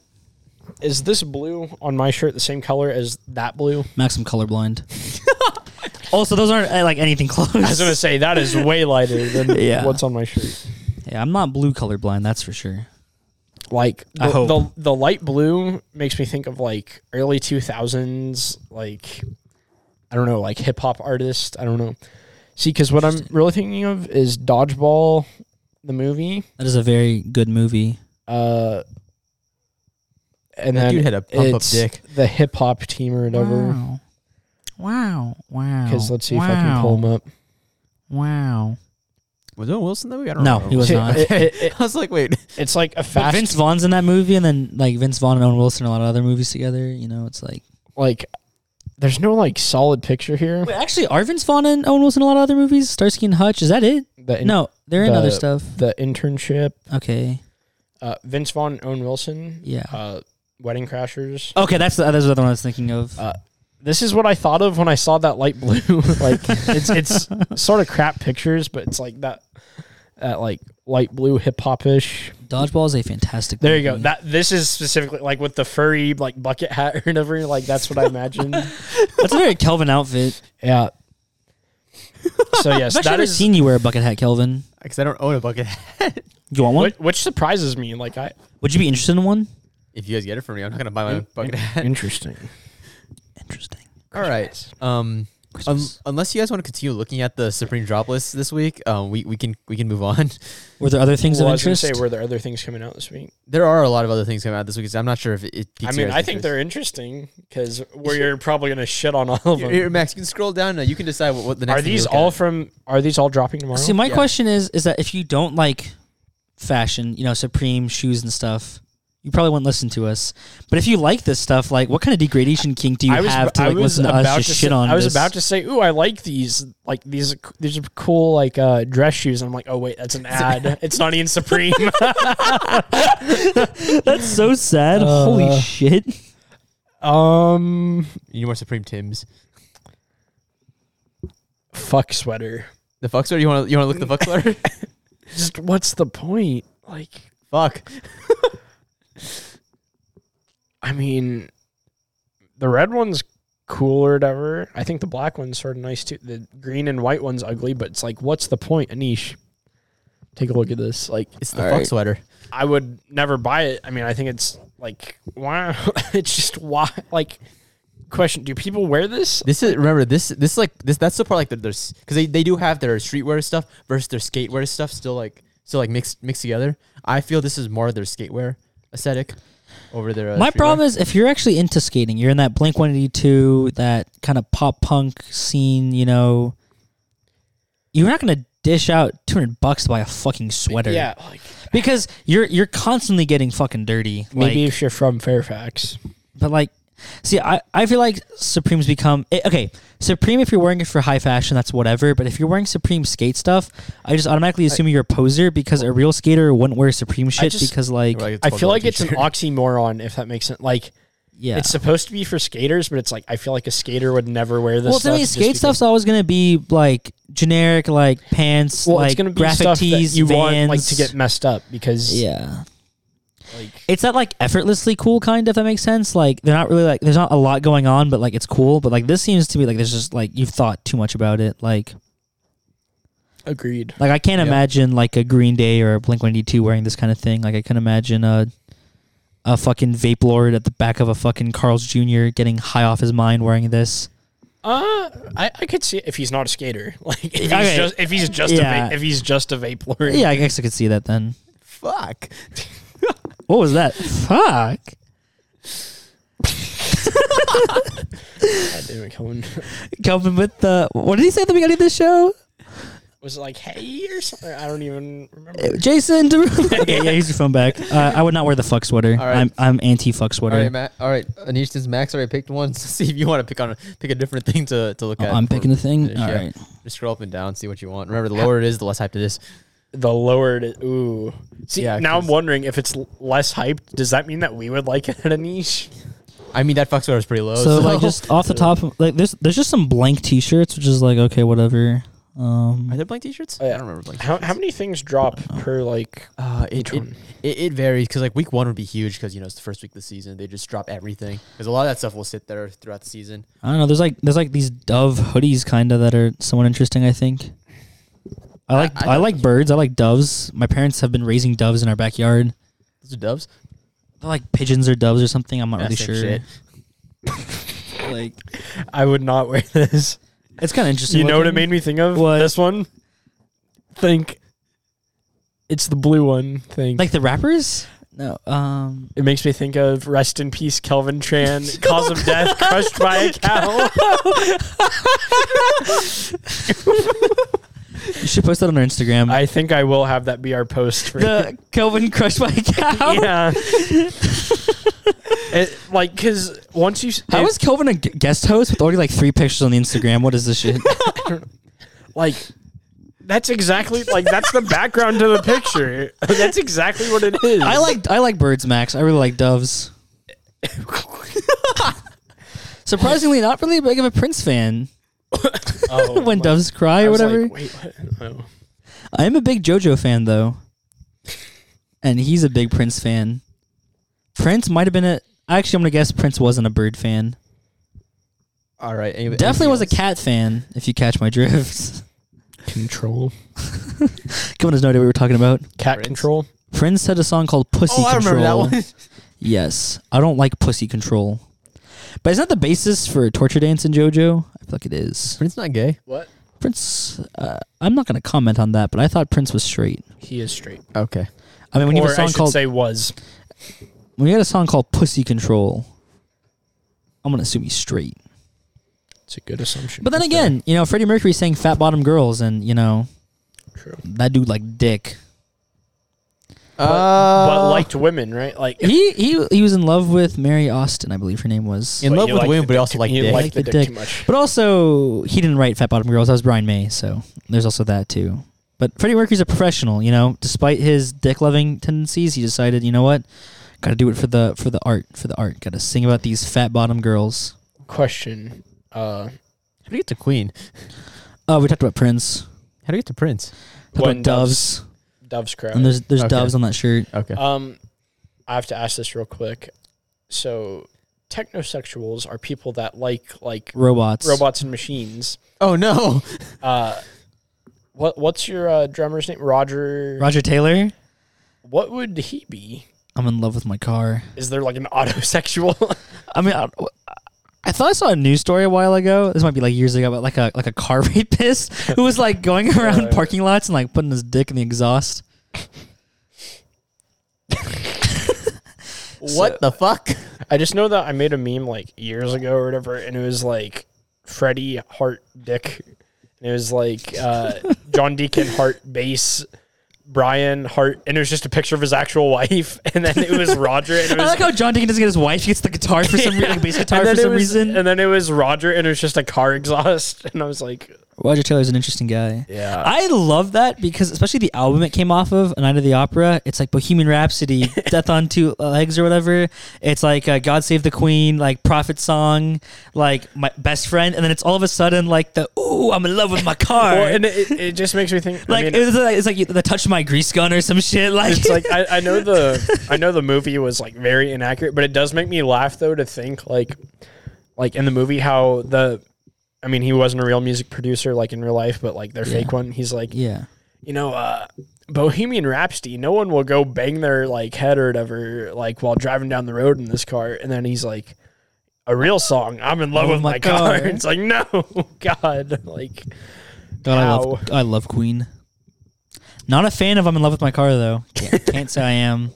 [SPEAKER 2] is this blue on my shirt the same color as that blue?
[SPEAKER 3] Max, I'm colorblind. also, those aren't uh, like anything close.
[SPEAKER 2] I was gonna say that is way lighter than
[SPEAKER 3] Yeah.
[SPEAKER 2] what's on my shirt.
[SPEAKER 3] yeah, I'm not blue colorblind. That's for sure.
[SPEAKER 2] Like the,
[SPEAKER 3] I hope.
[SPEAKER 2] the the light blue makes me think of like early two thousands, like I don't know, like hip hop artist. I don't know. See, because what I'm really thinking of is Dodgeball, the movie,
[SPEAKER 3] That is a very good movie.
[SPEAKER 2] uh, and
[SPEAKER 4] That
[SPEAKER 2] then
[SPEAKER 4] dude had a pump-up
[SPEAKER 2] it's
[SPEAKER 4] dick.
[SPEAKER 2] the hip hop team or whatever.
[SPEAKER 3] Wow. Wow. Wow.
[SPEAKER 2] Because let's see if I can pull him up.
[SPEAKER 3] Wow.
[SPEAKER 4] Was Owen Wilson that we got?
[SPEAKER 3] No, he was not.
[SPEAKER 2] It- it- it-
[SPEAKER 4] I was like, wait.
[SPEAKER 2] it's like a
[SPEAKER 3] But
[SPEAKER 2] fast,
[SPEAKER 3] Vince Vaughn's in that movie, and then like Vince Vaughn and Owen Wilson, and a lot of other movies together. You know, it's like
[SPEAKER 2] like there's no like solid picture here.
[SPEAKER 3] wait, actually, are Vince Vaughn and Owen Wilson in a lot of other movies? Starsky and Hutch, is that it?
[SPEAKER 2] The in-
[SPEAKER 3] no, they're in
[SPEAKER 2] the-
[SPEAKER 3] other stuff.
[SPEAKER 2] the internship.
[SPEAKER 3] Okay,
[SPEAKER 2] Uh, Vince Vaughn, and Owen Wilson.
[SPEAKER 3] yeah.
[SPEAKER 2] Uh, Wedding Crashers.
[SPEAKER 3] okay, that's the that's the other one I was thinking of.
[SPEAKER 2] Uh, This is what I thought of when I saw that light blue. like it's it's sort of crap pictures, but it's like that that like light blue hip hop ish.
[SPEAKER 3] Dodgeball is a fantastic.
[SPEAKER 2] There you go.
[SPEAKER 3] movie.
[SPEAKER 2] That this is specifically like with the furry like bucket hat or whatever. Like that's what I imagined.
[SPEAKER 3] that's a very Kelvin outfit.
[SPEAKER 2] yeah. So
[SPEAKER 3] I've
[SPEAKER 2] yes,
[SPEAKER 3] actually
[SPEAKER 2] that
[SPEAKER 3] never
[SPEAKER 2] is
[SPEAKER 3] seen you wear a bucket hat, Kelvin.
[SPEAKER 4] Because I don't own a bucket.
[SPEAKER 3] You want one?
[SPEAKER 2] which, which surprises me. Like I
[SPEAKER 3] Would you be interested in one?
[SPEAKER 4] if you guys get it for me, I'm not gonna buy my own bucket hat.
[SPEAKER 2] interesting.
[SPEAKER 3] Interesting.
[SPEAKER 4] All right. Um, un-
[SPEAKER 3] Christmas.
[SPEAKER 4] unless you guys want to continue looking at the Supreme drop list this week, um, we, we can we can move on.
[SPEAKER 3] Were there other things
[SPEAKER 2] Well, I
[SPEAKER 3] of
[SPEAKER 2] was gonna
[SPEAKER 3] interest?
[SPEAKER 2] say, were there other things coming out this week?
[SPEAKER 4] There are a lot of other things coming out this week. So I'm not sure if it. it
[SPEAKER 2] I
[SPEAKER 4] piques
[SPEAKER 2] mean,
[SPEAKER 4] your
[SPEAKER 2] I think they're
[SPEAKER 4] interest.
[SPEAKER 2] interesting because we're probably gonna shit on all of
[SPEAKER 4] Here,
[SPEAKER 2] them.
[SPEAKER 4] here, Max, you can scroll down. Now. You can decide what, what the next.
[SPEAKER 2] are
[SPEAKER 4] thing you
[SPEAKER 2] these
[SPEAKER 4] look
[SPEAKER 2] all
[SPEAKER 4] at.
[SPEAKER 2] from? Are these all dropping tomorrow?
[SPEAKER 3] See, my
[SPEAKER 4] Yeah.
[SPEAKER 3] question is, is that if you don't like fashion, you know, Supreme shoes and stuff, you probably wouldn't listen to us. But if you like this stuff, like, what kind of degradation kink do you have to like listen to us just
[SPEAKER 2] to
[SPEAKER 3] shit
[SPEAKER 2] say,
[SPEAKER 3] on?
[SPEAKER 2] I was
[SPEAKER 3] this?
[SPEAKER 2] about to say, "Ooh, I like these. Like these. are c- These are cool. Like uh, dress shoes." And I'm like, "Oh wait, that's an ad. it's not even Supreme."
[SPEAKER 3] That's so sad.
[SPEAKER 2] Uh,
[SPEAKER 3] Holy shit!
[SPEAKER 2] um,
[SPEAKER 4] You need more Supreme Tims.
[SPEAKER 2] fuck sweater.
[SPEAKER 4] The fuck sweater. You want to you want to look at the fuck sweater?
[SPEAKER 2] Just what's the point? Like,
[SPEAKER 4] fuck.
[SPEAKER 2] I mean, the red one's cool or whatever. I think the black one's sort of nice too. The green and white one's ugly, but it's like, what's the point, Anish? Take a look at this. Like,
[SPEAKER 4] It's the
[SPEAKER 3] All
[SPEAKER 4] fuck
[SPEAKER 3] right.
[SPEAKER 4] sweater.
[SPEAKER 2] I would never buy it. I mean, I think it's like why? it's just why? Like, question: Do people wear this?
[SPEAKER 4] This is remember this this like this that's the part like that there's because they, they do have their streetwear stuff versus their skatewear stuff still like still like mixed mixed together. I feel this is more their skatewear aesthetic over their uh,
[SPEAKER 3] My
[SPEAKER 4] streetwear.
[SPEAKER 3] problem is if you're actually into skating, you're in that Blink 182, that kind of pop punk scene. You know, you're not gonna dish out 200 bucks to buy a fucking sweater.
[SPEAKER 2] Yeah, like
[SPEAKER 3] because you're you're constantly getting fucking dirty.
[SPEAKER 2] maybe
[SPEAKER 3] like,
[SPEAKER 2] if you're from Fairfax,
[SPEAKER 3] but like, see, I I feel like Supreme's become eh, okay. Supreme, if you're wearing it for high fashion, that's whatever. But if you're wearing Supreme skate stuff, I just automatically assume you're a poser because a real skater wouldn't wear Supreme shit
[SPEAKER 2] just-
[SPEAKER 3] because like,
[SPEAKER 4] Like a
[SPEAKER 2] I feel
[SPEAKER 4] $12
[SPEAKER 2] like it's an
[SPEAKER 4] t-shirt.
[SPEAKER 2] oxymoron. If that makes sense, like
[SPEAKER 3] yeah.
[SPEAKER 2] it's supposed to be for skaters, but it's like I feel like a skater would never wear this.
[SPEAKER 3] well, to
[SPEAKER 2] stuff
[SPEAKER 3] me,
[SPEAKER 2] just
[SPEAKER 3] skate
[SPEAKER 2] because-
[SPEAKER 3] stuff's always gonna be like generic, like pants,
[SPEAKER 2] Well,
[SPEAKER 3] like
[SPEAKER 2] it's gonna be
[SPEAKER 3] graphic
[SPEAKER 2] stuff
[SPEAKER 3] tees,
[SPEAKER 2] that you want
[SPEAKER 3] vans.
[SPEAKER 2] like to get messed up because
[SPEAKER 3] yeah.
[SPEAKER 2] like
[SPEAKER 3] It's that like effortlessly cool kind, if that makes sense. Like they're not really like there's not a lot going on, but like it's cool. But like this seems to be like there's just like you've thought too much about it. Like
[SPEAKER 2] agreed.
[SPEAKER 3] like I can't
[SPEAKER 4] Yep.
[SPEAKER 3] imagine like a Green Day or a Blink One Eighty Two wearing this kind of thing. Like I can imagine uh a fucking vape lord at the back of a fucking Carl's Jr. getting high off his mind wearing this.
[SPEAKER 2] Uh, I, I could see it if he's not a skater. Like if he's
[SPEAKER 3] Okay.
[SPEAKER 2] just if he's just
[SPEAKER 3] Yeah.
[SPEAKER 2] a va- if he's just a vape lord.
[SPEAKER 3] Yeah, I guess I could see that then.
[SPEAKER 4] Fuck.
[SPEAKER 3] What was that? Fuck.
[SPEAKER 2] God damn it, Cohen.
[SPEAKER 3] Calvin with the what did he say at the beginning of this show?
[SPEAKER 2] Was it like hey or something? I don't even remember.
[SPEAKER 3] Uh, Jason Derulo. okay, yeah, use your phone back. Uh, I would not wear the fuck sweater.
[SPEAKER 4] All right.
[SPEAKER 3] I'm I'm anti fuck sweater.
[SPEAKER 4] All right, Matt. All right, Anish, since Max already picked one, see if you want to pick on pick a different thing to, to look
[SPEAKER 3] Oh,
[SPEAKER 4] at.
[SPEAKER 3] I'm picking the thing.
[SPEAKER 4] Yeah.
[SPEAKER 3] All right.
[SPEAKER 4] Just scroll up and down, see what you want. Remember, the lower it is, the less hyped it is.
[SPEAKER 2] The lowered ooh. See
[SPEAKER 4] Yeah,
[SPEAKER 2] now I'm
[SPEAKER 4] 'cause-
[SPEAKER 2] wondering if it's l- less hyped. Does that mean that we would like it at a niche?
[SPEAKER 4] I mean, that fuck sweater is pretty low.
[SPEAKER 3] So like just off the top, of- like there's there's just some blank T-shirts, which is like okay, whatever.
[SPEAKER 4] are
[SPEAKER 3] Um,
[SPEAKER 4] there blank T-shirts?
[SPEAKER 2] Oh, yeah.
[SPEAKER 4] I don't remember blank.
[SPEAKER 2] How how many things drop per like?
[SPEAKER 4] Uh, it,
[SPEAKER 2] Which
[SPEAKER 4] it,
[SPEAKER 2] one?
[SPEAKER 4] it it varies because like week one would be huge because you know it's the first week of the season. They just drop everything because a lot of that stuff will sit there throughout the season.
[SPEAKER 3] I don't know. There's like there's like these dove hoodies kind of that are somewhat interesting. I think. I like
[SPEAKER 4] I
[SPEAKER 3] I, like birds. I like doves. My parents have been raising doves in our backyard.
[SPEAKER 4] Those are doves.
[SPEAKER 3] They're like pigeons or doves or something. I'm not
[SPEAKER 4] Yeah,
[SPEAKER 3] really
[SPEAKER 4] same
[SPEAKER 3] sure.
[SPEAKER 4] shit.
[SPEAKER 3] Like
[SPEAKER 2] I would not wear this.
[SPEAKER 3] it's kind of interesting.
[SPEAKER 2] you know what it made
[SPEAKER 3] looking.
[SPEAKER 2] me think of?
[SPEAKER 3] What?
[SPEAKER 2] This one. Think. It's the blue one. Think.
[SPEAKER 3] Like the rappers? No. Um.
[SPEAKER 2] It makes me think of rest in peace, Kelvin Tran, cause of death, crushed by a cow.
[SPEAKER 3] You should post that on our Instagram.
[SPEAKER 2] I think I will have that be our post. For
[SPEAKER 3] the Kelvin crushed by a cow.
[SPEAKER 2] yeah. it, like, cause once you s-
[SPEAKER 3] How
[SPEAKER 2] it-
[SPEAKER 3] is Kelvin a gu- guest host with already like three pictures on the Instagram? What is this shit?
[SPEAKER 2] like, that's exactly like that's the background to the picture. that's exactly what it is.
[SPEAKER 3] I like I like birds, Max. I really like doves. Surprisingly, not really big of a Prince fan.
[SPEAKER 2] Oh,
[SPEAKER 3] when
[SPEAKER 2] my-
[SPEAKER 3] doves cry
[SPEAKER 2] I
[SPEAKER 3] or
[SPEAKER 2] was
[SPEAKER 3] whatever.
[SPEAKER 2] Like, Wait, what? Oh.
[SPEAKER 3] I am a big JoJo fan though, and he's a big Prince fan. Prince might have been a. Actually, I'm gonna guess Prince wasn't a bird fan.
[SPEAKER 4] All right. Any,
[SPEAKER 3] Definitely was a
[SPEAKER 4] anything
[SPEAKER 3] cat fan. If you catch my drift.
[SPEAKER 2] Control.
[SPEAKER 3] Come on, no idea what we were talking about.
[SPEAKER 2] Cat
[SPEAKER 4] Prince?
[SPEAKER 2] control.
[SPEAKER 3] Prince had a song called
[SPEAKER 4] else?
[SPEAKER 3] Pussy
[SPEAKER 4] Oh, I
[SPEAKER 3] Control.
[SPEAKER 4] remember that one.
[SPEAKER 3] Yes. I don't like Pussy Control. But isn't that the basis for Torture Dance in JoJo? I feel like it is.
[SPEAKER 4] Prince not gay.
[SPEAKER 2] What?
[SPEAKER 3] Prince, uh, I'm not going to comment on that, but I thought Prince was straight.
[SPEAKER 2] He is straight.
[SPEAKER 4] Okay.
[SPEAKER 3] I mean, when you
[SPEAKER 2] or
[SPEAKER 3] have a
[SPEAKER 2] I
[SPEAKER 3] song
[SPEAKER 2] should
[SPEAKER 3] called
[SPEAKER 2] say was.
[SPEAKER 3] when you had a song called Pussy Control, I'm going to assume he's straight.
[SPEAKER 2] It's a good assumption.
[SPEAKER 3] But then again, you know, Freddie Mercury sang Fat Bottom Girls and, you know,
[SPEAKER 2] True.
[SPEAKER 3] that dude like dick.
[SPEAKER 4] Uh,
[SPEAKER 2] but liked women, right? Like
[SPEAKER 3] He he he was in love with Mary Austin, I believe her name was.
[SPEAKER 4] in
[SPEAKER 2] But
[SPEAKER 4] love
[SPEAKER 2] you
[SPEAKER 4] with
[SPEAKER 2] like
[SPEAKER 4] women,
[SPEAKER 2] the
[SPEAKER 4] but he also like
[SPEAKER 2] you
[SPEAKER 4] dick.
[SPEAKER 2] like the,
[SPEAKER 3] The
[SPEAKER 2] dick,
[SPEAKER 3] dick.
[SPEAKER 2] too much.
[SPEAKER 3] But also, he didn't write Fat Bottom Girls. That was Brian May, so there's also that too. But Freddie Mercury's a professional, you know. Despite his dick-loving tendencies, he decided, you know what, got to do it for the for the art, for the art. Got to sing about these fat bottom girls.
[SPEAKER 2] Question. Uh,
[SPEAKER 4] How do you get to Queen?
[SPEAKER 3] Oh, we talked about Prince,
[SPEAKER 4] How do you get to Prince?
[SPEAKER 3] talked
[SPEAKER 2] When
[SPEAKER 3] about doves,
[SPEAKER 2] Dove's crowd.
[SPEAKER 3] and there's there's
[SPEAKER 4] Okay.
[SPEAKER 3] doves on that shirt.
[SPEAKER 4] Okay.
[SPEAKER 2] um, I have to ask this real quick. So, technosexuals are people that like like
[SPEAKER 3] Robots.
[SPEAKER 2] robots and machines.
[SPEAKER 4] oh no.
[SPEAKER 2] Uh, what what's your uh, drummer's name? Roger.
[SPEAKER 3] Roger Taylor.
[SPEAKER 2] What would he be?
[SPEAKER 3] I'm in love with my car.
[SPEAKER 2] Is there like an autosexual?
[SPEAKER 3] I mean, I, I thought I saw a news story a while ago. This might be like years ago, but like a like a car rapist who was like going around
[SPEAKER 2] Uh,
[SPEAKER 3] parking lots and like putting his dick in the exhaust.
[SPEAKER 4] What the fuck?
[SPEAKER 2] I just know that I made a meme like years ago or whatever, and it was like Freddie Hart Dick, and it was like uh, John Deacon Hart Bass, Brian Hart, and it was just a picture of his actual wife, and then it was Roger, and it
[SPEAKER 3] I
[SPEAKER 2] was.
[SPEAKER 3] like how John Deacon doesn't get his wife; he gets the guitar for some reason, like bass guitar
[SPEAKER 2] and
[SPEAKER 3] for
[SPEAKER 2] then it
[SPEAKER 3] some
[SPEAKER 2] was-
[SPEAKER 3] reason.
[SPEAKER 2] and then it was Roger, and it was just a car exhaust, and I was like, "Ah."
[SPEAKER 3] Roger Taylor's an interesting guy.
[SPEAKER 2] "Yeah,
[SPEAKER 3] I love that because especially the album it came off of, A Night of the Opera. It's like Bohemian Rhapsody, Death on Two Legs or whatever. It's like uh, God Save the Queen, like Prophet Song, like My Best Friend, and then it's all of a sudden like the Ooh, I'm in love with my car.
[SPEAKER 2] Well, and it, it just makes me think.
[SPEAKER 3] like
[SPEAKER 2] I mean,
[SPEAKER 3] it was like, it's like you- the touch my grease gun or some shit. Like
[SPEAKER 2] it's like I, I know the I know the movie was like very inaccurate, but it does make me laugh though to think like like in the movie how the I mean he wasn't a real music producer like in real life, but like their fake one. He's like
[SPEAKER 3] yeah.
[SPEAKER 2] you know uh, Bohemian Rhapsody, no one will go bang their like head or whatever, like while driving down the road in this car. And then he's like, a real song. I'm in love
[SPEAKER 3] Oh
[SPEAKER 2] with
[SPEAKER 3] my
[SPEAKER 2] my, car.
[SPEAKER 3] God.
[SPEAKER 2] It's like, no, God, like
[SPEAKER 3] God, I
[SPEAKER 2] Ow.
[SPEAKER 3] love I love Queen. Not a fan of I'm in love with my car though. Can't, can't say I am.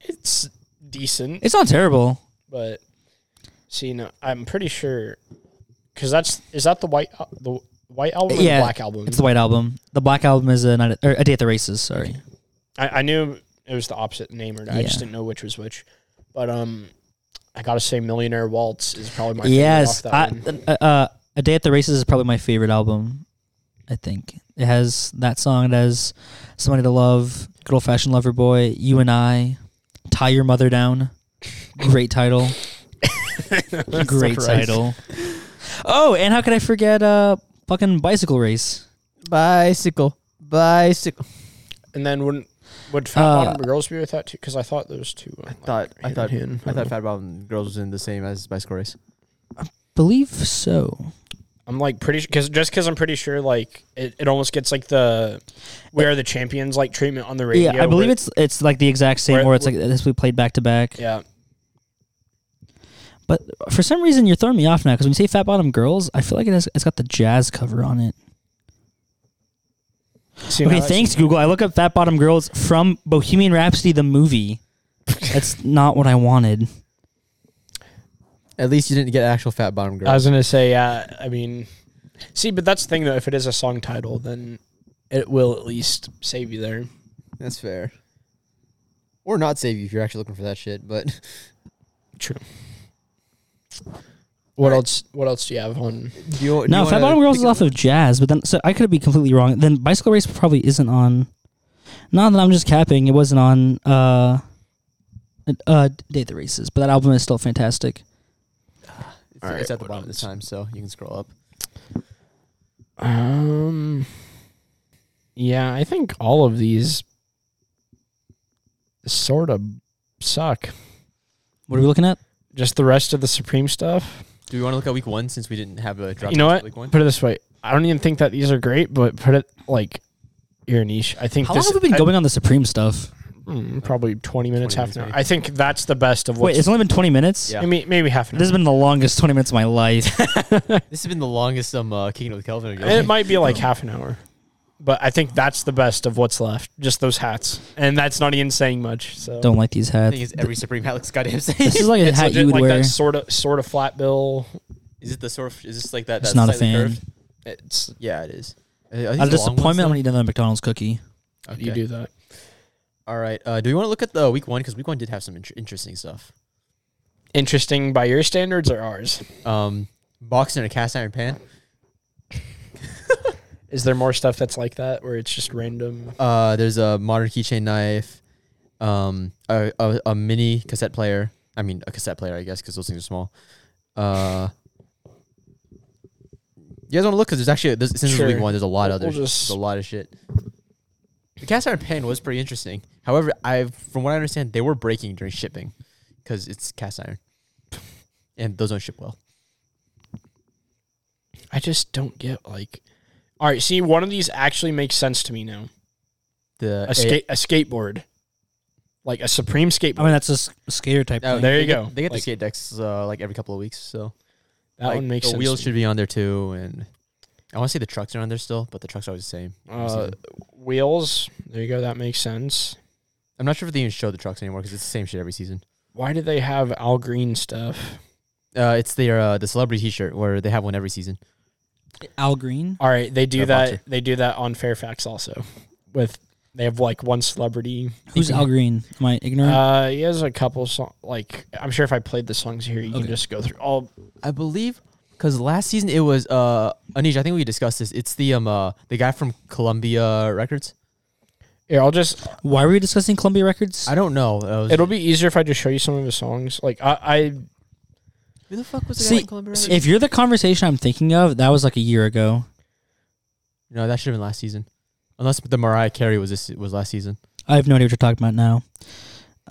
[SPEAKER 2] it's decent,
[SPEAKER 3] It's not terrible.
[SPEAKER 2] but see, no, I'm pretty sure because that's is that the white al- the white album, or
[SPEAKER 3] Yeah,
[SPEAKER 2] the black album.
[SPEAKER 3] It's the White Album. The Black Album is a night at, or a day at the races. Sorry.
[SPEAKER 2] I, I knew it was the opposite name, or I just
[SPEAKER 3] Yeah.
[SPEAKER 2] didn't know which was which. But um, I gotta say, Millionaire Waltz is probably my
[SPEAKER 3] yes,
[SPEAKER 2] favorite off
[SPEAKER 3] I,
[SPEAKER 2] that one.
[SPEAKER 3] uh, uh, a day at the races is probably my favorite album. I think it has that song. It has somebody to love, good old fashioned lover boy, you and I, tie your mother down. Great title. Great
[SPEAKER 2] Christ.
[SPEAKER 3] title. Oh, and how could I forget uh fucking bicycle race?
[SPEAKER 4] Bicycle. Bicycle.
[SPEAKER 2] And then wouldn't would Fat
[SPEAKER 3] Uh,
[SPEAKER 2] Bottom Girls be with that too? Because I thought those two. were,
[SPEAKER 4] I
[SPEAKER 2] like,
[SPEAKER 4] thought I
[SPEAKER 2] hand
[SPEAKER 4] thought
[SPEAKER 2] in hand.
[SPEAKER 4] I thought Fat Bottom Girls was in the same as Bicycle Race.
[SPEAKER 3] Believe so.
[SPEAKER 2] I'm like pretty because just because I'm pretty sure like it, it almost gets like the we are the champions like treatment on the radio.
[SPEAKER 3] yeah, I believe
[SPEAKER 2] where-
[SPEAKER 3] it's it's like the exact same,
[SPEAKER 2] where-
[SPEAKER 3] where it's like this we played back to back.
[SPEAKER 2] yeah.
[SPEAKER 3] But for some reason, you're throwing me off now because when you say Fat Bottom Girls, I feel like it has it's got the jazz cover on it.
[SPEAKER 2] See, now
[SPEAKER 3] Okay,
[SPEAKER 2] that's-
[SPEAKER 3] thanks Google. I look up Fat Bottom Girls from Bohemian Rhapsody the movie. That's not what I wanted.
[SPEAKER 4] At least you didn't get actual Fat Bottom
[SPEAKER 2] I
[SPEAKER 4] Girls.
[SPEAKER 2] was gonna say yeah. I mean, see, but that's the thing though. If it is a song title, then it will at least save you there.
[SPEAKER 4] That's fair. Or not save you if you're actually looking for that shit, but
[SPEAKER 2] True. What
[SPEAKER 4] Alright.
[SPEAKER 2] else? What else do you have on?
[SPEAKER 4] do you, do
[SPEAKER 3] no,
[SPEAKER 4] you
[SPEAKER 3] Fat
[SPEAKER 4] wanna
[SPEAKER 3] Bottom Girls
[SPEAKER 4] pick
[SPEAKER 3] is
[SPEAKER 4] it
[SPEAKER 3] off
[SPEAKER 4] up?
[SPEAKER 3] of jazz, but then so I could be completely wrong. Then Bicycle Race probably isn't on. Not that I'm just capping. It wasn't on uh, uh, Day of the Races, but that album is still fantastic.
[SPEAKER 4] It's,
[SPEAKER 2] All right,
[SPEAKER 4] it's at the
[SPEAKER 2] what
[SPEAKER 4] bottom this
[SPEAKER 2] else?
[SPEAKER 4] time, so you can scroll up.
[SPEAKER 2] Um. Yeah, I think all of these sort of suck.
[SPEAKER 3] What are we looking at?
[SPEAKER 2] Just the rest of the Supreme stuff.
[SPEAKER 4] Do we want to look at week one since we didn't have a drop?
[SPEAKER 2] you know
[SPEAKER 4] into
[SPEAKER 2] what?
[SPEAKER 4] Week one?
[SPEAKER 2] Put it this way. I don't even think that these are great, but put it like your niche. I think
[SPEAKER 3] How long
[SPEAKER 2] this
[SPEAKER 3] have we been
[SPEAKER 2] I-
[SPEAKER 3] going on the Supreme stuff?
[SPEAKER 2] mm, probably twenty minutes,
[SPEAKER 4] 20
[SPEAKER 2] half an hour.
[SPEAKER 4] minutes,
[SPEAKER 2] I think that's the best of
[SPEAKER 3] Wait,
[SPEAKER 2] what's
[SPEAKER 3] it's only been 20 minutes?
[SPEAKER 4] Yeah.
[SPEAKER 2] I mean, maybe half an
[SPEAKER 3] This has
[SPEAKER 2] hour.
[SPEAKER 3] been the longest 20 minutes of my life.
[SPEAKER 4] This has been the longest um uh, kicking it with Kelvin.
[SPEAKER 2] And it might be like half an hour. But I think that's the best of what's left. Just those hats. And that's not even saying much. So
[SPEAKER 3] Don't like these
[SPEAKER 4] I
[SPEAKER 3] hats.
[SPEAKER 4] think it's every Supreme hat looks goddamn same.
[SPEAKER 3] This is like a
[SPEAKER 2] it's
[SPEAKER 3] hat
[SPEAKER 2] legit
[SPEAKER 3] you would
[SPEAKER 2] like
[SPEAKER 3] wear.
[SPEAKER 2] that sort of sort of flat bill.
[SPEAKER 4] Is it the sort of? Is this like that?
[SPEAKER 3] Just
[SPEAKER 4] that's
[SPEAKER 3] not a
[SPEAKER 4] slightly
[SPEAKER 3] fan.
[SPEAKER 4] curved?
[SPEAKER 2] It's
[SPEAKER 4] Yeah, it is.
[SPEAKER 3] A disappointment. I'm gonna eat another McDonald's cookie.
[SPEAKER 2] you do that.
[SPEAKER 4] All right. Uh, do we want to look at the week one because week one did have some inter- interesting stuff.
[SPEAKER 2] Interesting by your standards or ours?
[SPEAKER 4] Um, boxing in a cast iron pan.
[SPEAKER 2] Is there more stuff that's like that where it's just random?
[SPEAKER 4] Uh, there's a modern keychain knife. Um, a, a, a mini cassette player. I mean, a cassette player, I guess, because those things are small. Uh, you guys want to look because there's actually there's, since it's
[SPEAKER 2] Sure.
[SPEAKER 4] week one, there's a lot of
[SPEAKER 2] We'll
[SPEAKER 4] other
[SPEAKER 2] just-
[SPEAKER 4] there's a lot of shit. The cast iron pan was pretty interesting. However, I from what I understand, they were breaking during shipping because it's cast iron, and those don't ship well.
[SPEAKER 2] I just don't get like. All right, see, one of these actually makes sense to me now.
[SPEAKER 4] The
[SPEAKER 2] A skate, a skateboard, like a Supreme
[SPEAKER 3] I
[SPEAKER 2] skateboard.
[SPEAKER 3] mean, that's just a skater type
[SPEAKER 4] Oh,
[SPEAKER 3] thing.
[SPEAKER 2] there
[SPEAKER 4] they
[SPEAKER 2] you
[SPEAKER 4] get-
[SPEAKER 2] go.
[SPEAKER 4] They get
[SPEAKER 2] Like-
[SPEAKER 4] the skate decks uh, like every couple of weeks, so
[SPEAKER 2] that
[SPEAKER 4] like,
[SPEAKER 2] one makes
[SPEAKER 4] the
[SPEAKER 2] sense.
[SPEAKER 4] wheels
[SPEAKER 2] to
[SPEAKER 4] should be on there too, and I want to say the trucks are on there still, but the trucks are always the same.
[SPEAKER 2] me. uh, wheels. There you go. That makes sense.
[SPEAKER 4] I'm not sure if they even show the trucks anymore because it's the same shit every season.
[SPEAKER 2] Why do they have Al Green stuff?
[SPEAKER 4] Uh, it's their uh, the celebrity T-shirt where they have one every season.
[SPEAKER 3] Al Green.
[SPEAKER 2] All right, they do
[SPEAKER 4] They're a
[SPEAKER 2] that.
[SPEAKER 4] boxer.
[SPEAKER 2] They do that on Fairfax also. With they have like one celebrity.
[SPEAKER 3] Who's Al Green? Am I ignorant?
[SPEAKER 2] Uh, he has a couple song. Like I'm sure if I played the songs here, you
[SPEAKER 3] Okay.
[SPEAKER 2] can just go through all.
[SPEAKER 4] I believe because last season it was uh, Anish. I think we discussed this. It's the um uh, the guy from Columbia Records.
[SPEAKER 2] Here, I'll just.
[SPEAKER 3] Why were we discussing Columbia Records?
[SPEAKER 4] I don't know. That was-
[SPEAKER 2] It'll be easier if I just show you some of his songs. Like I,
[SPEAKER 4] who the fuck was the guy
[SPEAKER 3] See,
[SPEAKER 4] from Columbia Records?
[SPEAKER 3] if you're the conversation I'm thinking of, that was like a year ago.
[SPEAKER 4] no, that should have been last season. Unless the Mariah Carey was this was last season.
[SPEAKER 3] I have no idea what you're talking about now.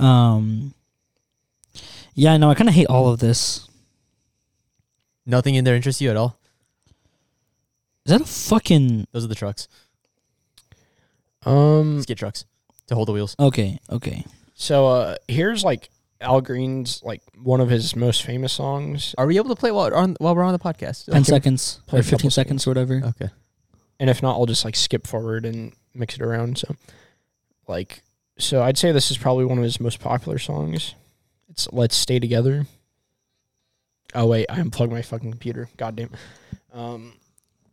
[SPEAKER 3] Um. Yeah, no, I kind of hate all of this.
[SPEAKER 4] Nothing in there interests you at all.
[SPEAKER 3] Is that a fucking?
[SPEAKER 4] Those are the trucks.
[SPEAKER 2] I Um,
[SPEAKER 4] skid trucks to hold the wheels.
[SPEAKER 3] Okay, okay.
[SPEAKER 2] so uh, here's like Al Green's like one of his most famous songs,
[SPEAKER 4] Are we able to play while on while we're on the podcast?
[SPEAKER 3] Ten seconds
[SPEAKER 2] play a
[SPEAKER 3] or
[SPEAKER 2] couple
[SPEAKER 3] fifteen
[SPEAKER 2] seconds.
[SPEAKER 3] seconds or whatever.
[SPEAKER 4] Okay.
[SPEAKER 2] and if not, I'll just like skip forward and mix it around. So, like, so I'd say this is probably one of his most popular songs. It's "Let's Stay Together." Oh wait, I unplugged my fucking computer. Goddamn. Um,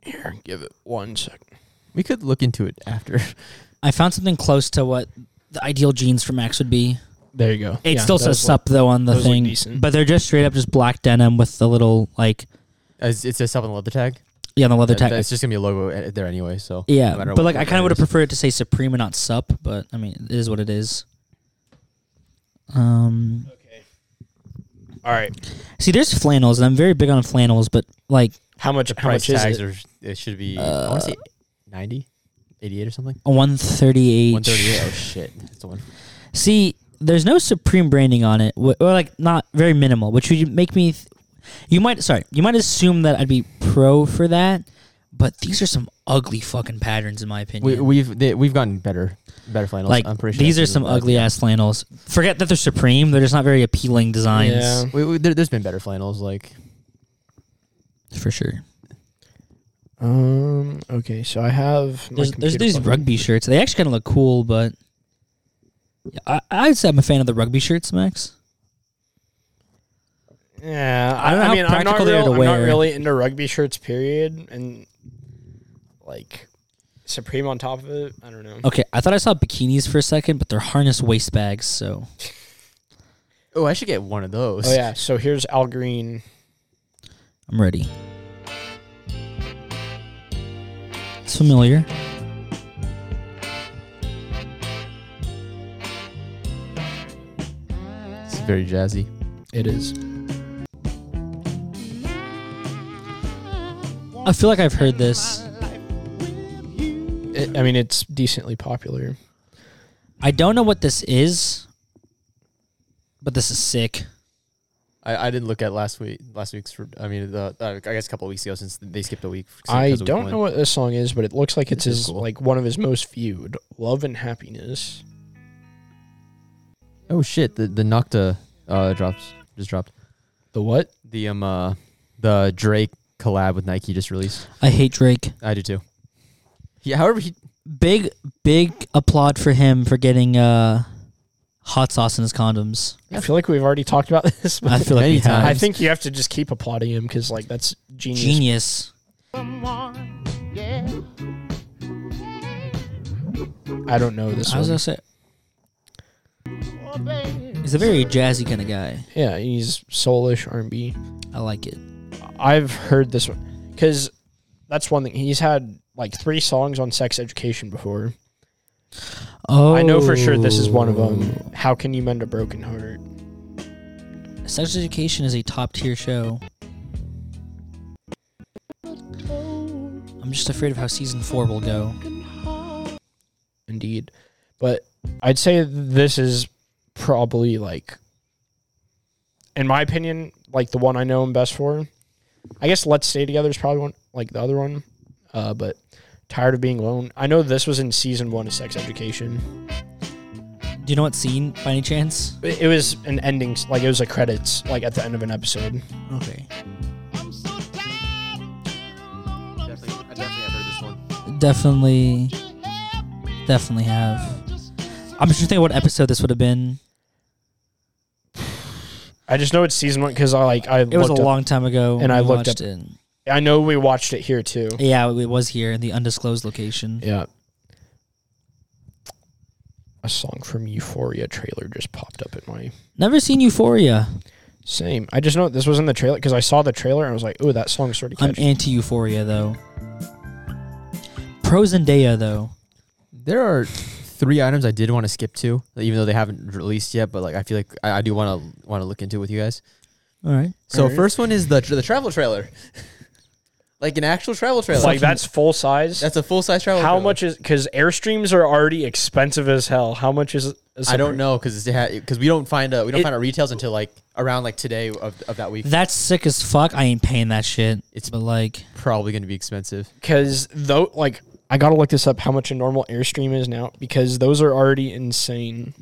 [SPEAKER 2] here, give it one second.
[SPEAKER 4] We could look into it after.
[SPEAKER 3] I found something close to what the ideal jeans for Max would be.
[SPEAKER 2] There you go.
[SPEAKER 3] It
[SPEAKER 2] Yeah,
[SPEAKER 3] still
[SPEAKER 2] that
[SPEAKER 3] says
[SPEAKER 2] was what-
[SPEAKER 3] sup though on the
[SPEAKER 2] those look
[SPEAKER 3] thing,
[SPEAKER 2] decent.
[SPEAKER 3] but they're just straight up just black denim with the little like
[SPEAKER 4] As it says up on the leather tag.
[SPEAKER 3] yeah the leather
[SPEAKER 4] That-
[SPEAKER 3] tag.
[SPEAKER 4] It's just gonna be a logo uh, there anyway. So
[SPEAKER 3] Yeah,
[SPEAKER 4] no matter
[SPEAKER 3] but
[SPEAKER 4] what
[SPEAKER 3] like I
[SPEAKER 4] logo
[SPEAKER 3] kind
[SPEAKER 4] it
[SPEAKER 3] of would have
[SPEAKER 4] is.
[SPEAKER 3] preferred it to say supreme and not sup, but I mean it is what it is. Um,
[SPEAKER 2] All right.
[SPEAKER 3] see, there's flannels, and I'm very big on flannels, but like
[SPEAKER 2] How much? How much
[SPEAKER 4] price
[SPEAKER 2] is
[SPEAKER 4] tags
[SPEAKER 2] it?
[SPEAKER 4] are it should be I want to say 90, 88 or something.
[SPEAKER 3] a 138.
[SPEAKER 4] One thirty eight. Oh shit, that's the one.
[SPEAKER 3] See, there's no supreme branding on it, wh- or like not very minimal, which would make me. Th- you might sorry, you might assume that I'd be pro for that, but these are some ugly fucking patterns in my opinion.
[SPEAKER 4] We, we've they, we've gotten better better flannels.
[SPEAKER 3] like
[SPEAKER 4] I'm pretty sure
[SPEAKER 3] these
[SPEAKER 4] that's
[SPEAKER 3] are
[SPEAKER 4] the
[SPEAKER 3] some
[SPEAKER 4] one.
[SPEAKER 3] ugly ass flannels. Forget that they're supreme; they're just not very appealing designs
[SPEAKER 2] Yeah.
[SPEAKER 4] We, we, there, there's been better flannels. Like
[SPEAKER 3] for sure.
[SPEAKER 2] Um. Okay. So I have. my
[SPEAKER 3] There's, there's
[SPEAKER 2] computer
[SPEAKER 3] these
[SPEAKER 2] plugged in.
[SPEAKER 3] rugby shirts. They actually kind of look cool, but Yeah, I, I'd say I'm a fan of the rugby shirts, Max.
[SPEAKER 2] Yeah.
[SPEAKER 3] I
[SPEAKER 2] I,
[SPEAKER 3] don't know
[SPEAKER 2] I
[SPEAKER 3] how
[SPEAKER 2] mean, I'm not,
[SPEAKER 3] practical they are
[SPEAKER 2] real,
[SPEAKER 3] to
[SPEAKER 2] I'm not
[SPEAKER 3] wear.
[SPEAKER 2] really into rugby shirts. Period. And like Supreme on top of it. I don't know.
[SPEAKER 3] Okay, I thought I saw bikinis for a second, but they're harness waist bags. So
[SPEAKER 4] oh, I should get one of those.
[SPEAKER 2] Oh yeah. So here's Al Green.
[SPEAKER 3] I'm ready. It's familiar.
[SPEAKER 4] it's very jazzy.
[SPEAKER 2] It is.
[SPEAKER 3] I feel like I've heard this.
[SPEAKER 2] I mean, it's decently popular.
[SPEAKER 3] I don't know what this is, but this is sick.
[SPEAKER 4] I, I didn't look at last week last week's. re- I mean, the, uh, I guess a couple of weeks ago since they skipped a week.
[SPEAKER 2] I
[SPEAKER 4] because of week
[SPEAKER 2] don't
[SPEAKER 4] one.
[SPEAKER 2] know what this song is, but it looks like it's
[SPEAKER 4] This
[SPEAKER 2] his
[SPEAKER 4] is cool.
[SPEAKER 2] like one of his most viewed. Love and happiness.
[SPEAKER 4] Oh shit, the the Nocta uh, drops just dropped.
[SPEAKER 2] The what?
[SPEAKER 4] The um uh, the Drake collab with Nike just released.
[SPEAKER 3] I hate Drake.
[SPEAKER 4] I do too. Yeah, however he
[SPEAKER 3] Big big applaud for him for getting uh, hot sauce in his condoms.
[SPEAKER 2] I feel like we've already talked about this, but
[SPEAKER 3] I feel like
[SPEAKER 4] Many
[SPEAKER 3] we have.
[SPEAKER 4] times.
[SPEAKER 2] I think you have to just keep applauding him because like that's genius.
[SPEAKER 3] genius.
[SPEAKER 2] I don't know this
[SPEAKER 3] I was
[SPEAKER 2] one.
[SPEAKER 3] gonna say. He's a very jazzy kind of guy.
[SPEAKER 2] yeah, he's soulish R and B.
[SPEAKER 3] I like it.
[SPEAKER 2] I've heard this one because that's one thing he's had like three songs on sex education before.
[SPEAKER 3] Oh,
[SPEAKER 2] I know for sure this is one of them. How can you mend a broken heart?
[SPEAKER 3] Oh. Sex Education is a top tier show. I'm just afraid of how season four will go.
[SPEAKER 2] Indeed, but I'd say this is probably like, in my opinion, like the one I know him best for. I guess "Let's Stay Together" is probably one like the other one, uh, but "Tired of Being Alone." I know this was in season one of Sex Education.
[SPEAKER 3] Do you know what scene by any chance?
[SPEAKER 2] It it was an ending, like it was a credits, like at the end of an episode.
[SPEAKER 3] Okay,
[SPEAKER 4] definitely, I definitely have heard this one.
[SPEAKER 3] definitely, definitely have. I'm just thinking what episode this would have been.
[SPEAKER 2] I just know it's season one because I like I
[SPEAKER 3] It was a
[SPEAKER 2] looked up-
[SPEAKER 3] long time ago,
[SPEAKER 2] And
[SPEAKER 3] when
[SPEAKER 2] I
[SPEAKER 3] we
[SPEAKER 2] looked up-
[SPEAKER 3] watched it.
[SPEAKER 2] I know we watched it here too.
[SPEAKER 3] Yeah, it was here in the undisclosed location.
[SPEAKER 2] Yeah. A song from Euphoria trailer just popped up in my
[SPEAKER 3] Never seen Euphoria.
[SPEAKER 2] same. I just know this was in the trailer because I saw the trailer and I was like, "Oh, that song's sort of
[SPEAKER 3] I'm
[SPEAKER 2] catchy."
[SPEAKER 3] anti Euphoria though. Pro Zendaya though.
[SPEAKER 4] There are three items I did want to skip to, even though they haven't released yet. But like, I feel like I, I do want to want to look into it with you guys.
[SPEAKER 3] All right.
[SPEAKER 4] So
[SPEAKER 2] Alright.
[SPEAKER 4] first one is the the travel trailer, like an actual travel trailer.
[SPEAKER 2] like that's full size.
[SPEAKER 4] that's a full size travel.
[SPEAKER 2] how
[SPEAKER 4] trailer.
[SPEAKER 2] much is because airstreams are already expensive as hell. How much is? is
[SPEAKER 4] I don't know because because we don't find uh, we don't find our retails until like around like today of, of that week.
[SPEAKER 3] That's sick as fuck. I ain't paying that shit.
[SPEAKER 4] It's-
[SPEAKER 3] It's but like
[SPEAKER 4] Probably going to be expensive.
[SPEAKER 2] because though like I gotta look this up. How much a normal airstream is now because those are already insane.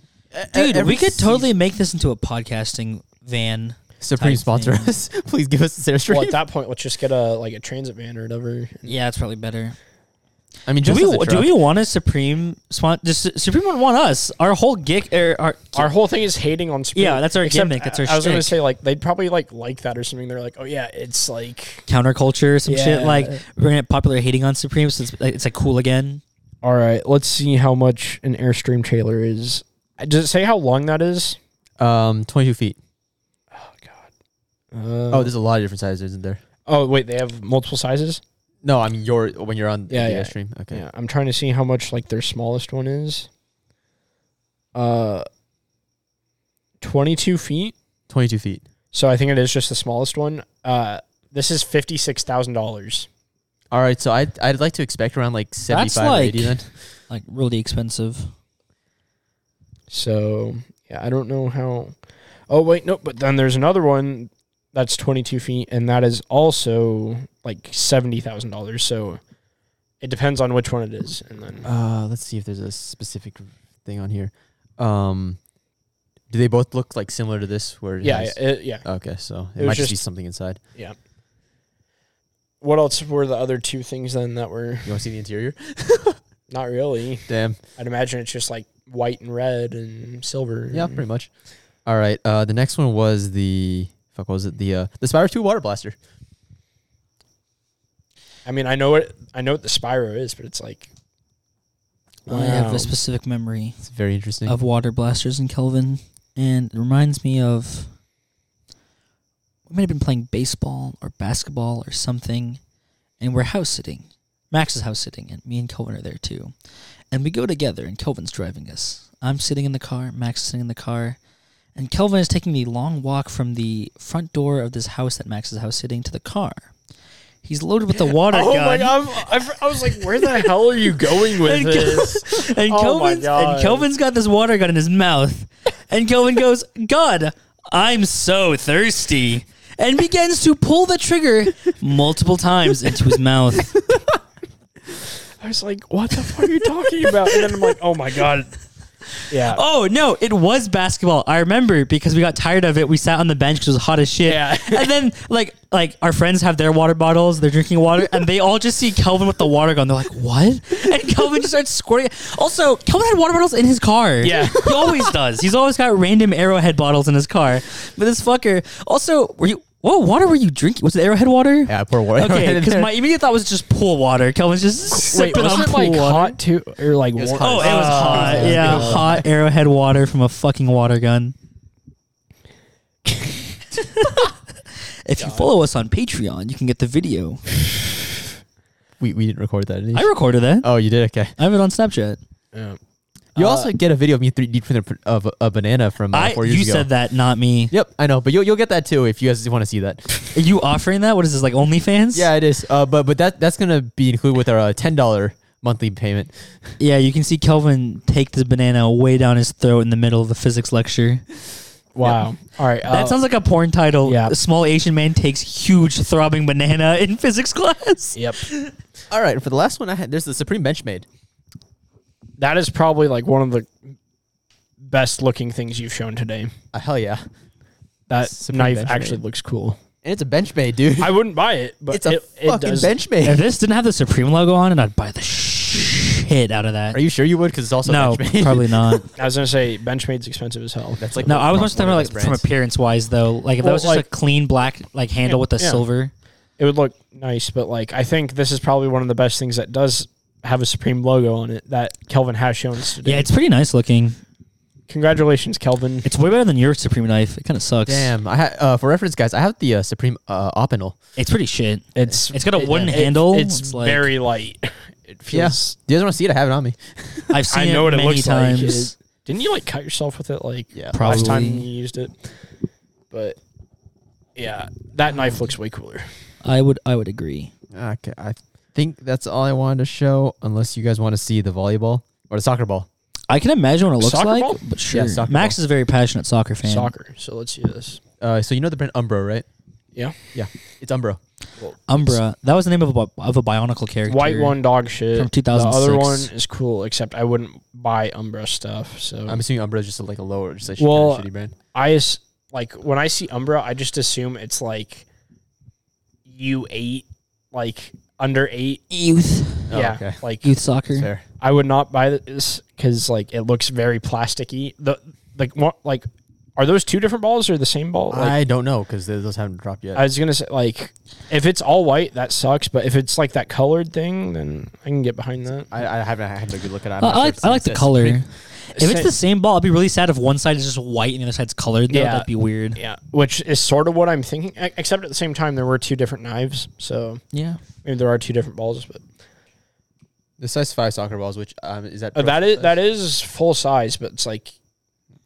[SPEAKER 3] Dude, we could totally make this into a podcasting van.
[SPEAKER 4] Supreme
[SPEAKER 3] type
[SPEAKER 4] sponsor
[SPEAKER 3] thing.
[SPEAKER 4] us. Please give us this airstream.
[SPEAKER 2] Well, at that point, let's just get a like a transit van or whatever.
[SPEAKER 3] Yeah, it's probably better.
[SPEAKER 4] I mean,
[SPEAKER 3] Do
[SPEAKER 4] just
[SPEAKER 3] we
[SPEAKER 4] as a
[SPEAKER 3] do
[SPEAKER 4] truck.
[SPEAKER 3] we want a Supreme sponsor? Does Su- Supreme would want us? Our whole gig or our,
[SPEAKER 2] Our whole thing is hating on. Supreme.
[SPEAKER 3] Yeah, that's our
[SPEAKER 2] Except
[SPEAKER 3] gimmick, that's our
[SPEAKER 2] I, I was gonna
[SPEAKER 3] shtick.
[SPEAKER 2] say like they'd probably like like that or something. They're like, oh yeah, it's like
[SPEAKER 3] counterculture or some shit
[SPEAKER 2] Yeah.
[SPEAKER 3] like we're gonna get popular hating on Supreme since like, it's like cool again.
[SPEAKER 2] all right. Let's see how much an airstream trailer is. Uh, Does it say how long that is?
[SPEAKER 4] Um, 22 feet.
[SPEAKER 2] Oh god. Uh,
[SPEAKER 4] Oh, there's a lot of different sizes, isn't there?
[SPEAKER 2] oh wait, they have multiple sizes.
[SPEAKER 4] No, I mean your when you're on
[SPEAKER 2] Yeah,
[SPEAKER 4] the
[SPEAKER 2] yeah.
[SPEAKER 4] airstream. Okay.
[SPEAKER 2] Yeah, I'm trying to see how much like their smallest one is. Uh, twenty-two feet.
[SPEAKER 4] 22 feet.
[SPEAKER 2] So I think it is just the smallest one. Uh, this is fifty-six thousand dollars.
[SPEAKER 4] All right, so I'd, I'd like to expect around like 75 or 80 then.
[SPEAKER 3] like- Like really expensive.
[SPEAKER 2] So yeah, I don't know how. Oh wait, no. But then there's another one that's twenty-two feet, and that is also like seventy thousand dollars. So it depends on which one it is, and then
[SPEAKER 3] Oh,
[SPEAKER 4] Uh, let's see if there's a specific thing on here. Um, do they both look like similar to this? Where it
[SPEAKER 2] yeah,
[SPEAKER 4] has-
[SPEAKER 2] yeah, it, yeah.
[SPEAKER 4] Okay, so
[SPEAKER 2] It
[SPEAKER 4] it,
[SPEAKER 2] was
[SPEAKER 4] might just, be
[SPEAKER 2] just-
[SPEAKER 4] something inside.
[SPEAKER 2] What else were the other two things then that were
[SPEAKER 4] You want to see the interior?
[SPEAKER 2] not really?
[SPEAKER 4] Damn.
[SPEAKER 2] I'd imagine it's just like white and red and silver.
[SPEAKER 4] Yeah,
[SPEAKER 2] and-
[SPEAKER 4] pretty much. All right. Uh, the next one was the fuck. What was it the uh the Spyro Two water blaster?
[SPEAKER 2] I mean, I know what I know what the Spyro is, but it's like
[SPEAKER 3] I have
[SPEAKER 2] Wow.
[SPEAKER 3] a specific memory
[SPEAKER 4] It's very interesting.
[SPEAKER 3] of water blasters and Kelvin, and it reminds me of we might have been playing baseball or basketball or something, and we're house sitting. Max is house sitting, and me and Kelvin are there too, and we go together. And Kelvin's driving us. I'm sitting in the car. Max is sitting in the car, and Kelvin is taking the long walk from the front door of this house that Max is house sitting to the car. He's loaded with the water
[SPEAKER 2] oh
[SPEAKER 3] gun.
[SPEAKER 2] my god! I'm- I, I was like, where the hell are you going with
[SPEAKER 3] And Kel-
[SPEAKER 2] this?
[SPEAKER 3] And
[SPEAKER 2] Oh my
[SPEAKER 3] Kelvin's, and
[SPEAKER 2] God.
[SPEAKER 3] Kelvin's got this water gun in his mouth. And Kelvin goes, God, I'm so thirsty. And begins to pull the trigger multiple times into his mouth.
[SPEAKER 2] I was like, what the fuck are you talking about? And then I'm like, oh my god, yeah,
[SPEAKER 3] Oh, no, it was basketball. I remember because we got tired of it. We sat on the bench because it was hot as shit.
[SPEAKER 2] Yeah.
[SPEAKER 3] and then, like, like our friends have their water bottles, they're drinking water, and they all just see Kelvin with the water gun. They're like, what? And Kelvin just starts squirting. Also, Kelvin had water bottles in his car.
[SPEAKER 2] Yeah.
[SPEAKER 3] He always does. He's always got random arrowhead bottles in his car. But this fucker, also, were you, what water were you drinking? Was it arrowhead water?
[SPEAKER 4] yeah, I pour water.
[SPEAKER 3] Okay,
[SPEAKER 4] in
[SPEAKER 3] because
[SPEAKER 4] there.
[SPEAKER 3] my immediate thought was just pool water. Kelvin's just
[SPEAKER 2] wait,
[SPEAKER 3] sipping
[SPEAKER 2] was
[SPEAKER 3] on
[SPEAKER 2] it like
[SPEAKER 3] pool water.
[SPEAKER 2] hot too, or like
[SPEAKER 4] was
[SPEAKER 2] warm?
[SPEAKER 4] hot.
[SPEAKER 3] Oh, it was
[SPEAKER 2] Ah.
[SPEAKER 3] hot.
[SPEAKER 4] yeah.
[SPEAKER 3] yeah,
[SPEAKER 4] Yeah.
[SPEAKER 3] hot arrowhead water from a fucking water gun. if you follow us on Patreon, you can get the video.
[SPEAKER 4] we we didn't record that. Did
[SPEAKER 3] I
[SPEAKER 4] you?
[SPEAKER 3] recorded that.
[SPEAKER 4] oh, you did. Okay.
[SPEAKER 3] I have it on Snapchat.
[SPEAKER 2] Yeah.
[SPEAKER 4] You
[SPEAKER 2] Uh,
[SPEAKER 4] also get a video of me 3D printing a pr- of a- a banana from uh,
[SPEAKER 3] I
[SPEAKER 4] four years
[SPEAKER 3] you
[SPEAKER 4] ago.
[SPEAKER 3] said that, not me.
[SPEAKER 4] Yep, I know, but you'll you'll get that too if you guys want to see that.
[SPEAKER 3] Are you offering that? What is this like OnlyFans?
[SPEAKER 4] Yeah, it is. Uh, but but that that's gonna be included with our uh, ten dollar monthly payment.
[SPEAKER 3] yeah. You can see Kelvin take this banana way down his throat in the middle of a physics lecture.
[SPEAKER 2] Wow. All right.
[SPEAKER 4] Oh.
[SPEAKER 2] uh,
[SPEAKER 3] That sounds like a porn title.
[SPEAKER 2] Yeah.
[SPEAKER 3] A small Asian man takes huge throbbing banana in physics class.
[SPEAKER 2] Yep.
[SPEAKER 4] All right, for the last one, I had there's the Supreme Benchmade.
[SPEAKER 2] That is probably like one of the best looking things you've shown today.
[SPEAKER 4] Uh, hell yeah, and
[SPEAKER 2] That
[SPEAKER 4] Supreme
[SPEAKER 2] knife
[SPEAKER 4] Benchmade.
[SPEAKER 2] actually looks cool.
[SPEAKER 4] it's a Benchmade, dude.
[SPEAKER 2] I wouldn't buy it, but
[SPEAKER 4] it's a
[SPEAKER 2] it, it
[SPEAKER 4] fucking
[SPEAKER 2] does.
[SPEAKER 3] If
[SPEAKER 4] Benchmade.
[SPEAKER 3] this didn't have the Supreme logo on it, I'd buy the shit out of that.
[SPEAKER 4] Are you sure you would? Because it's also
[SPEAKER 3] no,
[SPEAKER 4] Benchmade.
[SPEAKER 3] probably not.
[SPEAKER 2] I was gonna say Benchmade's expensive as hell.
[SPEAKER 4] That's like
[SPEAKER 3] No, I was
[SPEAKER 4] one
[SPEAKER 3] mostly
[SPEAKER 4] of
[SPEAKER 3] talking
[SPEAKER 4] the
[SPEAKER 3] about like
[SPEAKER 4] best
[SPEAKER 3] from
[SPEAKER 4] brands.
[SPEAKER 3] appearance wise though. Like if that
[SPEAKER 2] Well,
[SPEAKER 3] was just a
[SPEAKER 2] like-
[SPEAKER 3] clean black like handle
[SPEAKER 2] Yeah,
[SPEAKER 3] with a
[SPEAKER 2] yeah.
[SPEAKER 3] silver.
[SPEAKER 2] it would look nice, but like I think this is probably one of the best things that does have a Supreme logo on it that Kelvin has shown us today.
[SPEAKER 3] Yeah, it's pretty nice looking.
[SPEAKER 2] Congratulations, Kelvin.
[SPEAKER 3] It's way better than your Supreme knife. It kind of sucks.
[SPEAKER 4] Damn, I ha- uh, for reference, guys, I have the uh, Supreme uh, Opinel.
[SPEAKER 3] it's pretty shit.
[SPEAKER 2] It's
[SPEAKER 3] It's got a wooden
[SPEAKER 2] it-
[SPEAKER 3] handle.
[SPEAKER 2] It's,
[SPEAKER 3] like-
[SPEAKER 2] very light. It feels.
[SPEAKER 4] Do you guys want to see it? I have it on me.
[SPEAKER 3] I've seen
[SPEAKER 2] I know
[SPEAKER 3] it
[SPEAKER 2] what it
[SPEAKER 3] many
[SPEAKER 2] looks like.
[SPEAKER 3] times.
[SPEAKER 2] It- didn't you like cut yourself with it like
[SPEAKER 4] Yeah,
[SPEAKER 2] last time
[SPEAKER 3] Probably.
[SPEAKER 2] you used it? But yeah, that knife looks way cooler.
[SPEAKER 3] I would I would agree.
[SPEAKER 4] Okay, I think that's all I wanted to show. Unless you guys want to see the volleyball or the soccer ball.
[SPEAKER 3] I can imagine what it looks
[SPEAKER 2] Soccer
[SPEAKER 3] like,
[SPEAKER 2] ball?
[SPEAKER 3] but sure.
[SPEAKER 4] soccer
[SPEAKER 3] Max is a very passionate soccer fan.
[SPEAKER 2] Soccer. So let's see this.
[SPEAKER 4] Uh, so you know the brand Umbro, right?
[SPEAKER 2] Yeah.
[SPEAKER 4] Yeah, it's Umbro.
[SPEAKER 3] Umbra. That was the name of a bi- of a Bionicle character.
[SPEAKER 2] White one dog shit.
[SPEAKER 3] From
[SPEAKER 2] The other
[SPEAKER 3] 2006.
[SPEAKER 2] one is cool, except I wouldn't buy Umbra stuff. So
[SPEAKER 4] I'm assuming Umbra's just like a lower, just like sh-
[SPEAKER 2] Oh. Well,
[SPEAKER 4] shitty brand.
[SPEAKER 2] I as- like when I see Umbra, I just assume it's like U eight, like under eight.
[SPEAKER 3] Youth.
[SPEAKER 4] Oh,
[SPEAKER 2] yeah,
[SPEAKER 4] okay.
[SPEAKER 2] like
[SPEAKER 3] Youth soccer.
[SPEAKER 4] That's fair.
[SPEAKER 2] I would not buy this because like it looks very plasticky. The like what like are those two different balls or the same ball? Like,
[SPEAKER 4] I don't know because those haven't dropped yet.
[SPEAKER 2] I was gonna say like if it's all white, that sucks. But if it's like that colored thing, then I can get behind that.
[SPEAKER 4] I, I haven't had a good look at it. I'm
[SPEAKER 3] I, I
[SPEAKER 4] not sure
[SPEAKER 3] like,
[SPEAKER 4] if
[SPEAKER 3] I like the
[SPEAKER 4] it's-
[SPEAKER 3] color.
[SPEAKER 4] it's-
[SPEAKER 3] If it's the same ball, I'd be really sad if one side is just white and the other side's colored. Though.
[SPEAKER 2] Yeah.
[SPEAKER 3] That'd be weird.
[SPEAKER 2] Yeah, which is sort of what I'm thinking. e- Except at the same time, there were two different knives, so
[SPEAKER 3] Yeah.
[SPEAKER 2] maybe there are two different balls. But uh,
[SPEAKER 4] The size five soccer balls, which um, is that
[SPEAKER 2] uh, that
[SPEAKER 4] pro
[SPEAKER 2] is
[SPEAKER 4] size?
[SPEAKER 2] that is full size, but it's like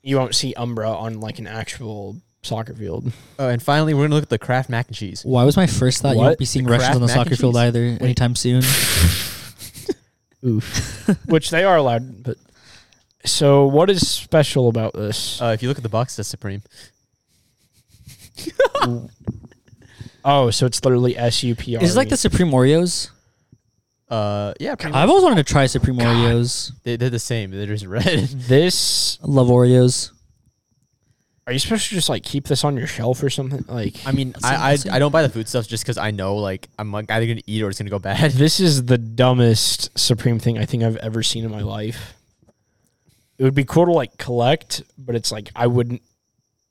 [SPEAKER 2] you won't see Umbra on like an actual soccer field.
[SPEAKER 4] Oh, and finally, we're gonna look at the Kraft mac and cheese.
[SPEAKER 3] Why was my first thought you
[SPEAKER 2] What?
[SPEAKER 3] won't be seeing
[SPEAKER 4] The
[SPEAKER 3] Russians
[SPEAKER 4] Kraft
[SPEAKER 3] on the
[SPEAKER 4] mac and
[SPEAKER 3] soccer field
[SPEAKER 4] cheese?
[SPEAKER 3] either anytime soon?
[SPEAKER 2] which they are allowed. But so, what is special about this?
[SPEAKER 4] Uh, if you look at the box, that's Supreme.
[SPEAKER 2] oh, so it's literally S U P R.
[SPEAKER 3] Is it like the Supreme Oreos?
[SPEAKER 4] Uh, yeah, pretty much.
[SPEAKER 3] I've always wanted to try Supreme Oreos.
[SPEAKER 4] They, they're the same. They're just red.
[SPEAKER 2] This
[SPEAKER 3] I love Oreos.
[SPEAKER 2] are you supposed to just like keep this on your shelf or something? Like
[SPEAKER 4] I mean, I, I I don't buy the food stuff just because I know like I'm like either gonna eat or it's gonna go bad.
[SPEAKER 2] this is the dumbest Supreme thing I think I've ever seen in my life. It would be cool to like collect, but it's like I wouldn't.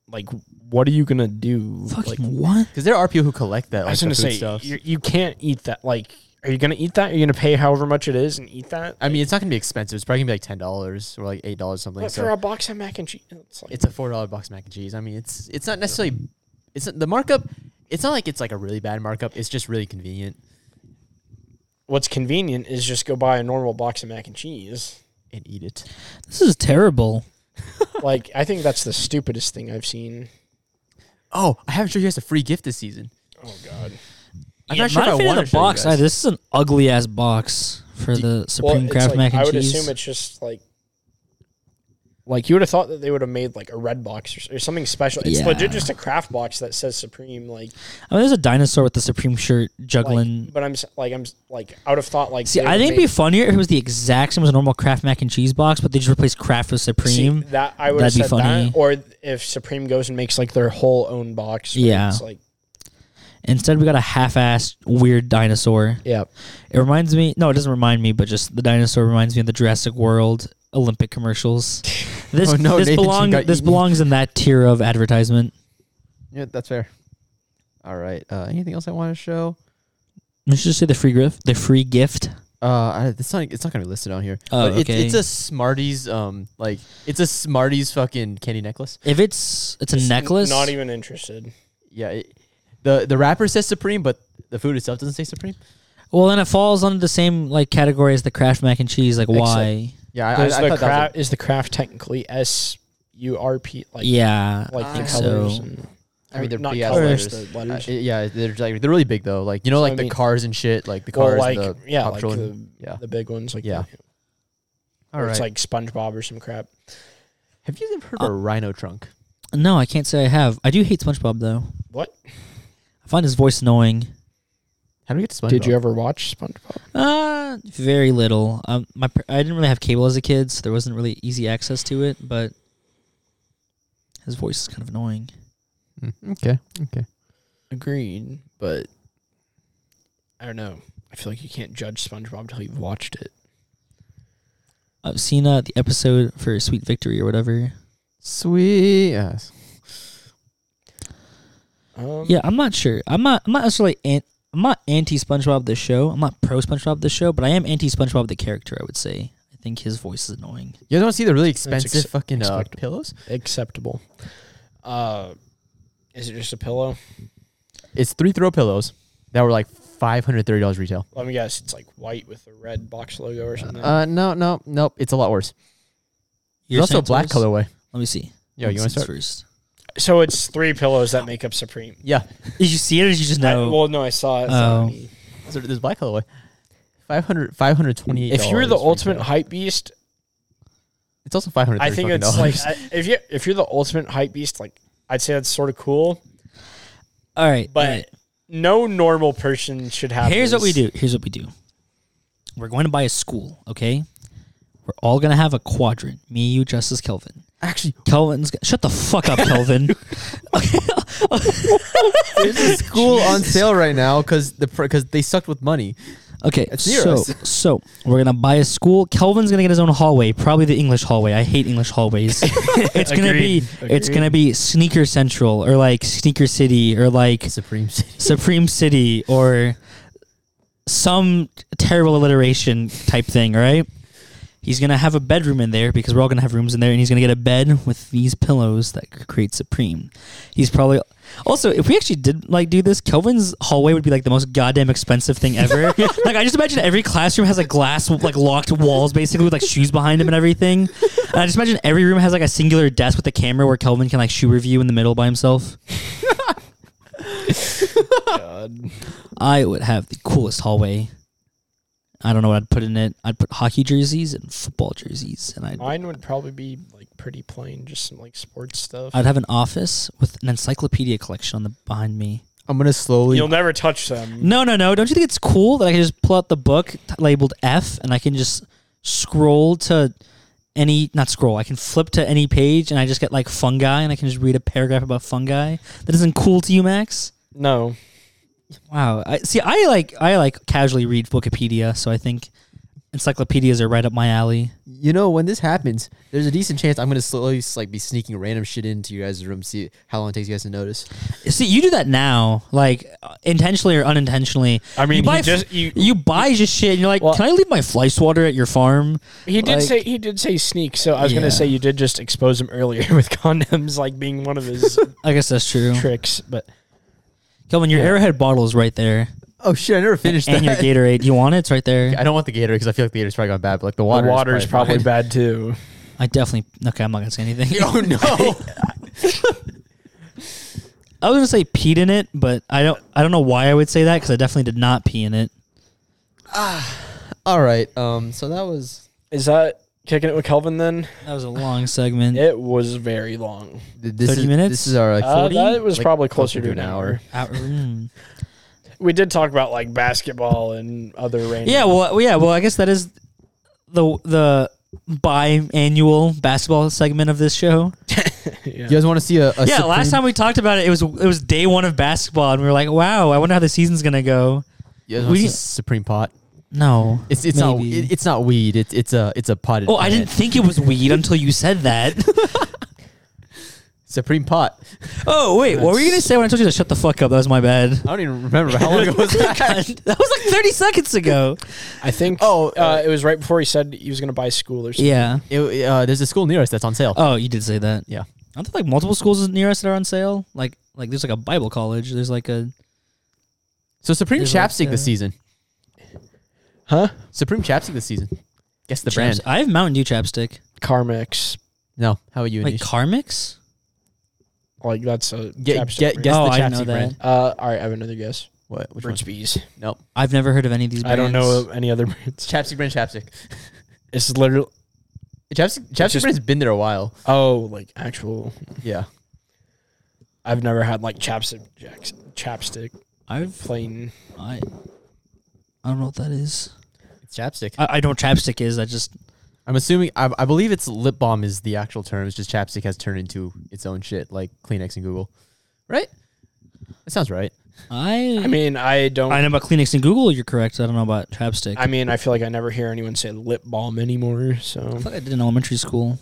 [SPEAKER 2] Like, what are you gonna do?
[SPEAKER 3] Fucking
[SPEAKER 2] like,
[SPEAKER 3] what?
[SPEAKER 4] Because there are people who collect that. Like,
[SPEAKER 2] I was
[SPEAKER 4] the
[SPEAKER 2] gonna
[SPEAKER 4] food
[SPEAKER 2] say
[SPEAKER 4] stuffs.
[SPEAKER 2] you you can't eat that. Like, are you gonna eat that? Are you gonna pay however much it is and eat that?
[SPEAKER 4] I mean, it's not gonna be expensive. It's probably gonna be like ten dollars or like eight dollars something.
[SPEAKER 2] But for
[SPEAKER 4] So
[SPEAKER 2] a box of mac and cheese, it's like
[SPEAKER 4] it's a four dollar box of mac and cheese. I mean, it's it's not necessarily it's not- the markup. It's not like it's like a really bad markup. It's just really convenient.
[SPEAKER 2] what's convenient is just go buy a normal box of mac and cheese.
[SPEAKER 4] And eat it.
[SPEAKER 3] This is terrible.
[SPEAKER 2] like, I think that's the stupidest thing I've seen.
[SPEAKER 4] Oh, I haven't shown you guys a free gift this season.
[SPEAKER 2] Oh God.
[SPEAKER 4] I'm
[SPEAKER 3] Yeah,
[SPEAKER 4] not sure
[SPEAKER 3] a
[SPEAKER 4] if I
[SPEAKER 3] fan
[SPEAKER 4] want
[SPEAKER 3] of the box either. This is an ugly ass box for the
[SPEAKER 2] Well,
[SPEAKER 3] Supreme
[SPEAKER 2] it's
[SPEAKER 3] Kraft
[SPEAKER 2] like,
[SPEAKER 3] mac and
[SPEAKER 2] I would
[SPEAKER 3] cheese.
[SPEAKER 2] assume it's just like, like you would have thought that they would have made like a red box or, s- or something special. It's
[SPEAKER 3] Yeah.
[SPEAKER 2] legit just a craft box that says Supreme. Like,
[SPEAKER 3] I mean, there's a dinosaur with the Supreme shirt
[SPEAKER 2] like
[SPEAKER 3] juggling.
[SPEAKER 2] but I'm s- like I'm s- like I would have thought like
[SPEAKER 3] See,
[SPEAKER 2] they
[SPEAKER 3] I
[SPEAKER 2] would've
[SPEAKER 3] think it'd be
[SPEAKER 2] made-
[SPEAKER 3] funnier if it was the exact same as a normal Kraft mac and cheese box, but they just replaced Kraft with
[SPEAKER 2] See,
[SPEAKER 3] Supreme.
[SPEAKER 2] that I would have
[SPEAKER 3] That'd be
[SPEAKER 2] said
[SPEAKER 3] funny.
[SPEAKER 2] that, or if Supreme goes and makes like their whole own box. where
[SPEAKER 3] Yeah.
[SPEAKER 2] it's like
[SPEAKER 3] Instead, we got a half-assed weird dinosaur.
[SPEAKER 2] yeah,
[SPEAKER 3] It reminds me. No, it doesn't remind me, but just the dinosaur reminds me of the Jurassic World Olympic commercials. This
[SPEAKER 4] Oh, no,
[SPEAKER 3] this
[SPEAKER 4] Nathan, she
[SPEAKER 3] belong
[SPEAKER 4] got
[SPEAKER 3] this
[SPEAKER 4] eaten.
[SPEAKER 3] belongs in that tier of advertisement.
[SPEAKER 4] Yeah, that's fair. All right. Uh, anything else I want to show?
[SPEAKER 3] Let's just say the free gift. The free gift.
[SPEAKER 4] Uh, I, it's not. It's not gonna be listed on here.
[SPEAKER 3] Oh,
[SPEAKER 4] But
[SPEAKER 3] okay.
[SPEAKER 4] It's, it's a Smarties. Um, like it's a Smarties fucking candy necklace.
[SPEAKER 3] If it's it's a
[SPEAKER 2] Just n-
[SPEAKER 3] necklace.
[SPEAKER 2] Not even interested.
[SPEAKER 4] Yeah. It, the the wrapper says Supreme, but the food itself doesn't say Supreme.
[SPEAKER 3] Well, then it falls under the same like category as the Kraft mac and cheese. Like why?
[SPEAKER 4] Yeah. I, I, I
[SPEAKER 2] Does
[SPEAKER 4] thought
[SPEAKER 2] the
[SPEAKER 4] that was
[SPEAKER 2] craft is the craft technically S U R P like
[SPEAKER 3] yeah,
[SPEAKER 2] like
[SPEAKER 4] I
[SPEAKER 2] the
[SPEAKER 4] think
[SPEAKER 2] colors?
[SPEAKER 3] so.
[SPEAKER 2] And,
[SPEAKER 4] a- I mean, they're
[SPEAKER 2] not
[SPEAKER 4] big ass
[SPEAKER 2] colors,
[SPEAKER 4] letters.
[SPEAKER 2] the letters.
[SPEAKER 4] Uh, yeah, they're just like they're really big though. Like you know,
[SPEAKER 2] So,
[SPEAKER 4] like
[SPEAKER 2] I
[SPEAKER 4] the
[SPEAKER 2] mean-
[SPEAKER 4] cars and shit. Like the
[SPEAKER 2] well,
[SPEAKER 4] cars.
[SPEAKER 2] like
[SPEAKER 4] the
[SPEAKER 2] yeah,
[SPEAKER 4] pop
[SPEAKER 2] like
[SPEAKER 4] children.
[SPEAKER 2] the,
[SPEAKER 4] yeah.
[SPEAKER 2] the big ones like
[SPEAKER 4] Yeah.
[SPEAKER 2] the-
[SPEAKER 4] All
[SPEAKER 2] or
[SPEAKER 4] right.
[SPEAKER 2] It's like SpongeBob or some crap.
[SPEAKER 4] have you ever heard
[SPEAKER 2] Uh,
[SPEAKER 4] of a rhino trunk?
[SPEAKER 3] No, I can't say I have. I do hate SpongeBob though.
[SPEAKER 2] What
[SPEAKER 3] I find his voice annoying.
[SPEAKER 4] How do we get to SpongeBob?
[SPEAKER 2] did you ever watch SpongeBob?
[SPEAKER 3] Uh, very little. Um, my par- I didn't really have cable as a kid, so there wasn't really easy access to it. But his voice is kind of annoying.
[SPEAKER 4] Mm, Okay. Okay.
[SPEAKER 2] Agreed, but I don't know. I feel like you can't judge SpongeBob till you've watched it.
[SPEAKER 3] I've seen uh, the episode for Sweet Victory or whatever.
[SPEAKER 4] Sweet. ass.
[SPEAKER 2] Um,
[SPEAKER 3] Yeah, I'm not sure. I'm not. I'm not necessarily. An- I'm not anti SpongeBob the show. I'm not pro SpongeBob the show, but I am anti SpongeBob the character. I would say. I think his voice is annoying.
[SPEAKER 4] You guys want to see the really expensive
[SPEAKER 2] ex-
[SPEAKER 4] fucking uh,
[SPEAKER 2] expected.
[SPEAKER 4] pillows?
[SPEAKER 2] acceptable. Uh, is it just a pillow?
[SPEAKER 4] It's three throw pillows that were like five hundred thirty dollars retail.
[SPEAKER 2] Let me guess. It's like white with a red box logo or something.
[SPEAKER 4] Uh, no, no, nope. It's a lot worse.
[SPEAKER 3] You're
[SPEAKER 4] There's also a black colorway.
[SPEAKER 3] Let me see.
[SPEAKER 4] Yeah,
[SPEAKER 3] want
[SPEAKER 4] you want to start?
[SPEAKER 3] first?
[SPEAKER 2] so it's three pillows that make up Supreme.
[SPEAKER 4] Yeah,
[SPEAKER 3] Did you see it or did you just
[SPEAKER 2] I-
[SPEAKER 3] know?
[SPEAKER 2] well, no, I saw it. so-
[SPEAKER 3] Oh.
[SPEAKER 4] so there's black colorway. 500, 528
[SPEAKER 2] If you're the
[SPEAKER 4] retail.
[SPEAKER 2] ultimate hype beast,
[SPEAKER 4] it's also five hundred.
[SPEAKER 2] I think it's like
[SPEAKER 4] dollars.
[SPEAKER 2] I, if you if you're the ultimate hype beast, like I'd say that's sort of cool.
[SPEAKER 3] all right, all
[SPEAKER 2] But
[SPEAKER 3] right.
[SPEAKER 2] no normal person should have.
[SPEAKER 3] Here's what we
[SPEAKER 2] this.
[SPEAKER 3] do. Here's what we do. We're going to buy a school, okay? We're all gonna have a quadrant. Me, you, Justice Kelvin.
[SPEAKER 4] Actually,
[SPEAKER 3] Kelvin's g- shut the fuck up, Kelvin.
[SPEAKER 4] there's a school on sale right now because the because they sucked with money.
[SPEAKER 3] Okay,
[SPEAKER 4] near
[SPEAKER 3] so
[SPEAKER 4] us.
[SPEAKER 3] so we're gonna buy a school. Kelvin's gonna get his own hallway, probably the English hallway. I hate English hallways. it's gonna be
[SPEAKER 2] Agreed.
[SPEAKER 3] it's
[SPEAKER 2] Agreed.
[SPEAKER 3] gonna be Sneaker Central or like Sneaker City or like
[SPEAKER 4] Supreme City.
[SPEAKER 3] Supreme City or some terrible alliteration type thing, all right? He's gonna have a bedroom in there because we're all gonna have rooms in there, and he's gonna get a bed with these pillows that c- create Supreme. He's probably also if we actually did like do this, Kelvin's hallway would be like the most goddamn expensive thing ever. like I just imagine every classroom has like glass like locked walls basically with like shoes behind him and everything. And I just imagine every room has like a singular desk with a camera where Kelvin can like shoe review in the middle by himself. I would have the coolest hallway. I don't know what I'd put in it. I'd put hockey jerseys and football jerseys, and I'd
[SPEAKER 2] Mine would probably be like pretty plain, just some like sports stuff.
[SPEAKER 3] I'd have an office with an encyclopedia collection on the behind me.
[SPEAKER 4] I'm gonna slowly.
[SPEAKER 2] You'll never touch them.
[SPEAKER 3] No, no, no! Don't you think it's cool that I can just pull out the book t- labeled F, and I can just scroll to any not scroll. I can flip to any page, and I just get like fungi, and I can just read a paragraph about fungi. That isn't cool to you, Max?
[SPEAKER 2] No,
[SPEAKER 3] Wow. I see. I like I like casually read Wikipedia, so I think encyclopedias are right up my alley.
[SPEAKER 4] you know, when this happens, there's a decent chance I'm gonna slowly like be sneaking random shit into your guys' room. See how long it takes you guys to notice.
[SPEAKER 3] See, you do that now, like uh, intentionally or unintentionally.
[SPEAKER 2] I mean, he
[SPEAKER 3] you buy, f-
[SPEAKER 2] just- you-
[SPEAKER 3] buy just shit, and you're like,
[SPEAKER 2] Well-
[SPEAKER 3] "Can I leave my fly swatter at your farm?"
[SPEAKER 2] he did
[SPEAKER 3] Like-
[SPEAKER 2] say he did say sneak. So I was
[SPEAKER 3] Yeah.
[SPEAKER 2] gonna say you did just expose him earlier with condoms like being one of his
[SPEAKER 3] I guess that's true.
[SPEAKER 2] tricks, but
[SPEAKER 3] Kelvin, your Arrowhead bottle is right there,
[SPEAKER 4] Oh shit! I never finished
[SPEAKER 3] and your
[SPEAKER 4] that.
[SPEAKER 3] Gatorade. You want it? It's right there.
[SPEAKER 4] I don't want the Gatorade because I feel like the Gatorade's probably gone bad. But like the water,
[SPEAKER 2] the water is probably
[SPEAKER 4] fine.
[SPEAKER 2] bad too.
[SPEAKER 3] I definitely. Okay, I'm not gonna say anything.
[SPEAKER 4] oh no!
[SPEAKER 3] I was gonna say peed in it, but I don't. I don't know why I would say that because I definitely did not pee in it.
[SPEAKER 4] All right. Um. So that was.
[SPEAKER 2] Is that kicking it with Kelvin? Then
[SPEAKER 3] That was a long segment.
[SPEAKER 2] it was very long.
[SPEAKER 4] th- This
[SPEAKER 3] 30
[SPEAKER 4] is,
[SPEAKER 3] minutes?
[SPEAKER 4] This is our like,
[SPEAKER 2] Uh,
[SPEAKER 4] 40?
[SPEAKER 2] that was
[SPEAKER 4] Like,
[SPEAKER 2] probably closer to an hour.
[SPEAKER 3] Out- mm.
[SPEAKER 2] We did talk about like basketball and other random.
[SPEAKER 3] Yeah, well, yeah, well, I guess that is the the biannual basketball segment of this show.
[SPEAKER 4] You guys want to see a, a
[SPEAKER 3] yeah, last
[SPEAKER 4] Supreme-
[SPEAKER 3] time we talked about it, it was it was day one of basketball, and we were like, "Wow, I wonder how the season's gonna go."
[SPEAKER 4] You guys wanna
[SPEAKER 3] we-
[SPEAKER 4] see Supreme pot.
[SPEAKER 3] No,
[SPEAKER 4] It's it's not
[SPEAKER 3] Maybe.
[SPEAKER 4] it- it's not weed. It's it's a it's a potted.
[SPEAKER 3] oh, I
[SPEAKER 4] plant.
[SPEAKER 3] didn't think it was weed until you said that.
[SPEAKER 4] Supreme pot.
[SPEAKER 3] oh wait, what were you gonna say when I told you to shut the fuck up? That was my bad.
[SPEAKER 4] I don't even remember how long ago was
[SPEAKER 3] God,
[SPEAKER 4] that.
[SPEAKER 3] that was like thirty seconds ago.
[SPEAKER 2] I think.
[SPEAKER 4] Oh,
[SPEAKER 2] uh,
[SPEAKER 4] uh,
[SPEAKER 2] it was right before he said he was going to buy school or something.
[SPEAKER 3] Yeah.
[SPEAKER 4] It, uh, there's a school near us that's on sale.
[SPEAKER 3] Oh, you did say that.
[SPEAKER 4] Yeah.
[SPEAKER 3] Aren't there like multiple schools near us that are on sale? Like like there's like a Bible college. There's like a
[SPEAKER 4] So Supreme
[SPEAKER 3] There's like
[SPEAKER 4] chapstick this
[SPEAKER 3] the-
[SPEAKER 4] season.
[SPEAKER 2] Huh?
[SPEAKER 4] Supreme chapstick this season. Guess the brand.
[SPEAKER 3] I have Mountain Dew chapstick.
[SPEAKER 2] Carmex.
[SPEAKER 4] No. How about you?
[SPEAKER 3] Like
[SPEAKER 4] Anish?
[SPEAKER 3] Carmix?
[SPEAKER 2] Like that's a
[SPEAKER 4] Get-
[SPEAKER 2] chapstick
[SPEAKER 4] get-
[SPEAKER 2] brand.
[SPEAKER 4] guess
[SPEAKER 3] oh,
[SPEAKER 4] the
[SPEAKER 3] I know
[SPEAKER 4] chapstick
[SPEAKER 3] that.
[SPEAKER 4] brand.
[SPEAKER 2] Uh, all right, I have another guess.
[SPEAKER 4] what? Which one?
[SPEAKER 2] Burt's Bees.
[SPEAKER 4] Nope.
[SPEAKER 3] I've never heard of any of these.
[SPEAKER 2] I don't
[SPEAKER 3] Brands.
[SPEAKER 2] know of any other brands.
[SPEAKER 4] Chapstick brand. Chapstick.
[SPEAKER 2] It's literally
[SPEAKER 4] Chapstick. Chapstick
[SPEAKER 2] just-
[SPEAKER 4] brand's been there a while.
[SPEAKER 2] oh, like actual.
[SPEAKER 4] Yeah.
[SPEAKER 2] I've never had like chapstick, jacks, chapstick,
[SPEAKER 3] I've
[SPEAKER 2] plain.
[SPEAKER 3] I, I don't know what that is.
[SPEAKER 4] It's chapstick.
[SPEAKER 3] I, I know what chapstick is. I just
[SPEAKER 4] I'm assuming. I, I believe it's lip balm is the actual term. It's just chapstick has turned into its own shit, like Kleenex and Google. Right. That sounds right.
[SPEAKER 3] I
[SPEAKER 2] I mean, I don't.
[SPEAKER 3] I
[SPEAKER 2] I,
[SPEAKER 3] know about Kleenex and Google. You're correct. I don't know about chapstick. I,
[SPEAKER 2] mean, I feel like I never hear anyone say lip balm anymore. So
[SPEAKER 3] thought I did in elementary school.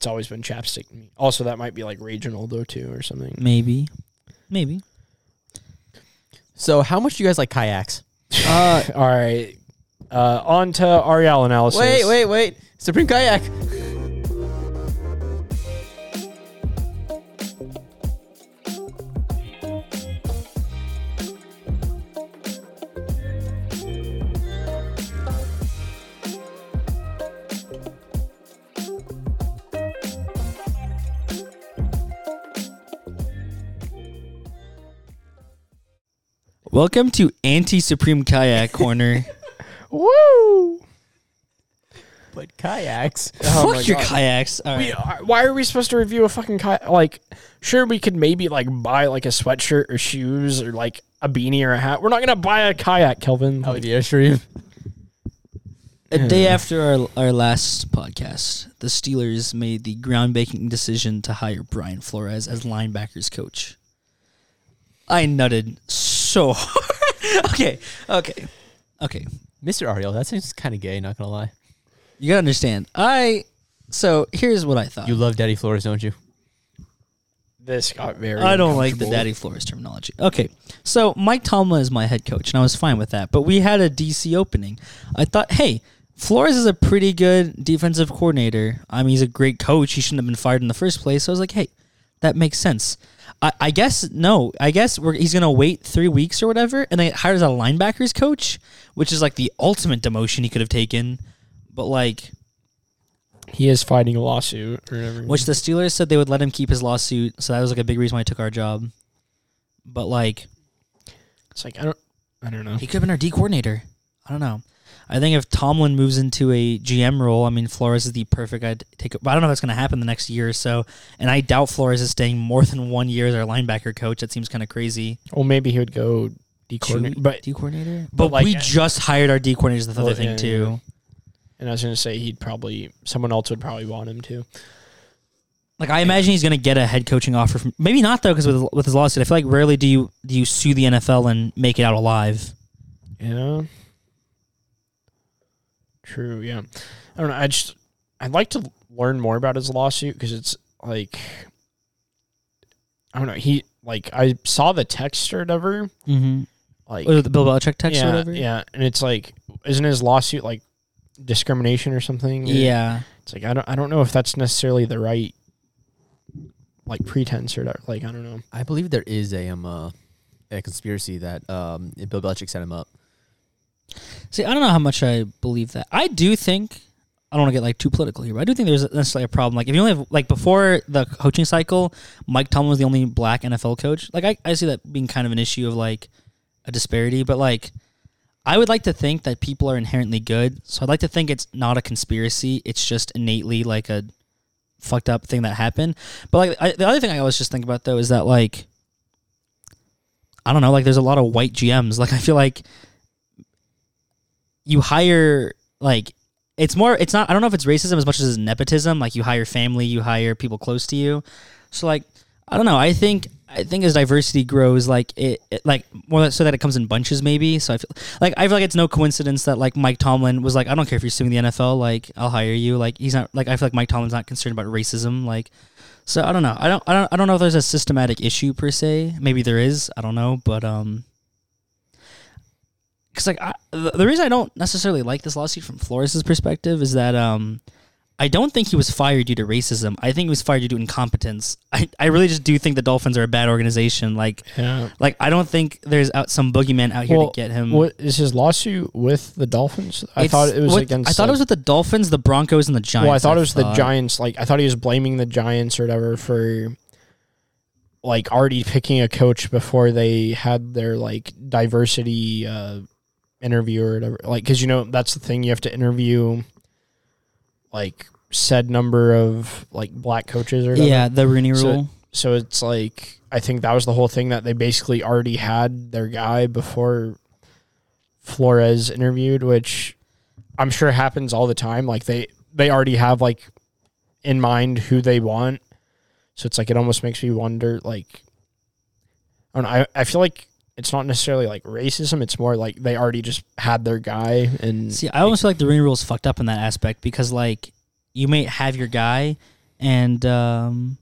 [SPEAKER 2] it's always been chapstick. to me. Also, that might be like regional though too, or something.
[SPEAKER 3] Maybe, maybe.
[SPEAKER 4] So how much do you guys like kayaks?
[SPEAKER 2] Uh, all right. Uh, on to Ariel analysis.
[SPEAKER 4] Wait, wait, wait. Supreme kayak.
[SPEAKER 3] Welcome to Anti Supreme Kayak Corner.
[SPEAKER 2] Woo!
[SPEAKER 4] but kayaks.
[SPEAKER 2] Oh my
[SPEAKER 3] Fuck your
[SPEAKER 2] God.
[SPEAKER 3] kayaks. All right.
[SPEAKER 2] We are, why are we supposed to review a fucking kayak? Like, sure, we could maybe like buy like a sweatshirt or shoes or like a beanie or a hat. We're not gonna buy a kayak, Kelvin.
[SPEAKER 4] Oh dear, Sharif.
[SPEAKER 3] A day after our, our last podcast, the Steelers made the groundbreaking decision to hire Brian Flores as linebackers coach. I nutted so hard. okay, okay, okay.
[SPEAKER 4] Mr. Ariel, that seems kind of gay, not gonna lie.
[SPEAKER 3] You gotta understand. I so here's what I thought.
[SPEAKER 4] You love Daddy Flores, don't you?
[SPEAKER 2] This got very.
[SPEAKER 3] I don't like the
[SPEAKER 2] uncomfortable.
[SPEAKER 3] Daddy Flores terminology. Okay, so Mike Tomlin is my head coach, and I was fine with that. But we had a DC opening. I thought, hey, Flores is a pretty good defensive coordinator. I mean, he's a great coach. He shouldn't have been fired in the first place. So I was like, hey, that makes sense. I, I guess no. I guess we're, he's gonna wait three weeks or whatever, and then hires a linebackers coach, which is like the ultimate demotion he could have taken. But like,
[SPEAKER 2] He is fighting a lawsuit or whatever.
[SPEAKER 3] which the Steelers said they would let him keep his lawsuit, so that was like a big reason why I took our job. But like,
[SPEAKER 2] it's like I don't. I don't know.
[SPEAKER 3] he could have been our D coordinator. I don't know. I think if Tomlin moves into a GM role, I mean Flores is the perfect guy to take. But I don't know if that's going to happen the next year or so, and I doubt Flores is staying more than one year as our linebacker coach. That seems kind of crazy.
[SPEAKER 2] Well, maybe he would go D coordinator, but
[SPEAKER 3] D coordinator, but,
[SPEAKER 2] but like-
[SPEAKER 3] we just hired our D coordinator. The other
[SPEAKER 2] Well,
[SPEAKER 3] thing
[SPEAKER 2] yeah,
[SPEAKER 3] too.
[SPEAKER 2] and I was gonna say he'd probably someone else would probably want him to.
[SPEAKER 3] Like I imagine he's going to get a head coaching offer from maybe not though because with with his lawsuit, I feel like rarely do you do you sue the NFL and make it out alive.
[SPEAKER 2] Yeah. True. Yeah. I don't know. I just I'd like to learn more about his lawsuit because it's like I don't know. He like I saw the text or whatever.
[SPEAKER 3] Mm-hmm.
[SPEAKER 2] Like
[SPEAKER 3] Was it the Bill Belichick text
[SPEAKER 2] yeah,
[SPEAKER 3] or whatever?
[SPEAKER 2] yeah, and it's like isn't his lawsuit like discrimination or something?
[SPEAKER 3] Yeah.
[SPEAKER 2] It's like I don't I don't know if that's necessarily the right like pretense or that- like I don't know.
[SPEAKER 4] I believe there is a um uh, a conspiracy that um Bill Belichick set him up.
[SPEAKER 3] See, I don't know how much I believe that. I do think I don't want to get like too political here, but I do think there's necessarily a problem. Like if you only have like before the coaching cycle, Mike Tomlin was the only black NFL coach. Like I, I see that being kind of an issue of like a disparity, but like I would like to think that people are inherently good. So I'd like to think it's not a conspiracy. It's just innately like a fucked up thing that happened. But like I, the other thing I always just think about though is that like I don't know, like there's a lot of white GMs. Like I feel like you hire like it's more it's not I don't know if it's racism as much as it's nepotism. Like you hire family, you hire people close to you. So like I don't know. I think I think as diversity grows, like it, it like more so that it comes in bunches, maybe. So I feel like I feel like it's no coincidence that like Mike Tomlin was like, I don't care if you're suing the NFL, like I'll hire you. Like he's not like I feel like Mike Tomlin's not concerned about racism, like. So I don't know. I don't. I don't. I don't know if there's a systematic issue per se. Maybe there is. I don't know. But um, because like I, the the reason I don't necessarily like this lawsuit from Flores' perspective is that um, I don't think he was fired due to racism. I think he was fired due to incompetence. I, I really just do think the Dolphins are a bad organization. Like
[SPEAKER 2] Yeah.
[SPEAKER 3] like I don't think there's out some boogeyman out here
[SPEAKER 2] Well,
[SPEAKER 3] to get him.
[SPEAKER 2] What is his lawsuit with the Dolphins? I
[SPEAKER 3] It's-
[SPEAKER 2] thought it was
[SPEAKER 3] what-
[SPEAKER 2] against
[SPEAKER 3] I thought
[SPEAKER 2] like,
[SPEAKER 3] it was with the Dolphins, the Broncos, and the Giants.
[SPEAKER 2] Well, I thought it was the
[SPEAKER 3] thought.
[SPEAKER 2] Giants. Like, I thought he was blaming the Giants or whatever for like already picking a coach before they had their like diversity uh, interview or whatever. Like, because you know that's the thing you have to interview like said number of like black coaches or whatever.
[SPEAKER 3] Yeah, the Rooney
[SPEAKER 2] So-
[SPEAKER 3] rule.
[SPEAKER 2] So it's like I think that was the whole thing that they basically already had their guy before Flores interviewed, which I'm sure happens all the time. Like they they already have like in mind who they want. So it's like it almost makes me wonder like I don't know, I, I feel like it's not necessarily like racism, it's more like they already just had their guy and
[SPEAKER 3] See, I almost feel like the ring rule is fucked up in that aspect because like you may have your guy and um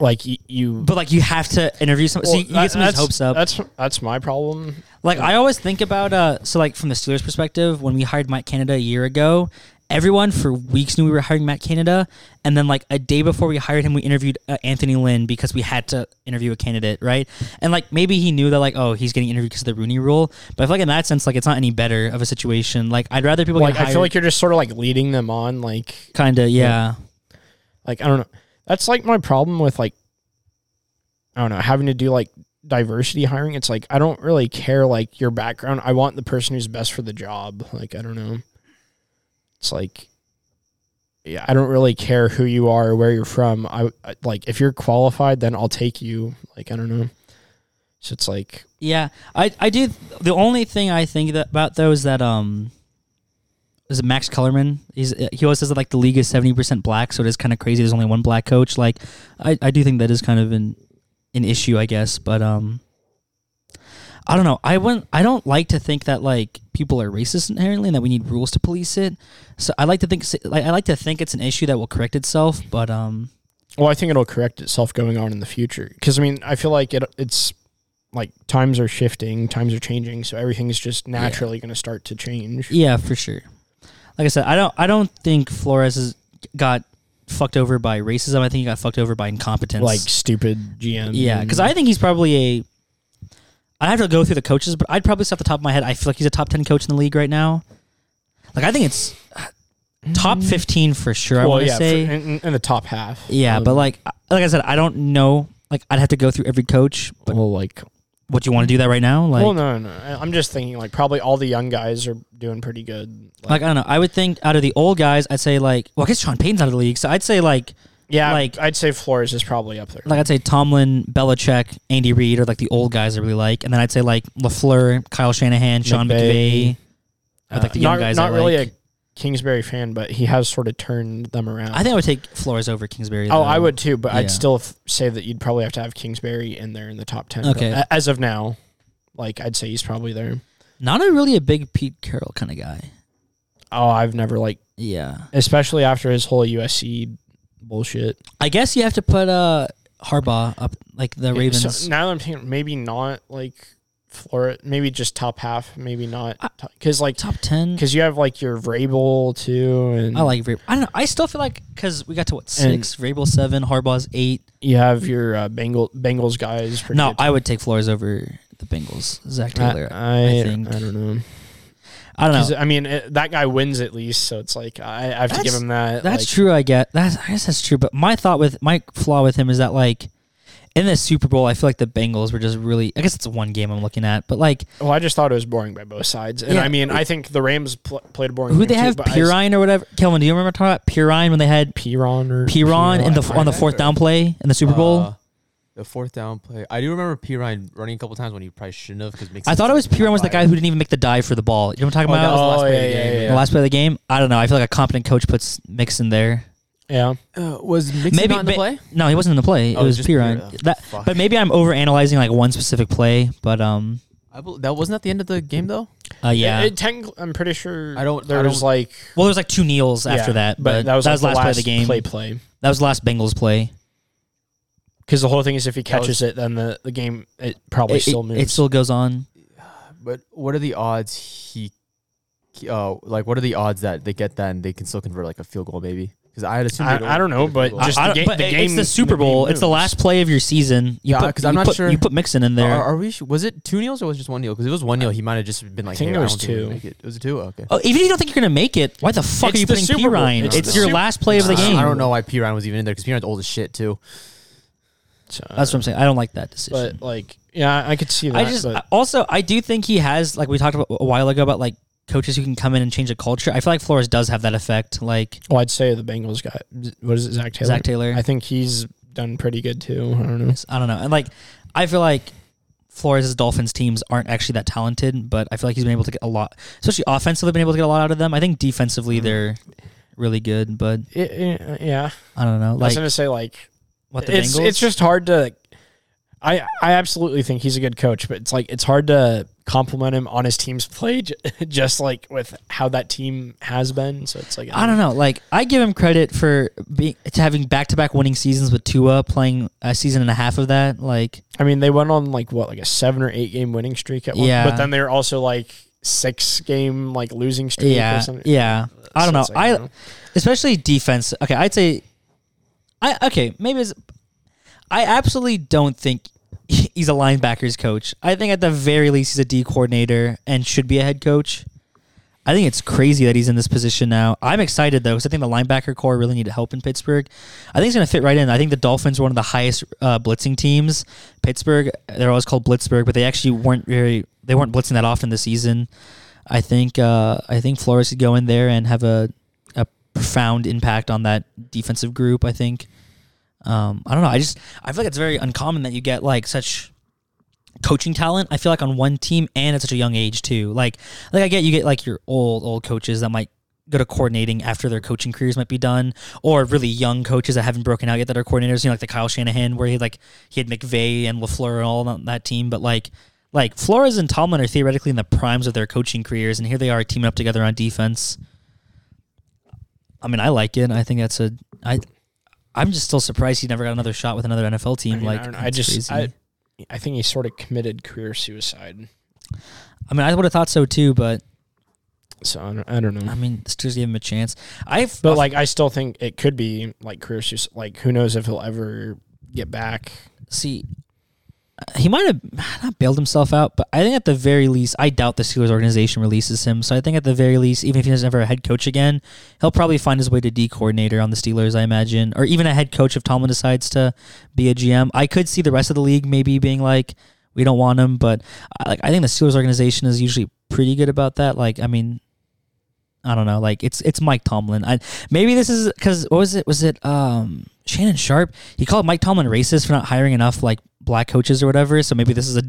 [SPEAKER 2] like y- you
[SPEAKER 3] but like you have to interview someone. so you, you
[SPEAKER 2] Well, that-
[SPEAKER 3] get someone's hopes up.
[SPEAKER 2] That's that's my problem.
[SPEAKER 3] Like I always think about uh so like from the Steelers perspective, when we hired Matt Canada a year ago, everyone for weeks knew we were hiring Matt Canada, and then like a day before we hired him, we interviewed uh, Anthony Lynn because we had to interview a candidate, right? And like maybe he knew that like oh he's getting interviewed because of the Rooney Rule, but I feel like in that sense like it's not any better of a situation. Like I'd rather people
[SPEAKER 2] Like
[SPEAKER 3] get
[SPEAKER 2] I feel
[SPEAKER 3] hired-
[SPEAKER 2] like you're just sort of like leading them on like
[SPEAKER 3] kinda yeah.
[SPEAKER 2] like I don't know. That's like my problem with like I don't know having to do like diversity hiring. It's like I don't really care like your background. I want the person who's best for the job. Like I don't know. It's like, yeah, I don't really care who you are or where you're from. I, I like if you're qualified, then I'll take you. Like I don't know. So it's like
[SPEAKER 3] Yeah, I I do. The only thing I think that about though is that um, is it Max Kellerman? He's uh, he always says that like the league is seventy percent black, so it is kind of crazy. There's only one black coach. Like, I I do think that is kind of an an issue, I guess. But um, I don't know. I wouldn't. I don't like to think that like people are racist inherently, and that we need rules to police it. So I like to think like I like to think it's an issue that will correct itself. But um,
[SPEAKER 2] Well, I think it'll correct itself going on in the future. Because I mean, I feel like it. It's like times are shifting, times are changing, so everything's just naturally going to start to change.
[SPEAKER 3] Yeah, for sure. Like I said, I don't I don't think Flores has got fucked over by racism. I think he got fucked over by incompetence.
[SPEAKER 2] Like stupid GM.
[SPEAKER 3] yeah, because I think he's probably a. I'd have to go through the coaches, but I'd probably say off the top of my head, I feel like he's a top ten coach in the league right now. Like I think it's top fifteen for sure. I
[SPEAKER 2] well,
[SPEAKER 3] want to
[SPEAKER 2] yeah, for-
[SPEAKER 3] say
[SPEAKER 2] in, in the top half.
[SPEAKER 3] yeah,
[SPEAKER 2] Um,
[SPEAKER 3] but like like I said, I don't know. Like I'd have to go through every coach. But
[SPEAKER 2] well, like,
[SPEAKER 3] what do you want to do that right now? Like
[SPEAKER 2] well, no, no. I- I'm just thinking like probably all the young guys are doing pretty good.
[SPEAKER 3] like I don't know. I would think out of the old guys, I'd say like well, I guess Sean Payton's out of the league, so I'd say like
[SPEAKER 2] yeah,
[SPEAKER 3] like-
[SPEAKER 2] like I'd say Flores is probably up there.
[SPEAKER 3] like I'd say Tomlin, Belichick, Andy Reid are like the old guys I really like, and then I'd say like Lafleur, Kyle Shanahan, Sean McVay.
[SPEAKER 2] McVay.
[SPEAKER 3] I like the
[SPEAKER 2] Uh,
[SPEAKER 3] young
[SPEAKER 2] not,
[SPEAKER 3] guys.
[SPEAKER 2] Not
[SPEAKER 3] I
[SPEAKER 2] really
[SPEAKER 3] like.
[SPEAKER 2] a Kingsbury fan, but he has sort of turned them around.
[SPEAKER 3] I think I would take Flores over Kingsbury.
[SPEAKER 2] Oh,
[SPEAKER 3] though.
[SPEAKER 2] I would too, but
[SPEAKER 3] Yeah.
[SPEAKER 2] I'd still f- say that you'd probably have to have Kingsbury in there in the top ten.
[SPEAKER 3] Okay.
[SPEAKER 2] A- as of now, like I'd say he's probably there.
[SPEAKER 3] Not a really a big Pete Carroll kind of guy.
[SPEAKER 2] Oh, I've never like,
[SPEAKER 3] Yeah,
[SPEAKER 2] especially after his whole USC bullshit.
[SPEAKER 3] I guess you have to put uh Harbaugh up like the Ravens.
[SPEAKER 2] So now that I'm thinking maybe not like Florida, maybe just top half, maybe not because like
[SPEAKER 3] Top ten.
[SPEAKER 2] because you have like your Vrabel too, and
[SPEAKER 3] I like Vrabel. I don't know. I still feel like because we got to what
[SPEAKER 2] And-
[SPEAKER 3] six, Vrabel seven, Harbaugh's eight.
[SPEAKER 2] you have your uh, Bengal Bengals guys. pretty
[SPEAKER 3] No,
[SPEAKER 2] good,
[SPEAKER 3] I would take Flores over the Bengals. Zach
[SPEAKER 2] too. I,
[SPEAKER 3] Taylor.
[SPEAKER 2] I,
[SPEAKER 3] I think.
[SPEAKER 2] I don't know.
[SPEAKER 3] I don't know.
[SPEAKER 2] 'Cause, I mean, it, that guy wins at least, so it's like I, I have to give
[SPEAKER 3] That's-
[SPEAKER 2] him that.
[SPEAKER 3] That's
[SPEAKER 2] like,
[SPEAKER 3] true. I get that's I guess that's true. But my thought with my flaw with him is that like in the Super Bowl, I feel like the Bengals were just really. I guess it's one game I'm looking at, but like
[SPEAKER 2] Well, I just thought it was boring by both sides, and
[SPEAKER 3] Yeah.
[SPEAKER 2] I mean, I think the Rams pl- played a boring.
[SPEAKER 3] who
[SPEAKER 2] game
[SPEAKER 3] they
[SPEAKER 2] too,
[SPEAKER 3] have
[SPEAKER 2] but I-
[SPEAKER 3] Pirine or whatever. Kelvin, do you remember talking about Pirine when they had
[SPEAKER 2] Piron or
[SPEAKER 3] Piron in the
[SPEAKER 2] I-
[SPEAKER 3] on the fourth down play in the Super Bowl?
[SPEAKER 4] Uh, the fourth down play. I do remember P Ryan running a couple times when he probably shouldn't have because
[SPEAKER 3] I thought it was Piron was the guy who didn't even make the dive for the ball. You know what I'm talking
[SPEAKER 4] Oh, that
[SPEAKER 3] about?
[SPEAKER 4] was the last
[SPEAKER 2] Oh,
[SPEAKER 4] play of the
[SPEAKER 2] yeah,
[SPEAKER 4] game.
[SPEAKER 2] yeah,
[SPEAKER 3] The last play of the game. I don't know. I feel like a competent coach puts Mix in there.
[SPEAKER 2] Yeah,
[SPEAKER 4] Uh, was Mixon
[SPEAKER 3] maybe
[SPEAKER 4] not in the
[SPEAKER 3] ma-
[SPEAKER 4] play?
[SPEAKER 3] No, he wasn't in the play.
[SPEAKER 4] Oh,
[SPEAKER 3] it
[SPEAKER 4] it
[SPEAKER 3] was
[SPEAKER 4] was just
[SPEAKER 3] Piron.
[SPEAKER 4] Piron.
[SPEAKER 3] That,
[SPEAKER 4] Fuck.
[SPEAKER 3] but maybe I'm over analyzing like one specific play. But um,
[SPEAKER 4] I bel that wasn't at the end of the game though.
[SPEAKER 3] uh, yeah.
[SPEAKER 2] It, it technically- I'm pretty sure.
[SPEAKER 4] I don't-
[SPEAKER 2] There
[SPEAKER 4] I
[SPEAKER 2] was
[SPEAKER 4] don't-
[SPEAKER 2] like
[SPEAKER 3] Well, there's like two kneels after
[SPEAKER 2] yeah,
[SPEAKER 3] that, but, that was,
[SPEAKER 2] like
[SPEAKER 3] last play of the game.
[SPEAKER 2] Play play
[SPEAKER 3] That was the last Bengals play.
[SPEAKER 2] because the whole thing is if he
[SPEAKER 4] That
[SPEAKER 2] catches it, then the, the game it probably
[SPEAKER 3] It,
[SPEAKER 2] still
[SPEAKER 3] it-
[SPEAKER 2] moves.
[SPEAKER 3] it still goes on.
[SPEAKER 4] But what are the odds he, uh, like what are the odds that they get that and they can still convert like a field goal maybe? Because I had assumed
[SPEAKER 2] I-
[SPEAKER 4] they'd
[SPEAKER 2] I don't know,
[SPEAKER 4] get a field
[SPEAKER 2] but
[SPEAKER 4] goal.
[SPEAKER 2] just-
[SPEAKER 3] I- I
[SPEAKER 2] the
[SPEAKER 3] don't-
[SPEAKER 2] ga-
[SPEAKER 3] but
[SPEAKER 2] the
[SPEAKER 3] it- it's
[SPEAKER 2] game-
[SPEAKER 3] the Super
[SPEAKER 2] the game
[SPEAKER 3] Bowl. It's the
[SPEAKER 2] moves.
[SPEAKER 3] last play of your season. You
[SPEAKER 4] Yeah,
[SPEAKER 3] put,
[SPEAKER 4] 'cause I'm
[SPEAKER 3] you
[SPEAKER 4] not
[SPEAKER 3] put-
[SPEAKER 4] sure.
[SPEAKER 3] You put Mixon in there.
[SPEAKER 4] Are, Uh, are we? sh- Was it two nils or was it just one nil? Because it was one nil. He might have just been like,
[SPEAKER 2] think
[SPEAKER 4] hey,
[SPEAKER 2] it was
[SPEAKER 4] don't think we'll
[SPEAKER 2] two.
[SPEAKER 4] make it. it was a two. Okay.
[SPEAKER 3] oh, even if you don't think you're gonna make it, why the fuck
[SPEAKER 2] It's
[SPEAKER 3] are you
[SPEAKER 2] the
[SPEAKER 3] putting
[SPEAKER 2] Super
[SPEAKER 3] P
[SPEAKER 2] Bowl.
[SPEAKER 3] Ryan?
[SPEAKER 4] It's
[SPEAKER 3] It's,
[SPEAKER 4] the
[SPEAKER 3] your
[SPEAKER 2] Sup-
[SPEAKER 3] last play of the
[SPEAKER 4] Uh, I don't-
[SPEAKER 3] game.
[SPEAKER 4] I don't know why P Ryan was even in there because P Ryan's old as shit too.
[SPEAKER 2] So,
[SPEAKER 3] That's what I'm saying. I don't like that decision.
[SPEAKER 2] But like, yeah, I could see that.
[SPEAKER 3] I just
[SPEAKER 2] but,
[SPEAKER 3] also I do think he has like we talked about a while ago about like coaches who can come in and change the culture. I feel like Flores does have that effect. Like
[SPEAKER 2] well, I'd say the Bengals got what is it, Zach Taylor?
[SPEAKER 3] Zach Taylor.
[SPEAKER 2] I think he's done pretty good too. I don't know.
[SPEAKER 3] Yes, I don't know. And like, I feel like Flores' Dolphins teams aren't actually that talented, but I feel like he's been able to get a lot, especially offensively, been able to get a lot out of them. I think
[SPEAKER 2] Mm-hmm.
[SPEAKER 3] defensively they're really good, but
[SPEAKER 2] It- it- yeah,
[SPEAKER 3] I don't know.
[SPEAKER 2] I was
[SPEAKER 3] Like
[SPEAKER 2] gonna say like
[SPEAKER 3] what the
[SPEAKER 2] it's
[SPEAKER 3] Bengals?
[SPEAKER 2] it's just hard to. I I absolutely think he's a good coach, but it's like it's hard to compliment him on his team's play, j- just like with how that team has been. So it's like
[SPEAKER 3] I don't know. Like I give him credit for being to having back to back winning seasons with Tua playing a season and a half of that. Like
[SPEAKER 2] I mean, they went on like what like a seven or eight game winning streak at one,
[SPEAKER 3] Yeah.
[SPEAKER 2] but then they were also like six game like losing streak. or
[SPEAKER 3] yeah,
[SPEAKER 2] something.
[SPEAKER 3] yeah. I
[SPEAKER 2] So
[SPEAKER 3] don't know.
[SPEAKER 2] it's like,
[SPEAKER 3] I especially defense. Okay, I'd say, I okay maybe it's, I absolutely don't think he's a linebackers coach. I think at the very least he's a D coordinator and should be a head coach. I think it's crazy that he's in this position now. I'm excited though because I think the linebacker core really need help in Pittsburgh. I think he's going to fit right in. I think the Dolphins were one of the highest uh, blitzing teams. Pittsburgh, they're always called Blitzburg, but they actually weren't very. They weren't blitzing that often this season. I think uh, I think Flores could go in there and have a profound impact on that defensive group. I think. Um, I don't know. I just I feel like it's very uncommon that you get like such coaching talent. I feel like on one team and at such a young age too. Like like I get you get like your old old coaches that might go to coordinating after their coaching careers might be done, or really young coaches that haven't broken out yet that are coordinators. You know, like the Kyle Shanahan where he like he had McVay and Lafleur and all on that team, but like. Like Flores and Tomlin are theoretically in the primes of their coaching careers, and here they are teaming up together on defense. I mean, I like it. I think that's a. I, I'm just still surprised he never got another shot with another NFL team.
[SPEAKER 2] I mean,
[SPEAKER 3] like,
[SPEAKER 2] I, don't know. I
[SPEAKER 3] that's
[SPEAKER 2] just
[SPEAKER 3] crazy.
[SPEAKER 2] I, I think he sort of committed career suicide.
[SPEAKER 3] I mean, I would have thought so too, but
[SPEAKER 2] So I don't, I don't know.
[SPEAKER 3] I mean, the Steelers gave him a chance. I
[SPEAKER 2] Mm. But like, I still think it could be like career suicide. Like, who knows if he'll ever get back?
[SPEAKER 3] see, he might have not bailed himself out, but I think at the very least, I doubt the Steelers organization releases him. So I think at the very least, even if he doesn't ever a head coach again, he'll probably find his way to D coordinator on the Steelers, I imagine, or even a head coach if Tomlin decides to be a GM. I could see the rest of the league maybe being like, we don't want him, but I, like I think the Steelers organization is usually pretty good about that. Like, I mean. I don't know. Like it's it's Mike Tomlin. I maybe this is because what was it? Was it um Shannon Sharp? He called Mike Tomlin racist for not hiring enough like black coaches or whatever. So maybe this is a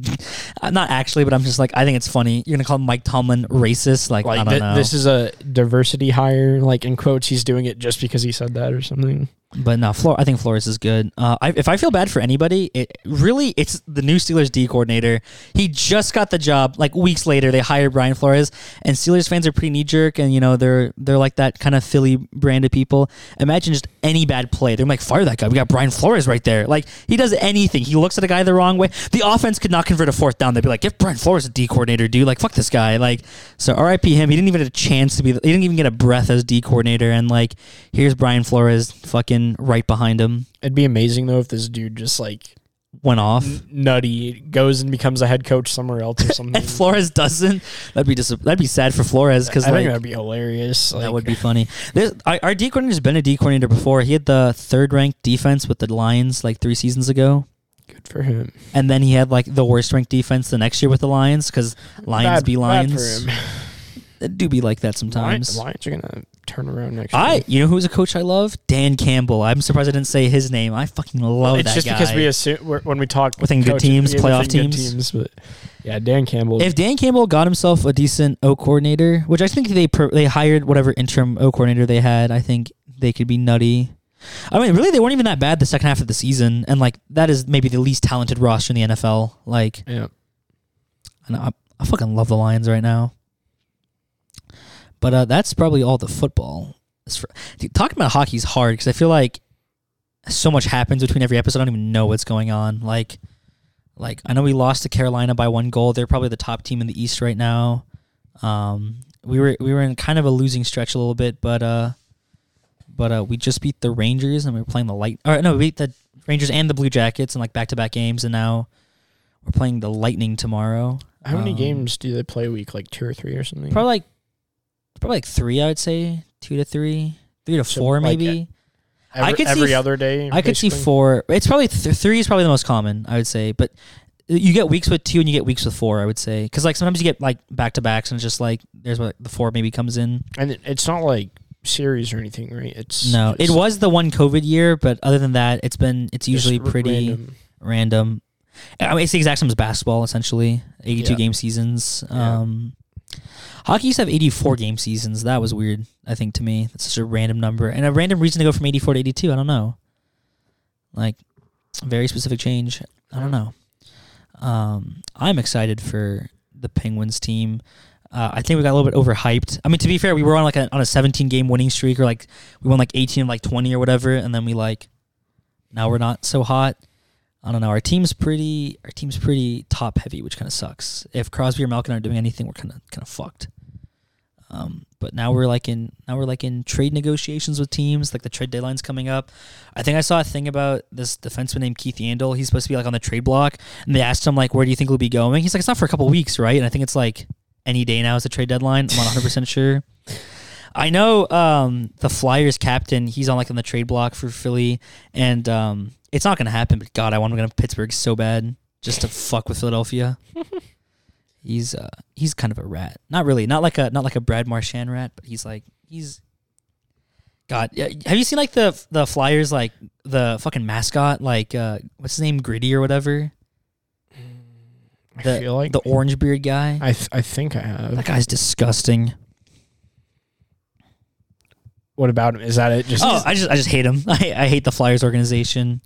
[SPEAKER 3] I'm not actually, but I'm just like I think it's funny. You're gonna call Mike Tomlin racist? Like, I
[SPEAKER 2] Like,
[SPEAKER 3] don't
[SPEAKER 2] th-
[SPEAKER 3] know.
[SPEAKER 2] this is a diversity hire. Like in quotes, he's doing it just because he said that or something.
[SPEAKER 3] But no, Flor- I think Flores is good. Uh, I, if I feel bad for anybody, it really it's the new Steelers D coordinator. He just got the job. Like weeks later, they hired Brian Flores, and Steelers fans are pretty knee jerk, and you know they're they're like that kind of Philly brand of people. Imagine just any bad play, they're like fire that guy. We got Brian Flores right there. Like he does anything. He looks at a guy the wrong way. The offense could not convert a fourth down. They'd be like, give Brian Flores a D coordinator, dude. Like fuck this guy. Like so, R.I.P. him. He didn't even get a chance to be. He didn't even get a breath as D coordinator, and like here's Brian Flores fucking right behind him.
[SPEAKER 2] It'd be amazing though if this dude just like
[SPEAKER 3] Went off.
[SPEAKER 2] nutty goes and becomes a head coach somewhere else or something.
[SPEAKER 3] And Flores doesn't. That'd be dis- that'd be sad for Flores because
[SPEAKER 2] I
[SPEAKER 3] like,
[SPEAKER 2] think that'd be hilarious. Like,
[SPEAKER 3] that would be funny. There's, our, our D coordinator's been a D coordinator before. He had the third ranked defense with the Lions like three seasons ago,
[SPEAKER 2] good for him.
[SPEAKER 3] and then he had like the worst ranked defense the next year with the Lions because Lions
[SPEAKER 2] Bad-
[SPEAKER 3] be
[SPEAKER 2] bad
[SPEAKER 3] Lions.
[SPEAKER 2] for him.
[SPEAKER 3] It do be like that
[SPEAKER 2] Lions,
[SPEAKER 3] sometimes.
[SPEAKER 2] Lions are gonna turn around next.
[SPEAKER 3] I,
[SPEAKER 2] year.
[SPEAKER 3] you know who's a coach I love? Dan Campbell. I'm surprised I didn't say his name. I fucking love
[SPEAKER 2] it's
[SPEAKER 3] that
[SPEAKER 2] just
[SPEAKER 3] guy.
[SPEAKER 2] because we assume we're, when we talk
[SPEAKER 3] Within good teams,
[SPEAKER 2] yeah,
[SPEAKER 3] playoff
[SPEAKER 2] within good
[SPEAKER 3] teams.
[SPEAKER 2] but yeah, Dan Campbell.
[SPEAKER 3] if Dan Campbell got himself a decent O coordinator, which I think they per, they hired whatever interim O coordinator they had, I think they could be nutty. I mean, really, they weren't even that bad the second half of the season, and like that is maybe the least talented roster in the NFL. Like,
[SPEAKER 2] yeah,
[SPEAKER 3] and I, I fucking love the Lions right now. But uh, that's probably all the football. It's for- Dude, talking about hockey is hard because I feel like so much happens between every episode. I don't even know what's going on. Like, like I know we lost to Carolina by one goal. They're probably the top team in the East right now. Um, we were we were in kind of a losing stretch a little bit, but uh, but uh, we just beat the Rangers and we were playing the Light. Or no, we beat the Rangers and the Blue Jackets in like back to back games, and now we're playing the Lightning tomorrow.
[SPEAKER 2] how many
[SPEAKER 3] Um,
[SPEAKER 2] games do they play a week? Like two or three or something.
[SPEAKER 3] Probably like probably like three, I would say. Two to three. Three to
[SPEAKER 2] So,
[SPEAKER 3] four
[SPEAKER 2] like,
[SPEAKER 3] maybe.
[SPEAKER 2] every,
[SPEAKER 3] I could see
[SPEAKER 2] every
[SPEAKER 3] f-
[SPEAKER 2] other day.
[SPEAKER 3] I could see
[SPEAKER 2] basically.
[SPEAKER 3] four. It's probably th- three is probably the most common, I would say. But uh, you get weeks with two and you get weeks with four, I would say. Because like sometimes you get like back to backs and it's just like there's what the four maybe comes in.
[SPEAKER 2] and it- it's not like series or anything, right? It's
[SPEAKER 3] No, it
[SPEAKER 2] just-
[SPEAKER 3] was the one COVID year, but other than that, it's been it's
[SPEAKER 2] just
[SPEAKER 3] usually
[SPEAKER 2] r-
[SPEAKER 3] pretty random.
[SPEAKER 2] random.
[SPEAKER 3] I mean, it's the exact same as basketball essentially. Eighty-two
[SPEAKER 2] Yeah.
[SPEAKER 3] game seasons.
[SPEAKER 2] Yeah.
[SPEAKER 3] Um, hockey used to have eighty-four game seasons. That was weird. I think to me, that's such a random number and a random reason to go from eighty-four to eighty-two. I don't know. Like, very specific change. I don't know. Um, I'm excited for the Penguins team. Uh, I think we got a little bit overhyped. I mean, to be fair, we were on like a, on a 17 game winning streak, or like we won like 18 of like 20 or whatever, and then we like now we're not so hot. I don't know. Our team's pretty. Our team's pretty top heavy, which kind of sucks. If Crosby or Malkin aren't doing anything, we're kind of kind of fucked. Um, but now we're like in now we're like in trade negotiations with teams. Like the trade deadline's coming up. I think I saw a thing about this defenseman named Keith Yandel. He's supposed to be like on the trade block, and they asked him like, "Where do you think we'll be going?" He's like, "It's not for a couple weeks, right?" And I think it's like any day now is the trade deadline. I'm not 100 percent sure. I know um, the Flyers captain. He's on like on the trade block for Philly, and um, it's not gonna happen. But God, I want him to go to Pittsburgh so bad just to fuck with Philadelphia. he's uh, he's kind of a rat. Not really. Not like a not like a Brad Marchand rat, but he's like he's God, yeah, have you seen like the the Flyers like the fucking mascot like uh what's his name Gritty or whatever
[SPEAKER 2] I
[SPEAKER 3] the
[SPEAKER 2] feel like
[SPEAKER 3] the orange beard guy.
[SPEAKER 2] I th- I think I have.
[SPEAKER 3] that guy's disgusting.
[SPEAKER 2] What about him? Is that it? Just
[SPEAKER 3] Oh, I just I just hate him. I, I hate the Flyers organization.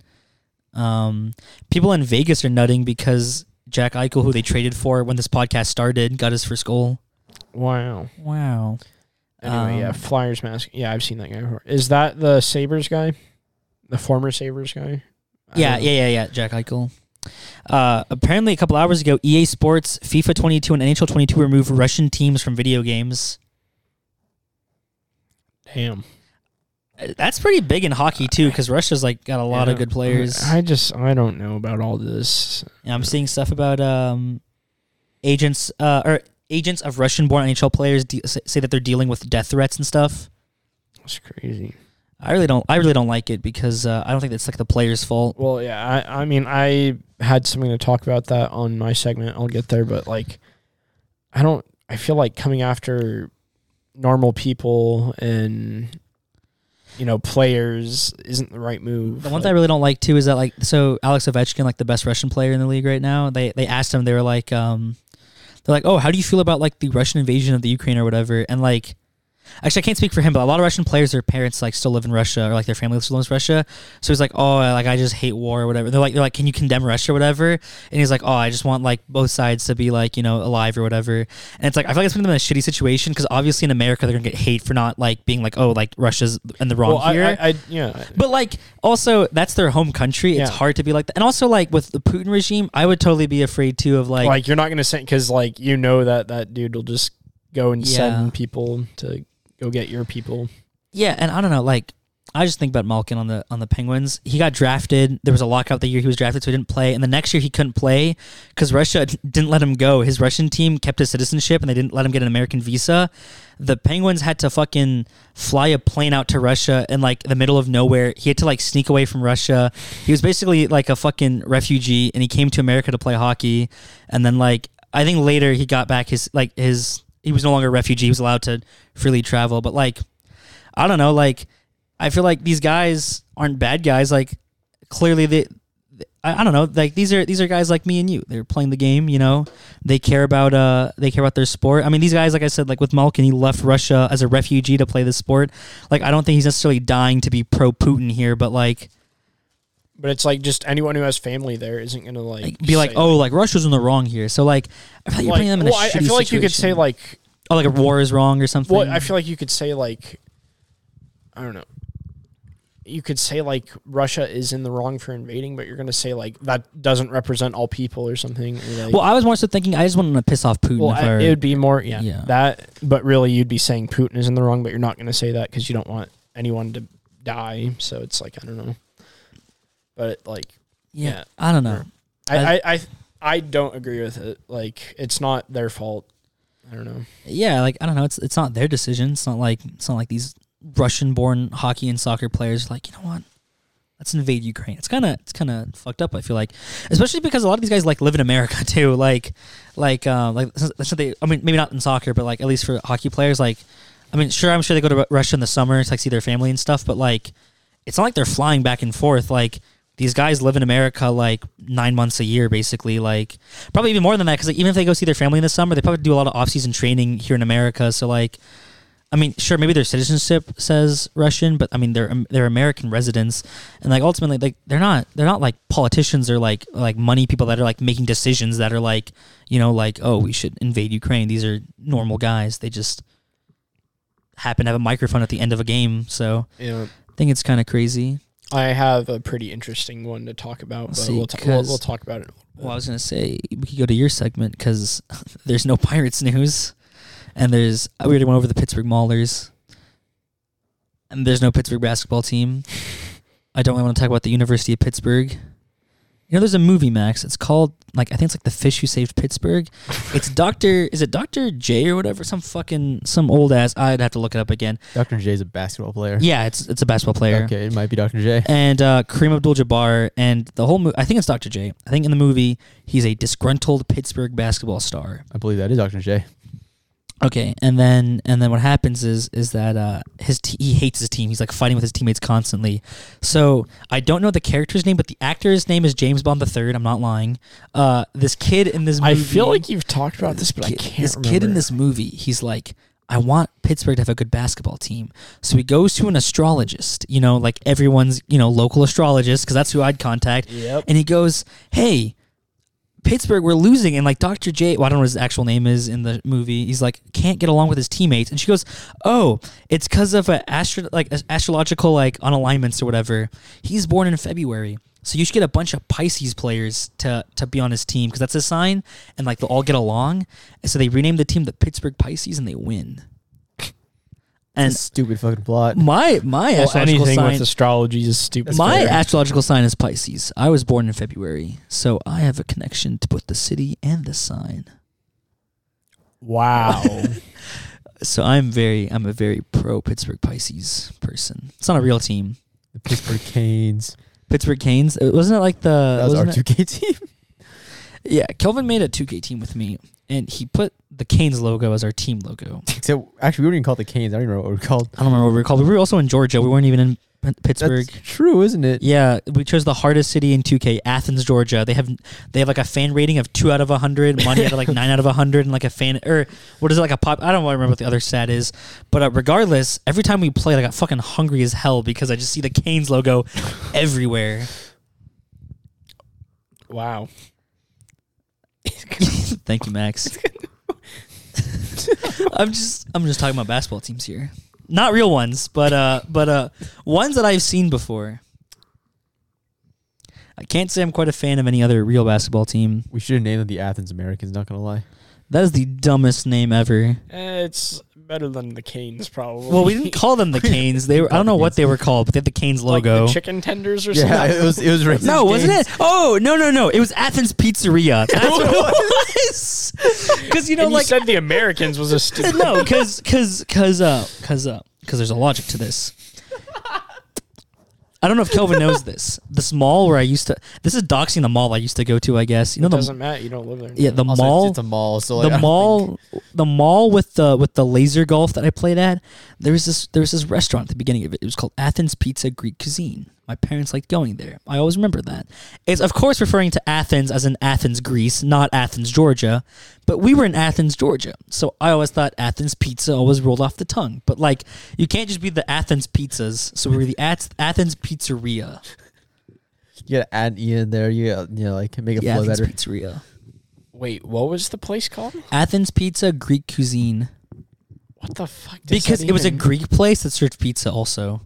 [SPEAKER 3] Um, people in Vegas are nutting because Jack Eichel, who they traded for when this podcast started, got his first goal.
[SPEAKER 2] wow.
[SPEAKER 3] Wow.
[SPEAKER 2] Anyway, yeah,
[SPEAKER 3] Um,
[SPEAKER 2] Flyers mask. Yeah, I've seen that guy before. Is that the Sabers guy? The former Sabers guy? I
[SPEAKER 3] Yeah,
[SPEAKER 2] don't know.
[SPEAKER 3] yeah, yeah, yeah. Jack Eichel. Uh, apparently, a couple hours ago, EA Sports, FIFA 22, and NHL 22 removed Russian teams from video games.
[SPEAKER 2] Damn.
[SPEAKER 3] Uh, That's pretty big in hockey too, because Russia's like got a lot
[SPEAKER 2] Uh, Yeah.
[SPEAKER 3] of good players.
[SPEAKER 2] I just I don't know about all this.
[SPEAKER 3] And I'm seeing stuff about um, agents uh, or agents of Russian-born NHL players de- s- say that they're dealing with death threats and stuff.
[SPEAKER 2] It's crazy.
[SPEAKER 3] I really don't. I really don't like it because uh, I don't think that's like the player's fault.
[SPEAKER 2] Well, yeah, I I mean I had something to talk about that on my segment. I'll get there, but like I don't I feel like coming after normal people and you know, players isn't the right move.
[SPEAKER 3] The one
[SPEAKER 2] Like,
[SPEAKER 3] thing I really don't like too is that like so Alex Ovechkin, like the best Russian player in the league right now, they they asked him, they were like, um, they're like, oh, how do you feel about like the Russian invasion of the Ukraine or whatever? And like, actually, I can't speak for him, but a lot of Russian players, their parents like still live in Russia or like their family still lives in Russia. So he's like, oh, like I just hate war or whatever. They're like, they're like, can you condemn Russia or whatever? And he's like, oh, I just want like both sides to be like you know alive or whatever. And it's like I feel like it's putting them in a shitty situation because obviously in America they're gonna get hate for not like being like oh like Russia's in the wrong
[SPEAKER 2] well, I,
[SPEAKER 3] here.
[SPEAKER 2] I, I yeah.
[SPEAKER 3] But like, also that's their home country. It's
[SPEAKER 2] Yeah.
[SPEAKER 3] hard to be like that. And also, like with the Putin regime, I would totally be afraid too of like,
[SPEAKER 2] like, you're not gonna send because like you know that that dude will just go and
[SPEAKER 3] Yeah.
[SPEAKER 2] send people to go get your people.
[SPEAKER 3] yeah, and I don't know, like. I just think about Malkin on the on the Penguins. He got drafted. There was a lockout the year he was drafted, so he didn't play. And the next year he couldn't play because Russia d- didn't let him go. His Russian team kept his citizenship, and they didn't let him get an American visa. The Penguins had to fucking fly a plane out to Russia in like the middle of nowhere. He had to like sneak away from Russia. He was basically like a fucking refugee, and he came to America to play hockey. And then like I think later he got back his like his he was no longer a refugee. He was allowed to freely travel, but like. I don't know. Like, I feel like these guys aren't bad guys. Like, clearly they. I, I don't know. Like these are these are guys like me and you. They're playing the game. You know, they care about uh they care about their sport. I mean, these guys, like I said, like with Malkin, he left Russia as a refugee to play this sport. Like, I don't think he's necessarily dying to be pro Putin here, but like,
[SPEAKER 2] But it's like just anyone who has family there isn't gonna like,
[SPEAKER 3] like, be like,
[SPEAKER 2] say,
[SPEAKER 3] oh, like Russia's in the wrong here. So like, I feel like you're
[SPEAKER 2] like,
[SPEAKER 3] putting them in
[SPEAKER 2] well,
[SPEAKER 3] a
[SPEAKER 2] I I
[SPEAKER 3] shitty
[SPEAKER 2] feel like you could say
[SPEAKER 3] situation.
[SPEAKER 2] like
[SPEAKER 3] oh, like a war is wrong or something.
[SPEAKER 2] well, I feel like you could say like I don't know. You could say like Russia is in the wrong for invading, but you're gonna say like that doesn't represent all people or something. Or like,
[SPEAKER 3] well, I was more so thinking I just wanted to piss off Putin.
[SPEAKER 2] Well,
[SPEAKER 3] if
[SPEAKER 2] I-
[SPEAKER 3] I were-
[SPEAKER 2] it would be more yeah,
[SPEAKER 3] Yeah.
[SPEAKER 2] that. But really, you'd be saying Putin is in the wrong, but you're not going to say that because you don't want anyone to die. So it's like I don't know. But like
[SPEAKER 3] yeah,
[SPEAKER 2] yeah.
[SPEAKER 3] I don't know.
[SPEAKER 2] I I, I I don't agree with it. Like it's not their fault. I don't know.
[SPEAKER 3] yeah, like I don't know, it's it's not their decision. It's not like it's not like these Russian-born hockey and soccer players are like, you know what? Let's invade Ukraine. It's kind of it's kind of fucked up. I feel like, especially because a lot of these guys like live in America too. Like, like, uh, like since- since they. I mean, maybe not in soccer, but like at least for hockey players, like, I mean, sure, I'm sure they go to Ru- Russia in the summer to like see their family and stuff, but like, it's not like they're flying back and forth. Like these guys live in America like nine months a year, basically. Like probably even more than that, because like, even if they go see their family in the summer, they probably do a lot of off-season training here in America. So like, I mean, sure, maybe their citizenship says Russian, but I mean they're um, they're American residents, and like ultimately, like they're not they're not like politicians or like like money people that are like making decisions that are like you know like oh we should invade Ukraine. These are normal guys. They just happen to have a microphone at the end of a game. So
[SPEAKER 2] Yeah.
[SPEAKER 3] I think it's kind of crazy.
[SPEAKER 2] I have a pretty interesting one to talk about, but
[SPEAKER 3] See,
[SPEAKER 2] we'll, ta- we'll
[SPEAKER 3] 'cause-
[SPEAKER 2] we'll talk about it.
[SPEAKER 3] Well, I was gonna say we could go to your segment because there's no Pirates news, and there's we already went over the Pittsburgh Maulers, and there's no Pittsburgh basketball team. I don't really want to talk about the University of Pittsburgh. You know, there's a movie, Max. It's called like I think it's like the fish who saved Pittsburgh. It's Doctor, is it Doctor J or whatever? Some fucking some old ass. I'd have to look it up again.
[SPEAKER 4] Dr. J is a basketball player.
[SPEAKER 3] Yeah, it's it's a basketball player
[SPEAKER 4] Okay, it might be Dr. J.
[SPEAKER 3] and uh, Kareem Abdul-Jabbar and the whole movie. I think it's Dr. J. I think in the movie he's a disgruntled Pittsburgh basketball star.
[SPEAKER 4] I believe that is Dr. J.
[SPEAKER 3] Okay, and then and then what happens is is that uh, his t- he hates his team. He's like fighting with his teammates constantly. So I don't know the character's name, but the actor's name is James Bond the Third. I'm not lying. Uh, this kid in this movie,
[SPEAKER 2] I feel like you've talked about this, but I
[SPEAKER 3] kid-
[SPEAKER 2] can't
[SPEAKER 3] This kid in
[SPEAKER 2] remember.
[SPEAKER 3] this movie, he's like, I want Pittsburgh to have a good basketball team. So he goes to an astrologist, you know, like everyone's you know local astrologist because that's who I'd contact.
[SPEAKER 2] Yep.
[SPEAKER 3] And he goes, Hey, Pittsburgh, we're losing. And like Dr. J, well, I don't know what his actual name is in the movie. He's like, can't get along with his teammates. And she goes, oh, it's because of a astro- like a- astrological like unalignments or whatever. He's born in February. So you should get a bunch of Pisces players to, to be on his team because that's a sign. And like they'll all get along. And so they rename the team the Pittsburgh Pisces and they win. And
[SPEAKER 4] Stupid fucking plot.
[SPEAKER 3] my my
[SPEAKER 2] Well,
[SPEAKER 3] astrological
[SPEAKER 2] anything
[SPEAKER 3] sign
[SPEAKER 2] with astrology is stupid.
[SPEAKER 3] my
[SPEAKER 2] Fair.
[SPEAKER 3] astrological sign is Pisces. I was born in February, so I have a connection to both the city and the sign.
[SPEAKER 2] wow.
[SPEAKER 3] So I'm very, I'm a very pro Pittsburgh Pisces person. It's not a real team.
[SPEAKER 4] The Pittsburgh Canes.
[SPEAKER 3] Pittsburgh Canes. uh, Wasn't it like the?
[SPEAKER 4] That was our
[SPEAKER 3] wasn't it-
[SPEAKER 4] 2K team.
[SPEAKER 3] yeah, Kelvin made a 2K team with me, and he put the Canes logo as our team logo.
[SPEAKER 4] Except, actually, we weren't even called the Canes. I don't even remember what we are called.
[SPEAKER 3] I don't remember what we were called. but We were also in Georgia. We weren't even in P- Pittsburgh.
[SPEAKER 4] That's true, isn't it?
[SPEAKER 3] Yeah, we chose the hardest city in 2K, Athens, Georgia. They have they have like a fan rating of two out of hundred, money out of like nine out of hundred, and like a fan or what is it like a pop? I don't remember what the other stat is, but uh, regardless, every time we played, I got fucking hungry as hell because I just see the Canes logo everywhere.
[SPEAKER 2] wow.
[SPEAKER 3] Thank you, Max. I'm just I'm just talking about basketball teams here, not real ones, but uh but uh ones that I've seen before. I can't say I'm quite a fan of any other real basketball team.
[SPEAKER 4] We should have named them the Athens Americans, not going to lie.
[SPEAKER 3] That is the dumbest name ever.
[SPEAKER 2] Eh, It's better than the Canes, probably.
[SPEAKER 3] Well, we didn't call them the Canes. They were I don't know what they were called, but they had the Canes
[SPEAKER 2] like
[SPEAKER 3] logo.
[SPEAKER 2] the chicken tenders or
[SPEAKER 4] Yeah,
[SPEAKER 2] something.
[SPEAKER 4] it was, it was racist.
[SPEAKER 3] no, wasn't
[SPEAKER 4] Canes.
[SPEAKER 3] it? Oh, no, no, no. It was Athens Pizzeria. That's what it was. Cuz you know
[SPEAKER 2] and you
[SPEAKER 3] like
[SPEAKER 2] said the Americans was a stupid.
[SPEAKER 3] no, because because because uh because uh because there's a logic to this. I don't know if Kelvin knows this. This mall where I used to this is doxing the mall I used to go to. I guess you know
[SPEAKER 2] It
[SPEAKER 3] the
[SPEAKER 2] doesn't matter. You don't live there.
[SPEAKER 3] yeah the
[SPEAKER 4] Also, it's-
[SPEAKER 3] mall
[SPEAKER 4] It's, a mall. So like, I
[SPEAKER 3] the
[SPEAKER 4] don't
[SPEAKER 3] mall the mall with the with the laser golf that I played at. There was this there was this restaurant at the beginning of it. It was called Athens Pizza Greek Cuisine. My parents liked going there. I always remember that. It's of course referring to Athens as in Athens, Greece, not Athens, Georgia. But we were in Athens, Georgia. So I always thought Athens pizza always rolled off the tongue. But like you can't just be the Athens pizzas. So we were the Ath- Athens Pizzeria.
[SPEAKER 4] Think, you got to add E in there. You gotta, you know, like, make it
[SPEAKER 3] The
[SPEAKER 4] flow
[SPEAKER 3] Athens
[SPEAKER 4] better.
[SPEAKER 3] Pizzeria.
[SPEAKER 2] Wait, what was the place called?
[SPEAKER 3] Athens Pizza Greek Cuisine.
[SPEAKER 2] What the fuck? does
[SPEAKER 3] because
[SPEAKER 2] that
[SPEAKER 3] it was a
[SPEAKER 2] even-
[SPEAKER 3] Greek place that served pizza also.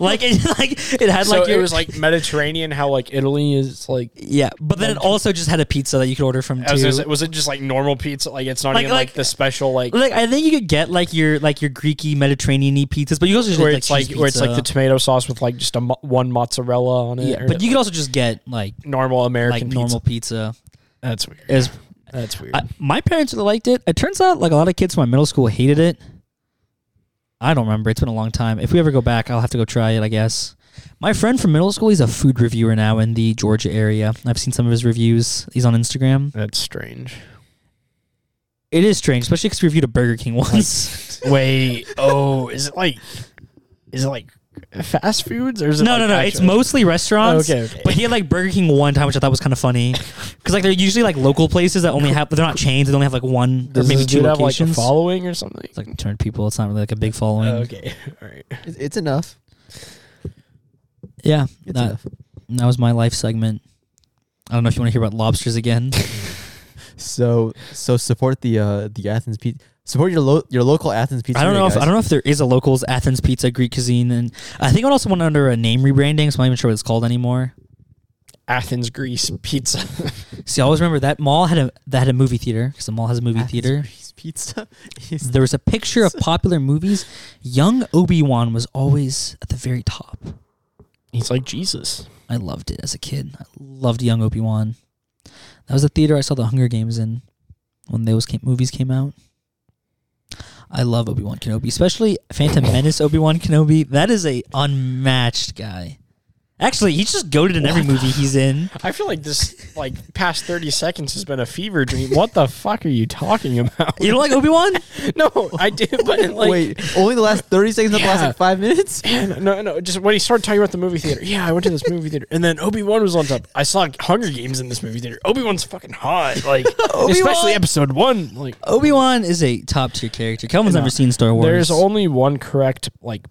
[SPEAKER 3] like it like it had
[SPEAKER 2] So
[SPEAKER 3] like
[SPEAKER 2] it
[SPEAKER 3] your-
[SPEAKER 2] was like Mediterranean. How like Italy is like.
[SPEAKER 3] yeah, but then it also just had a pizza that you could order from
[SPEAKER 2] I was,
[SPEAKER 3] too.
[SPEAKER 2] gonna say, was it just like normal pizza? Like it's not
[SPEAKER 3] Like-
[SPEAKER 2] even like,
[SPEAKER 3] like-
[SPEAKER 2] the special like
[SPEAKER 3] like I think you could get like your like your Greeky Mediterranean-y pizzas, but you also just
[SPEAKER 2] where
[SPEAKER 3] get,
[SPEAKER 2] it's like
[SPEAKER 3] cheese
[SPEAKER 2] where it's like the
[SPEAKER 3] pizza.
[SPEAKER 2] tomato sauce with like just a mo- one mozzarella on it.
[SPEAKER 3] yeah,
[SPEAKER 2] or
[SPEAKER 3] but you could also just get like
[SPEAKER 2] normal American
[SPEAKER 3] like
[SPEAKER 2] pizza.
[SPEAKER 3] normal pizza.
[SPEAKER 2] That's weird.
[SPEAKER 3] It was,
[SPEAKER 2] That's weird.
[SPEAKER 3] I, my parents really liked it. It turns out like a lot of kids from my middle school hated it. I don't remember. It's been a long time. If we ever go back, I'll have to go try it, I guess. My friend from middle school, he's a food reviewer now in the Georgia area. I've seen some of his reviews. He's on Instagram.
[SPEAKER 2] That's strange.
[SPEAKER 3] It is strange, especially because we reviewed a Burger King once.
[SPEAKER 2] Wait, oh, is it like, is it like fast foods or is it?
[SPEAKER 3] no,
[SPEAKER 2] like
[SPEAKER 3] no, no. It's
[SPEAKER 2] actual-
[SPEAKER 3] mostly restaurants.
[SPEAKER 2] Okay, okay.
[SPEAKER 3] But he had like Burger King one time, which I thought was kind of funny, because like they're usually like local places that only have they're not chains. They only have like one
[SPEAKER 2] Does
[SPEAKER 3] or maybe
[SPEAKER 2] this
[SPEAKER 3] two
[SPEAKER 2] dude have like
[SPEAKER 3] locations.
[SPEAKER 2] a following or something?
[SPEAKER 3] it's like 200 people. It's not really like a big following.
[SPEAKER 2] Oh, okay, all right.
[SPEAKER 4] It's, it's enough.
[SPEAKER 3] Yeah,
[SPEAKER 4] It's
[SPEAKER 3] that,
[SPEAKER 4] enough.
[SPEAKER 3] that was my life segment. I don't know if you want to hear about lobsters again.
[SPEAKER 4] So so support the uh, the Athens pizza. Support your lo- your local Athens pizza.
[SPEAKER 3] I don't know if I don't know if there is a locals Athens Pizza Greek Cuisine, and I think it also went under a name rebranding, so I'm not even sure what it's called anymore.
[SPEAKER 2] Athens, Greece, pizza.
[SPEAKER 3] See, I always remember that mall had a that had a movie theater because the mall has a movie theater.
[SPEAKER 4] pizza. is-
[SPEAKER 3] There was a picture of popular movies. Young Obi Wan was always at the very top.
[SPEAKER 2] He's like Jesus.
[SPEAKER 3] I loved it as a kid. I loved Young Obi Wan. That was the theater I saw the Hunger Games in when those came, movies came out. I love Obi Wan Kenobi, especially Phantom Menace Obi Wan Kenobi. That is a unmatched guy. Actually, he's just goaded in every movie he's in.
[SPEAKER 2] I feel like this like past thirty seconds has been a fever dream. What the fuck are you talking about?
[SPEAKER 3] You don't like Obi Wan?
[SPEAKER 2] no, I do, but like
[SPEAKER 4] Wait, only the last 30 seconds of the last
[SPEAKER 2] Yeah.
[SPEAKER 4] like five minutes?
[SPEAKER 2] Man, no, no. Just when he started talking about the movie theater. Yeah, I went to this movie theater, and then Obi Wan was on top. I saw Hunger Games in this movie theater. Obi Wan's fucking hot, like especially episode one. Like
[SPEAKER 3] Obi Wan is a top tier character. Kelvin's never seen Star Wars.
[SPEAKER 2] there's only one correct like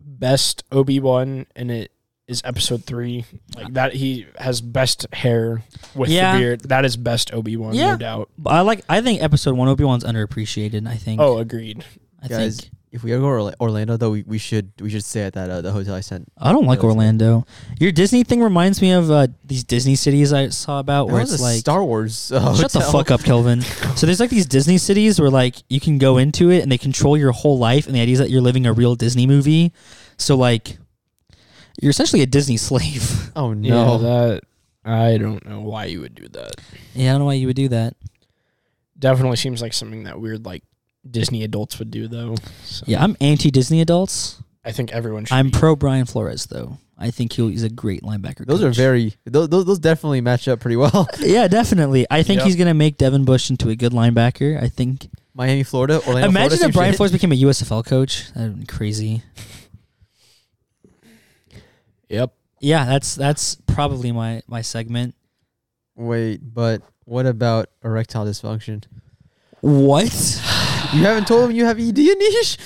[SPEAKER 2] best Obi Wan, and it is episode three. Like that, he has best hair with
[SPEAKER 3] Yeah.
[SPEAKER 2] the beard. That is best Obi Wan,
[SPEAKER 3] Yeah.
[SPEAKER 2] no doubt.
[SPEAKER 3] I like. I think Episode One Obi Wan's underappreciated. I think.
[SPEAKER 2] Oh, agreed.
[SPEAKER 3] I
[SPEAKER 4] Guys,
[SPEAKER 3] think.
[SPEAKER 4] if we ever go to Orla- Orlando, though, we, we should we should stay at that uh, the hotel I sent.
[SPEAKER 3] I don't like
[SPEAKER 4] That was-
[SPEAKER 3] Orlando. Your Disney thing reminds me of uh, these Disney cities I saw about
[SPEAKER 4] That
[SPEAKER 3] where
[SPEAKER 4] was
[SPEAKER 3] it's
[SPEAKER 4] a
[SPEAKER 3] like
[SPEAKER 4] Star Wars. Uh,
[SPEAKER 3] Shut the fuck up, Kelvin. So there's like these Disney cities where like you can go into it and they control your whole life, and the idea is that you're living a real Disney movie. So like, you're essentially a Disney slave.
[SPEAKER 4] Oh no!
[SPEAKER 2] that I don't know why you would do that.
[SPEAKER 3] yeah, I don't know why you would do that.
[SPEAKER 2] Definitely seems like something that weird like Disney adults would do though. So.
[SPEAKER 3] Yeah, I'm anti-Disney adults.
[SPEAKER 2] I think everyone should.
[SPEAKER 3] I'm pro Brian Flores though. I think he'll, he's a great linebacker.
[SPEAKER 4] those are
[SPEAKER 3] coach.
[SPEAKER 4] very those, those those definitely match up pretty well.
[SPEAKER 3] yeah, definitely. I think
[SPEAKER 2] Yep.
[SPEAKER 3] he's gonna make Devin Bush into a good linebacker. I think.
[SPEAKER 4] Miami, Florida. Orlando, Florida,
[SPEAKER 3] Imagine
[SPEAKER 4] same
[SPEAKER 3] if Brian
[SPEAKER 4] shit.
[SPEAKER 3] Flores became a USFL coach. That'd be crazy.
[SPEAKER 2] yep.
[SPEAKER 3] Yeah, that's that's probably my my segment.
[SPEAKER 4] Wait, but what about erectile dysfunction?
[SPEAKER 3] What?
[SPEAKER 4] You haven't told him you have ED, Anish.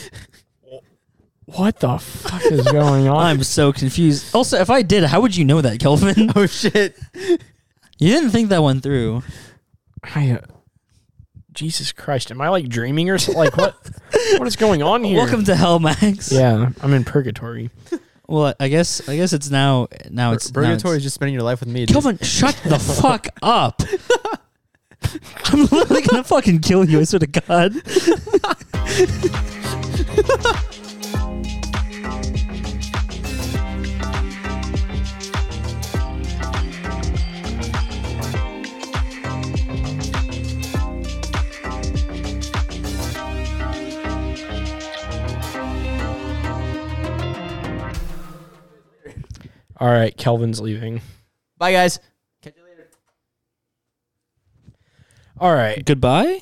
[SPEAKER 2] What the fuck is going on?
[SPEAKER 3] I'm so confused. Also, if I did, how would you know that, Kelvin?
[SPEAKER 4] Oh shit!
[SPEAKER 3] you didn't think that one through.
[SPEAKER 2] I, uh, Jesus Christ, am I like dreaming or something? Like what? what is going on here?
[SPEAKER 3] Welcome to hell, Max.
[SPEAKER 2] Yeah, I'm in purgatory.
[SPEAKER 3] Well, I guess I guess it's now now it's now it's-
[SPEAKER 4] Purgatory is just spending your life with me. dude.
[SPEAKER 3] Kelvin, shut the fuck up. I'm literally gonna fucking kill you. I swear to God.
[SPEAKER 2] All right, Kelvin's leaving.
[SPEAKER 4] Bye, guys.
[SPEAKER 2] All right,
[SPEAKER 3] Goodbye.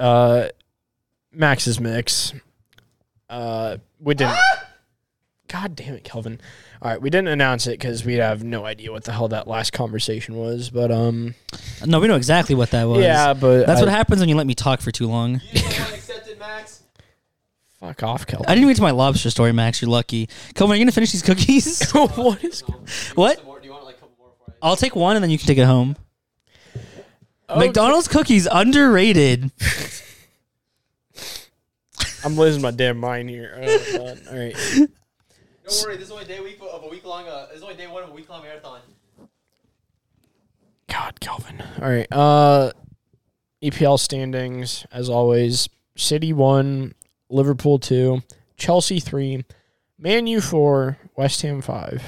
[SPEAKER 2] uh, Max's mix. Uh, we didn't.
[SPEAKER 3] Ah!
[SPEAKER 2] God damn it, Kelvin. All right, we didn't announce it because we have no idea what the hell that last conversation was. But um,
[SPEAKER 3] No, we know exactly what that was.
[SPEAKER 2] yeah, but
[SPEAKER 3] That's
[SPEAKER 2] I-
[SPEAKER 3] what happens when you let me talk for too long.
[SPEAKER 2] Fuck off,
[SPEAKER 3] I
[SPEAKER 2] Kelvin.
[SPEAKER 3] didn't get to my lobster story, Max. You're lucky. Kelvin, are you gonna finish these cookies?
[SPEAKER 2] what is?
[SPEAKER 3] what? I'll take one and then you can take it home.
[SPEAKER 2] Oh,
[SPEAKER 3] McDonald's cookies underrated.
[SPEAKER 2] I'm losing my damn mind here. Oh, God. All right.
[SPEAKER 4] Don't worry. This is only day week of a week long. Uh, this is only day one of a week long marathon.
[SPEAKER 2] God, Kelvin. All right. Uh, EPL standings as always: City one, Liverpool two, Chelsea three, Man U four, West Ham five.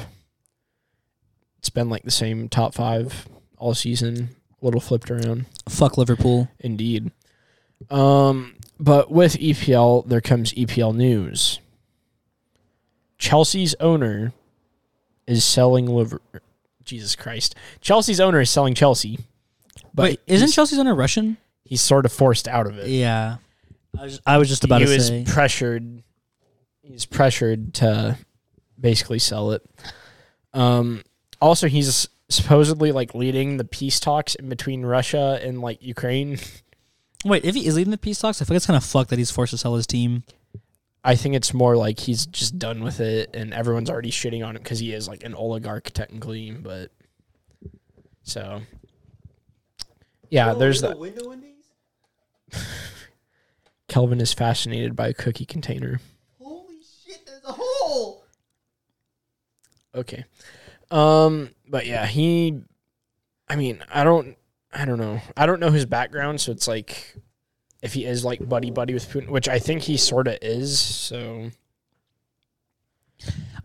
[SPEAKER 2] It's been like the same top five all season. A little flipped around,
[SPEAKER 3] Fuck Liverpool.
[SPEAKER 2] indeed. Um, but with EPL, there comes EPL news. Chelsea's owner is selling Liver. Jesus Christ! Chelsea's owner is selling Chelsea. But
[SPEAKER 3] Wait, isn't
[SPEAKER 2] he's-
[SPEAKER 3] Chelsea's on a Russian?
[SPEAKER 2] he's sort of forced out of it.
[SPEAKER 3] Yeah. I was, I was just about
[SPEAKER 2] he
[SPEAKER 3] to
[SPEAKER 2] was
[SPEAKER 3] say.
[SPEAKER 2] pressured. He's pressured to basically sell it. Um, also, he's supposedly like leading the peace talks in between Russia and like Ukraine.
[SPEAKER 3] Wait, if he is leading the peace talks, I feel like it's kind of fucked that he's forced to sell his team.
[SPEAKER 2] I think it's more like he's just done with it, and everyone's already shitting on him because he is like an oligarch technically. But so, yeah, there's that.
[SPEAKER 4] window in these.
[SPEAKER 2] Kelvin is fascinated by a cookie container.
[SPEAKER 4] Holy shit! There's a hole.
[SPEAKER 2] Okay. Um, but yeah, he I mean, I don't I don't know. I don't know his background, so it's like if he is like buddy buddy with Putin, which I think he sort of is, so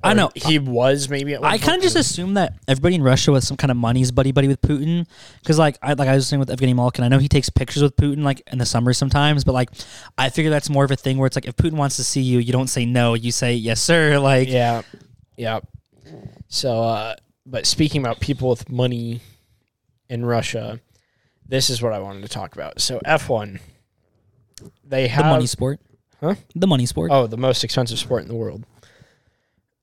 [SPEAKER 3] I know.
[SPEAKER 2] he was maybe at one
[SPEAKER 3] I kind
[SPEAKER 2] point,
[SPEAKER 3] of just
[SPEAKER 2] but-
[SPEAKER 3] assumed that everybody in Russia was some kind of money's buddy buddy with Putin, because like I like I was saying with Evgeny Malkin, I know he takes pictures with Putin like in the summer sometimes, but like I figure that's more of a thing where it's like if Putin wants to see you, you don't say no, you say yes sir. Like
[SPEAKER 2] yeah. Yeah. So, uh, but speaking about people with money in Russia, this is what I wanted to talk about. So F1, they
[SPEAKER 3] The
[SPEAKER 2] have
[SPEAKER 3] money sport.
[SPEAKER 2] Huh?
[SPEAKER 3] The money sport.
[SPEAKER 2] Oh, the most expensive sport in the world.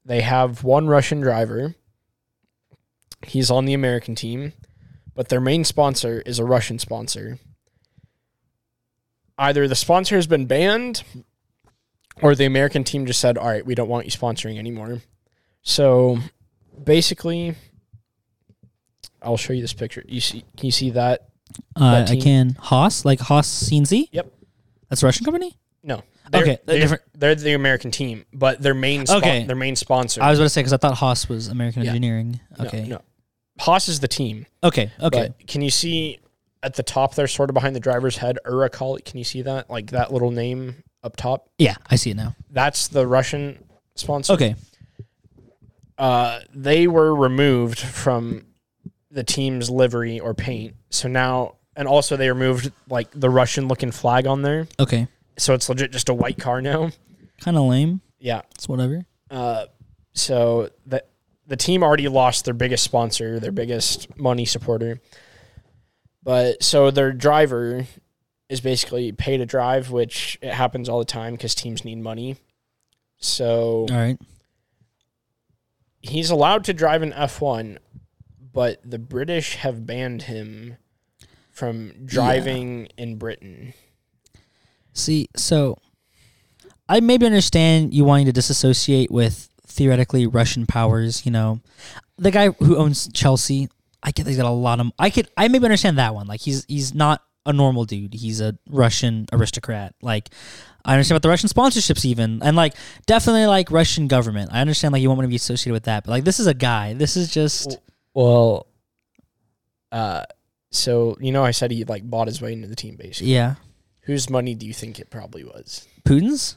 [SPEAKER 2] They have one Russian driver. He's on the American team, but their main sponsor is a Russian sponsor. Either the sponsor has been banned or the American team just said, "All right, we don't want you sponsoring anymore." So, basically I'll show you this picture. You see can you see that?
[SPEAKER 3] uh,
[SPEAKER 2] that
[SPEAKER 3] I
[SPEAKER 2] team.
[SPEAKER 3] can Haas, like Haas CNC.
[SPEAKER 2] Yep.
[SPEAKER 3] That's a Russian company.
[SPEAKER 2] No.
[SPEAKER 3] Okay, they're
[SPEAKER 2] they're,
[SPEAKER 3] different.
[SPEAKER 2] they're the American team, but their main spon-
[SPEAKER 3] Okay.
[SPEAKER 2] their main sponsor.
[SPEAKER 3] I was about to say because I thought Haas was American
[SPEAKER 2] Yeah.
[SPEAKER 3] engineering.
[SPEAKER 2] No,
[SPEAKER 3] Okay.
[SPEAKER 2] No, Haas is the team.
[SPEAKER 3] Okay. Okay.
[SPEAKER 2] But can you see at the top there, sort of behind the driver's head, Urakal? Can you see that? Like that little name up top?
[SPEAKER 3] yeah, I see it now.
[SPEAKER 2] That's the Russian sponsor.
[SPEAKER 3] Okay.
[SPEAKER 2] Uh, they were removed from the team's livery or paint. So now, and also they removed like the Russian looking flag on there.
[SPEAKER 3] Okay.
[SPEAKER 2] So it's legit just a white car now.
[SPEAKER 3] Kind of lame.
[SPEAKER 2] Yeah.
[SPEAKER 3] It's whatever.
[SPEAKER 2] Uh, so the the team already lost their biggest sponsor, their biggest money supporter. But so their driver is basically pay to drive, which it happens all the time because teams need money. So
[SPEAKER 3] All right.
[SPEAKER 2] he's allowed to drive an F one, but the British have banned him from driving in Britain.
[SPEAKER 3] See, so I maybe understand you wanting to disassociate with theoretically Russian powers. You know, the guy who owns Chelsea. I get that he's got a lot of. I could. I maybe understand that one. Like he's he's not a normal dude. He's a Russian aristocrat. Like I understand about the Russian sponsorships even, and like definitely like Russian government. I understand like you won't want to be associated with that, but like this is a guy. This is just
[SPEAKER 2] Well, uh, so you know, I said he like bought his way into the team basically.
[SPEAKER 3] yeah.
[SPEAKER 2] Whose money do you think it probably was?
[SPEAKER 3] Putin's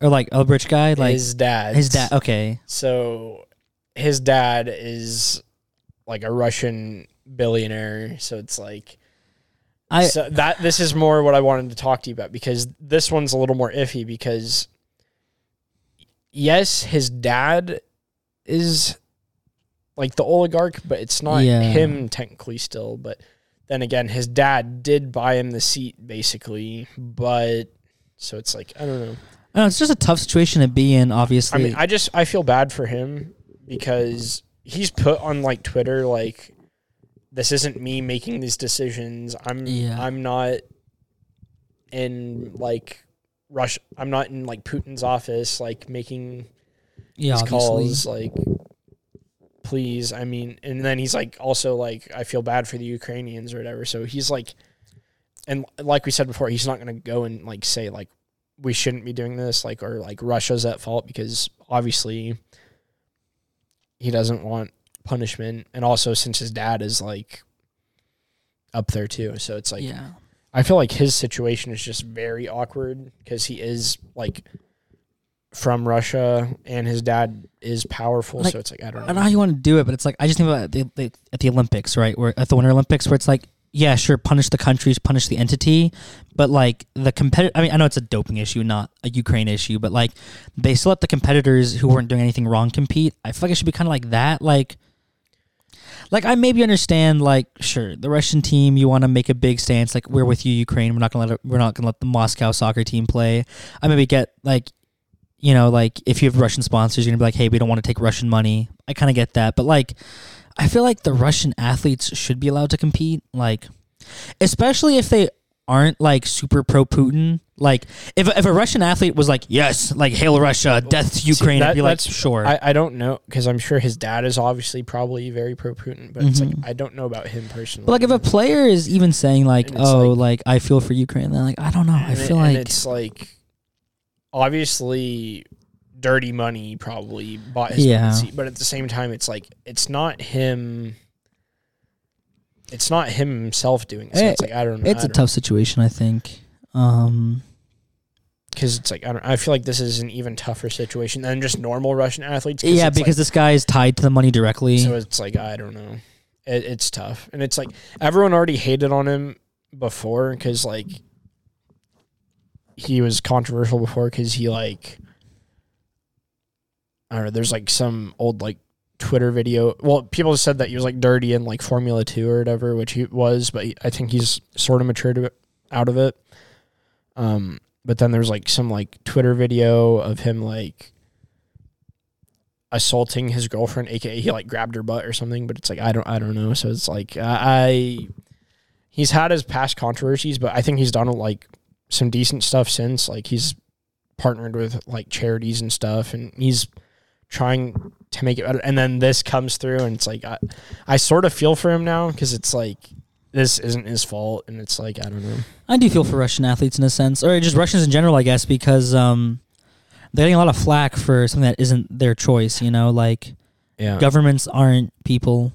[SPEAKER 3] or like a rich guy like his,
[SPEAKER 2] his dad.
[SPEAKER 3] dad. oh. Okay,
[SPEAKER 2] So his dad is like a Russian billionaire. So it's like
[SPEAKER 3] I
[SPEAKER 2] so that this is more what I wanted to talk to you about because this one's a little more iffy because yes, his dad is like the oligarch, but it's not
[SPEAKER 3] Yeah.
[SPEAKER 2] him technically still, but then again, his dad did buy him the seat basically, but so it's like I don't know.
[SPEAKER 3] I don't know, it's just a tough situation to be in.
[SPEAKER 2] I
[SPEAKER 3] Obviously,
[SPEAKER 2] mean, I just I feel bad for him because he's put on like Twitter like this isn't me making these decisions. I'm
[SPEAKER 3] Yeah.
[SPEAKER 2] I'm not in like Rush. I'm not in like Putin's office like making
[SPEAKER 3] yeah,
[SPEAKER 2] these
[SPEAKER 3] obviously.
[SPEAKER 2] calls like please. I mean, and then he's like also like I feel bad for the Ukrainians or whatever. So he's like and like we said before, he's not going to go and like say like we shouldn't be doing this, like or like Russia's at fault because obviously he doesn't want punishment, and also since his dad is like up there too, so it's like
[SPEAKER 3] yeah,
[SPEAKER 2] I feel like his situation is just very awkward because he is like from Russia and his dad is powerful,
[SPEAKER 3] Like,
[SPEAKER 2] so it's like I
[SPEAKER 3] I
[SPEAKER 2] don't know.
[SPEAKER 3] don't know how you want to do it, but it's like I just think about the, the, at the Olympics, right? Where at the Winter Olympics, where it's like, yeah, sure, punish the countries, punish the entity, but like the competitor. I mean, I know it's a doping issue, not a Ukraine issue, but like they still let the competitors who weren't doing anything wrong compete. I feel like it should be kind of like that, like. Like I maybe understand, like sure, the Russian team, you want to make a big stance, like we're with you, Ukraine. We're not gonna let it, we're not gonna let the Moscow soccer team play. I maybe get like you know, like if you have Russian sponsors, you're gonna be like, hey, we don't want to take Russian money. I kind of get that, but like, I feel like the Russian athletes should be allowed to compete, like, especially if they aren't like super pro Putin. Like, if if a Russian athlete was like, yes, like hail Russia, death to Ukraine,
[SPEAKER 2] that-
[SPEAKER 3] I'd be like,
[SPEAKER 2] that's-
[SPEAKER 3] sure.
[SPEAKER 2] I, I don't know because I'm sure his dad is obviously probably very pro Putin, but it's like I don't know about him personally.
[SPEAKER 3] Mm-hmm. but like, if a player is even saying like,
[SPEAKER 2] And it's
[SPEAKER 3] oh, like, I feel for Ukraine, then like, I don't know, I
[SPEAKER 2] And it-
[SPEAKER 3] feel
[SPEAKER 2] and
[SPEAKER 3] like
[SPEAKER 2] it's like obviously dirty money probably bought his
[SPEAKER 3] Yeah.
[SPEAKER 2] seat, but at the same time, it's like it's not him. It's not him himself doing it. So
[SPEAKER 3] Eh,
[SPEAKER 2] it's like I don't know.
[SPEAKER 3] it's a tough situation. I think. Um,
[SPEAKER 2] because it's like I don't. I feel like this is an even tougher situation than just normal Russian athletes.
[SPEAKER 3] yeah,
[SPEAKER 2] it's like-
[SPEAKER 3] because this guy is tied to the money directly.
[SPEAKER 2] So it's like I don't know. It, it's tough, and it's like everyone already hated on him before because like he was controversial before because he like I don't know. There's like some old like Twitter video. Well, people said that he was like dirty in like Formula Two or whatever, which he was, but he, I think he's sort of matured a- out of it. Um, but then there's like some like Twitter video of him like assaulting his girlfriend, aka he like grabbed her butt or something. But it's like I don't I don't know. So it's like I he's had his past controversies, but I think he's done like some decent stuff since. Like he's partnered with like charities and stuff, and he's trying to make it better. And then this comes through, and it's like I, I sort of feel for him now because it's like this isn't his fault, and it's like I don't know.
[SPEAKER 3] I do feel for Russian athletes in a sense, or just Russians in general, I guess, because um, they're getting a lot of flack for something that isn't their choice. You know, like
[SPEAKER 2] Yeah,
[SPEAKER 3] governments aren't people.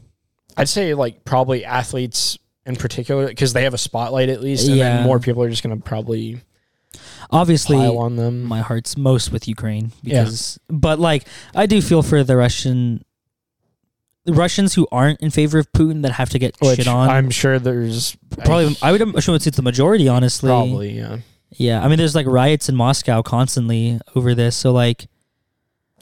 [SPEAKER 2] I'd say like probably athletes in particular because they have a spotlight at least, and
[SPEAKER 3] Yeah.
[SPEAKER 2] then more people are just gonna probably
[SPEAKER 3] Obviously,
[SPEAKER 2] pile on them.
[SPEAKER 3] my heart's most with Ukraine
[SPEAKER 2] Yeah.
[SPEAKER 3] because, but like, I do feel for the Russian, the Russians who aren't in favor of Putin that have to get
[SPEAKER 2] which
[SPEAKER 3] shit on.
[SPEAKER 2] I'm sure there's
[SPEAKER 3] probably, I would assume it's the majority, honestly.
[SPEAKER 2] probably yeah.
[SPEAKER 3] Yeah, I mean, there's like riots in Moscow constantly over this. So like,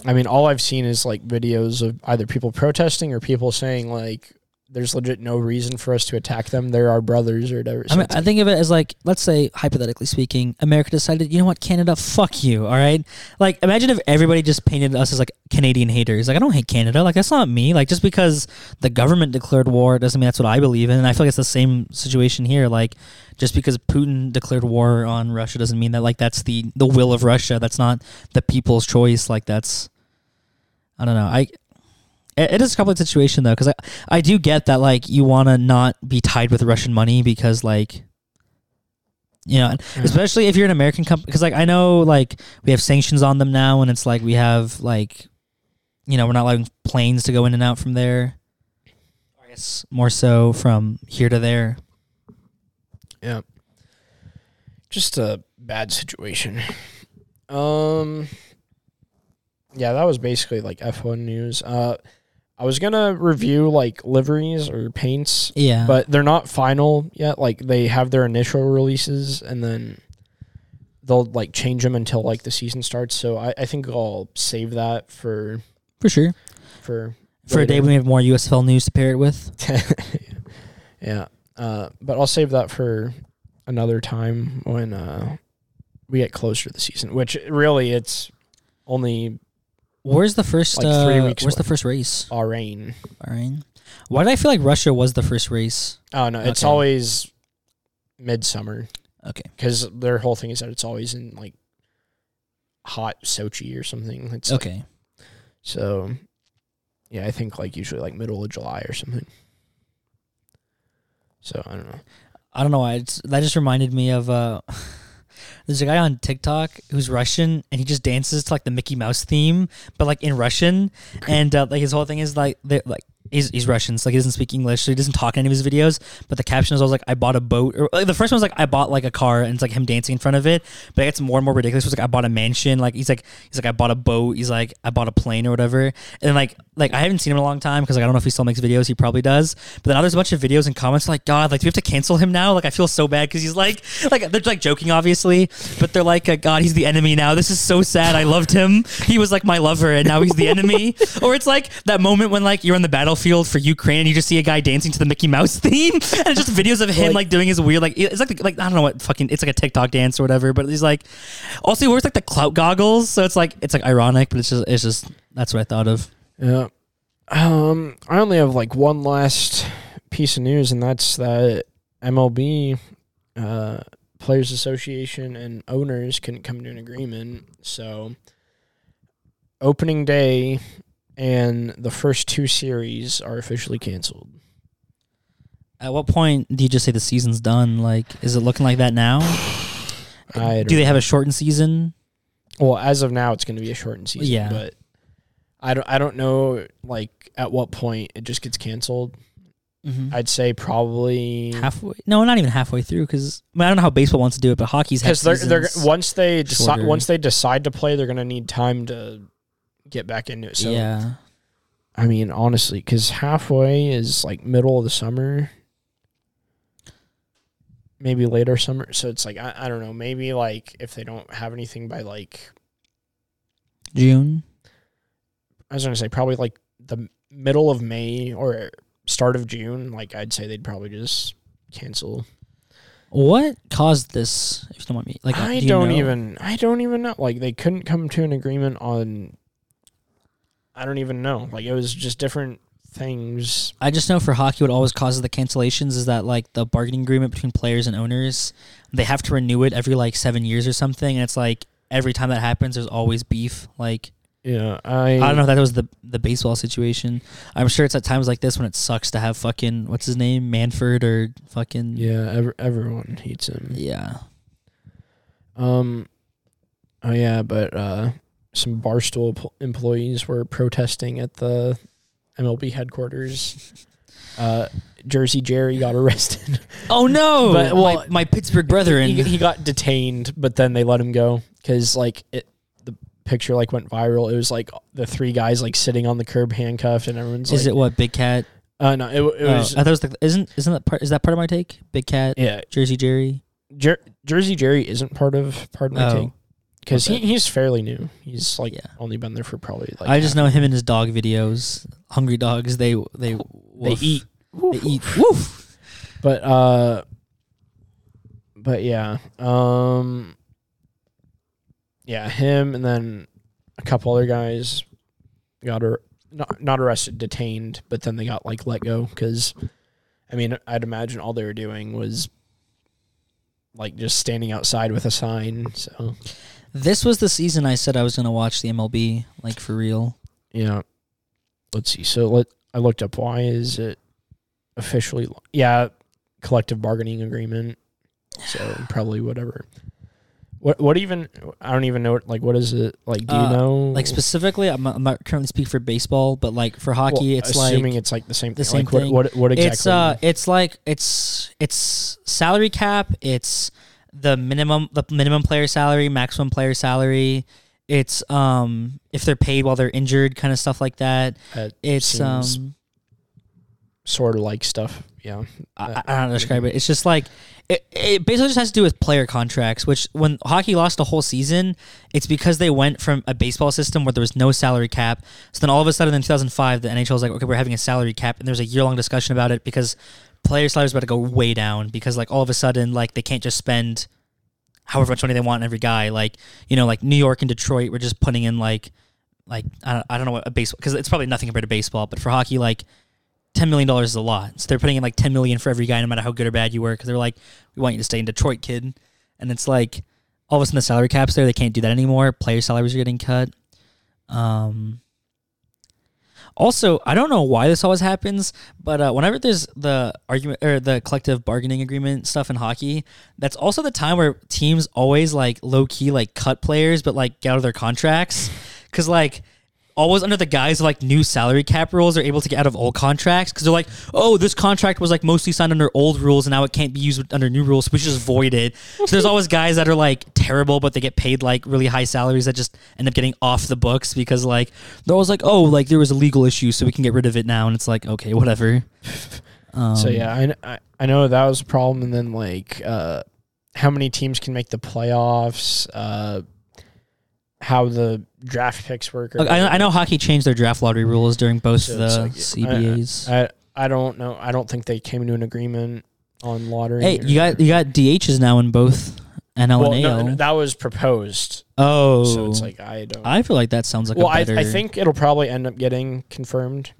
[SPEAKER 2] I mean, all I've seen is like videos of either people protesting or people saying like, "There's legit no reason for us to attack them. They're our brothers" or whatever. So
[SPEAKER 3] I mean,
[SPEAKER 2] it's
[SPEAKER 3] I think of it as like, let's say hypothetically speaking, America decided, you know what, Canada, fuck you, all right. Like, imagine if everybody just painted us as like Canadian haters. Like, I don't hate Canada. Like, that's not me. Like, just because the government declared war doesn't mean that's what I believe in. And I feel like it's the same situation here. Like, just because Putin declared war on Russia doesn't mean that like that's the the will of Russia. That's not the people's choice. Like, that's I don't know. I it it is a complicated situation though, because I, I do get that like you want to not be tied with Russian money because like you know,
[SPEAKER 2] Hmm.
[SPEAKER 3] especially if you're an American company, because like I know like we have sanctions on them now, and it's like we have like you know we're not allowing planes to go in and out from there. I guess more so from here to there.
[SPEAKER 2] Yeah. Just a bad situation. Um Yeah, that was basically like F1 news. Uh I was going to review like liveries or paints,
[SPEAKER 3] Yeah,
[SPEAKER 2] but they're not final yet. Like they have their initial releases and then they'll like change them until like the season starts. So I, I think I'll save that for
[SPEAKER 3] for sure
[SPEAKER 2] for
[SPEAKER 3] for a day
[SPEAKER 2] later.
[SPEAKER 3] when we have more USFL news to pair it with.
[SPEAKER 2] yeah. Uh, but I'll save that for another time when uh, we get closer to the season, which really it's only
[SPEAKER 3] Where's the first?
[SPEAKER 2] Like three
[SPEAKER 3] uh,
[SPEAKER 2] weeks
[SPEAKER 3] where's the
[SPEAKER 2] away.
[SPEAKER 3] first race?
[SPEAKER 2] Bahrain.
[SPEAKER 3] Bahrain. Why did I feel like Russia was the first race?
[SPEAKER 2] Oh, no. It's
[SPEAKER 3] Okay.
[SPEAKER 2] always midsummer
[SPEAKER 3] Okay.
[SPEAKER 2] because their whole thing is that it's always in like hot Sochi or something. It's like-
[SPEAKER 3] okay.
[SPEAKER 2] so, yeah, I think like usually like middle of July or something. So I don't know.
[SPEAKER 3] I don't know why. It's, that just reminded me of uh, there's a guy on TikTok who's Russian and he just dances to like the Mickey Mouse theme, but like in Russian. And uh, like his whole thing is like they're, like he's he's Russian, so like he doesn't speak English, so he doesn't talk in any of his videos. But the caption is always like I bought a boat, or like, the first one's like I bought like a car, and it's like him dancing in front of it. But it gets more and more ridiculous. It's like I bought a mansion. Like he's like he's like I bought a boat. He's like I bought a plane or whatever. And then, like like I haven't seen him in a long time because like I don't know if he still makes videos. He probably does. But then now there's a bunch of videos and comments like God, like do we have to cancel him now? Like I feel so bad because he's like like they're like joking obviously, but they're like uh, God, he's the enemy now. This is so sad. I loved him. He was like my lover, and now he's the enemy. or it's like that moment when like you're on the battlefield for Ukraine and you just see a guy dancing to the Mickey Mouse theme, and it's just videos of him like,
[SPEAKER 2] Like-
[SPEAKER 3] doing his weird like it's like the- like I don't know what fucking it's like a TikTok dance or whatever. But he's like also he wears like the clout goggles, so it's like it's like ironic, but it's just it's just that's what I thought of.
[SPEAKER 2] Yeah. Um, I only have like one last piece of news, and that's that MLB, uh, Players Association and owners couldn't come to an agreement. So, opening day and the first two series are officially canceled.
[SPEAKER 3] At what point do you just say the season's done? Like, is it looking like that now?
[SPEAKER 2] I don't
[SPEAKER 3] Do they have a shortened season?
[SPEAKER 2] Well, as of now, it's going to be a shortened season.
[SPEAKER 3] Yeah.
[SPEAKER 2] But I don't. I don't know. Like at what point it just gets canceled.
[SPEAKER 3] Mm-hmm.
[SPEAKER 2] I'd say probably
[SPEAKER 3] Halfway? No, not even halfway through. Because I, mean, I don't know how baseball wants to do it, but hockey's had
[SPEAKER 2] because they're they're
[SPEAKER 3] seasons.
[SPEAKER 2] once they decide
[SPEAKER 3] shorter.
[SPEAKER 2] once they decide to play, they're gonna need time to get back into it. So
[SPEAKER 3] yeah,
[SPEAKER 2] I mean, honestly, because halfway is like middle of the summer, maybe later summer. So it's like I, I don't know. Maybe like if they don't have anything by like
[SPEAKER 3] June.
[SPEAKER 2] I was gonna say probably like the middle of May or start of June, like I'd say they'd probably just cancel.
[SPEAKER 3] What caused this? If you don't want me, like
[SPEAKER 2] I
[SPEAKER 3] do you
[SPEAKER 2] don't
[SPEAKER 3] know?
[SPEAKER 2] even I don't even know. Like they couldn't come to an agreement on I don't even know. Like it was just different things.
[SPEAKER 3] I just know for hockey, what always causes the cancellations is that like the bargaining agreement between players and owners, they have to renew it every like seven years or something, and it's like every time that happens, there's always beef. Like
[SPEAKER 2] Yeah, I
[SPEAKER 3] I don't know if that was the the baseball situation. I'm sure it's at times like this when it sucks to have fucking what's his name Manford or fucking
[SPEAKER 2] Yeah, ev- everyone hates him.
[SPEAKER 3] yeah.
[SPEAKER 2] Um, oh yeah, but uh, some barstool pl- employees were protesting at the MLB headquarters. Uh, Jersey Jerry got arrested.
[SPEAKER 3] Oh no!
[SPEAKER 2] But, well,
[SPEAKER 3] my, my Pittsburgh brethren.
[SPEAKER 2] he, he got detained, but then they let him go because like it, the picture like went viral. It was like the three guys like sitting on the curb handcuffed, and everyone's
[SPEAKER 3] is
[SPEAKER 2] like,
[SPEAKER 3] it what Big Cat?
[SPEAKER 2] Uh, no, it, w- it
[SPEAKER 3] Oh,
[SPEAKER 2] was
[SPEAKER 3] I thought it was the, isn't isn't that part? Is that part of my take? Big Cat,
[SPEAKER 2] yeah.
[SPEAKER 3] Jersey Jerry.
[SPEAKER 2] Jer- Jersey Jerry isn't part of pardon my
[SPEAKER 3] Oh.
[SPEAKER 2] take because he,
[SPEAKER 3] Okay.
[SPEAKER 2] he's fairly new. He's like
[SPEAKER 3] Yeah.
[SPEAKER 2] only been there for probably like
[SPEAKER 3] I just know him and his dog videos. Hungry dogs. They they woof.
[SPEAKER 2] eat.
[SPEAKER 3] They eat. Woof.
[SPEAKER 2] But uh but yeah. Um yeah, him and then a couple other guys got ar- not not arrested, detained, but then they got like let go cuz I mean, I'd imagine all they were doing was like just standing outside with a sign. So,
[SPEAKER 3] This was the season I said I was gonna watch the MLB like for real.
[SPEAKER 2] yeah. Let's see. So, let I looked up why is it officially yeah, collective bargaining agreement. So, probably whatever. What what even I don't even know what- like what is it? Like do you
[SPEAKER 3] Uh,
[SPEAKER 2] know
[SPEAKER 3] Like specifically, I'm not, I'm not currently speak for baseball, but like for hockey,
[SPEAKER 2] Well,
[SPEAKER 3] it's like
[SPEAKER 2] assuming it's like the same
[SPEAKER 3] the
[SPEAKER 2] thing.
[SPEAKER 3] same
[SPEAKER 2] like what-
[SPEAKER 3] thing.
[SPEAKER 2] what what exactly?
[SPEAKER 3] It's uh, it's like it's it's salary cap. It's the minimum the minimum player salary, maximum player salary. It's um if they're paid while they're injured, kind of stuff like that.
[SPEAKER 2] That
[SPEAKER 3] It's
[SPEAKER 2] seems
[SPEAKER 3] um
[SPEAKER 2] sort of like stuff. Yeah.
[SPEAKER 3] I, I don't know how to describe it. It's just like it, it basically just has to do with player contracts. Which when hockey lost a whole season, it's because they went from a baseball system where there was no salary cap. So then all of a sudden in 2005, the NHL was like, okay, we're having a salary cap, and there was a year long discussion about it because player salaries were about to go way down because like all of a sudden like they can't just spend however much money they want on every guy. Like you know like New York and Detroit were just putting in like like I don't, I don't know what a baseball because it's probably nothing compared to baseball, but for hockey like ten million dollars is a lot. So they're putting in like ten million for every guy, no matter how good or bad you were, because they're like, we want you to stay in Detroit, kid. And it's like all of a sudden the salary caps there, they can't do that anymore. Player salaries are getting cut. Um. Also, I don't know why this always happens, but uh, whenever there's the argument or the collective bargaining agreement stuff in hockey, that's also the time where teams always like low key like cut players, but like get out of their contracts, because like always under the guise of like new salary cap rules are able to get out of old contracts because they're like oh this contract was like mostly signed under old rules and now it can't be used under new rules so we should just void it so there's always guys that are like terrible but they get paid like really high salaries that just end up getting off the books because like they're always like oh like there was a legal issue so we can get rid of it now and it's like okay whatever um,
[SPEAKER 2] so yeah, I, kn- I I know that was a problem, and then like uh, how many teams can make the playoffs, uh, how the draft picks work. or
[SPEAKER 3] Look, I, I know hockey changed their draft lottery rules during both
[SPEAKER 2] So
[SPEAKER 3] the
[SPEAKER 2] it's like,
[SPEAKER 3] CBAs.
[SPEAKER 2] I I don't know. I don't think they came to an agreement on lottery.
[SPEAKER 3] hey,
[SPEAKER 2] or-
[SPEAKER 3] you got you got DHs now in both NL
[SPEAKER 2] Well,
[SPEAKER 3] and AL.
[SPEAKER 2] no, no, that was proposed,
[SPEAKER 3] oh,
[SPEAKER 2] so it's like I don't.
[SPEAKER 3] I feel like that sounds like
[SPEAKER 2] well,
[SPEAKER 3] a
[SPEAKER 2] I,
[SPEAKER 3] better.
[SPEAKER 2] I think it'll probably end up getting confirmed,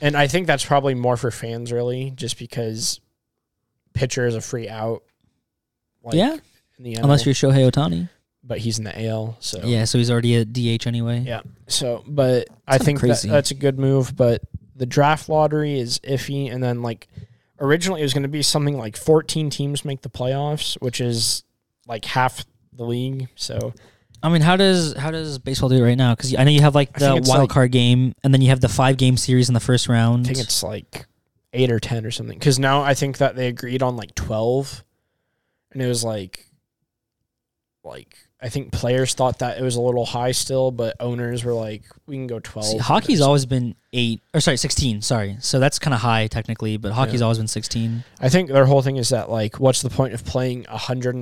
[SPEAKER 2] and I think that's probably more for fans, really, just because pitcher is a free out. Like,
[SPEAKER 3] yeah,
[SPEAKER 2] in the
[SPEAKER 3] unless
[SPEAKER 2] NL.
[SPEAKER 3] you're Shohei Otani.
[SPEAKER 2] but he's in the AL. So
[SPEAKER 3] Yeah, so he's already a DH anyway.
[SPEAKER 2] Yeah. So, but I
[SPEAKER 3] kinda
[SPEAKER 2] think that,
[SPEAKER 3] crazy.
[SPEAKER 2] that's a good move. But the draft lottery is iffy, and then like originally it was going to be something like 14 teams make the playoffs, which is like half the league. So
[SPEAKER 3] I mean, how does how does baseball do it right now? Because I know you have like
[SPEAKER 2] I
[SPEAKER 3] the
[SPEAKER 2] think
[SPEAKER 3] wild
[SPEAKER 2] it's like-
[SPEAKER 3] card game, and then you have the five game series in the first round.
[SPEAKER 2] I think it's like eight or 10 or something. Because now I think that they agreed on like 12, and it was like like I think players thought that it was a little high still, but owners were like, we can go 12.
[SPEAKER 3] See, hockey's always been eight or sorry, sixteen. Sorry, so that's kind of high technically, but hockey's always been sixteen.
[SPEAKER 2] I think their whole thing is that, like, what's the point of playing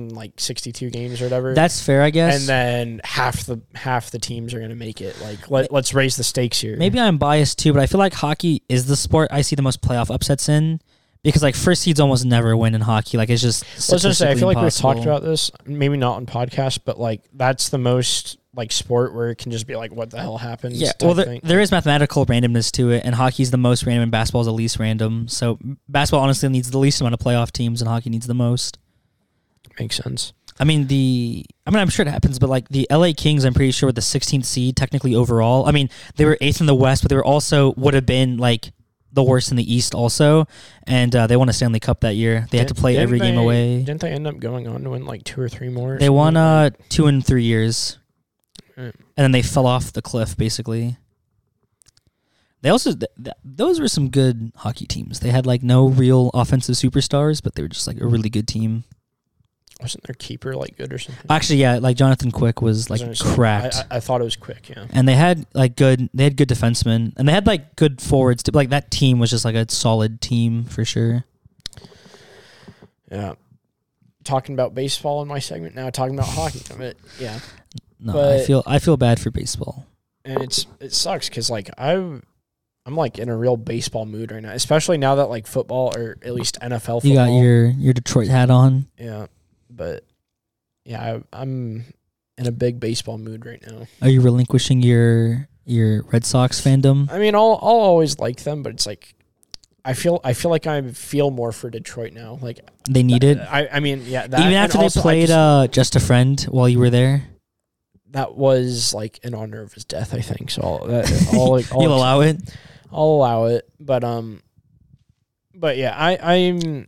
[SPEAKER 2] 162 games or whatever?
[SPEAKER 3] That's fair, I guess.
[SPEAKER 2] and then half the half the teams are going to make it. Like, let, let's raise the stakes here.
[SPEAKER 3] Maybe I'm biased too, but I feel like hockey is the sport I see the most playoff upsets in because like first seeds almost never win in hockey. Like it's just.
[SPEAKER 2] let's just say I feel
[SPEAKER 3] statistically
[SPEAKER 2] like we've talked
[SPEAKER 3] impossible.
[SPEAKER 2] about this, maybe not on podcast, but like that's the most like sport where it can just be like, what the hell happens?
[SPEAKER 3] Yeah,
[SPEAKER 2] type
[SPEAKER 3] well, there,
[SPEAKER 2] thing.
[SPEAKER 3] there is mathematical randomness to it, and hockey's the most random, and basketball is the least random. So basketball honestly needs the least amount of playoff teams, and hockey needs the most.
[SPEAKER 2] makes sense.
[SPEAKER 3] I mean the I mean I'm sure it happens, but like the LA Kings, I'm pretty sure were the 16th seed technically overall. I mean they were eighth in the West, but they were also would have been like the worst in the East also, and uh, they won a Stanley Cup that year. They had to play
[SPEAKER 2] Didn't
[SPEAKER 3] every game
[SPEAKER 2] they-
[SPEAKER 3] away.
[SPEAKER 2] Didn't they end up going on to win like two or three more? or
[SPEAKER 3] They won
[SPEAKER 2] something?
[SPEAKER 3] uh two and three years,
[SPEAKER 2] Right.
[SPEAKER 3] and then they fell off the cliff basically. They also th- th- those were some good hockey teams. They had like no real offensive superstars, but they were just like a really good team.
[SPEAKER 2] wasn't their keeper like good or something?
[SPEAKER 3] Actually, yeah, like Jonathan Quick was like
[SPEAKER 2] Wasn't it-
[SPEAKER 3] cracked.
[SPEAKER 2] I, I, I thought it was quick. Yeah,
[SPEAKER 3] and they had like good they had good defensemen and they had like good forwards too. like that team was just like a solid team for sure
[SPEAKER 2] yeah. Uh, Talking about baseball in my segment now. Talking about hockey, but yeah,
[SPEAKER 3] no i
[SPEAKER 2] But-
[SPEAKER 3] feel i feel bad for baseball
[SPEAKER 2] and it's it sucks because like I, I'm like in a real baseball mood right now, especially now that like football or at least NFL. Football,
[SPEAKER 3] you got your your detroit hat on
[SPEAKER 2] yeah, but yeah, I, I'm in a big baseball mood right now.
[SPEAKER 3] are you relinquishing your your red sox fandom
[SPEAKER 2] I mean, I'll I'll always like them, but it's like. I feel I feel like I feel more for Detroit now. Like
[SPEAKER 3] they need it
[SPEAKER 2] I, I mean, yeah. That,
[SPEAKER 3] even
[SPEAKER 2] and
[SPEAKER 3] after
[SPEAKER 2] also
[SPEAKER 3] they
[SPEAKER 2] I
[SPEAKER 3] played
[SPEAKER 2] just-
[SPEAKER 3] uh just a friend while you were there
[SPEAKER 2] that was like in honor of his death, I think. So I'll, that, I'll, like, I'll,
[SPEAKER 3] you'll allow it
[SPEAKER 2] I'll allow it. But um, but yeah, I I'm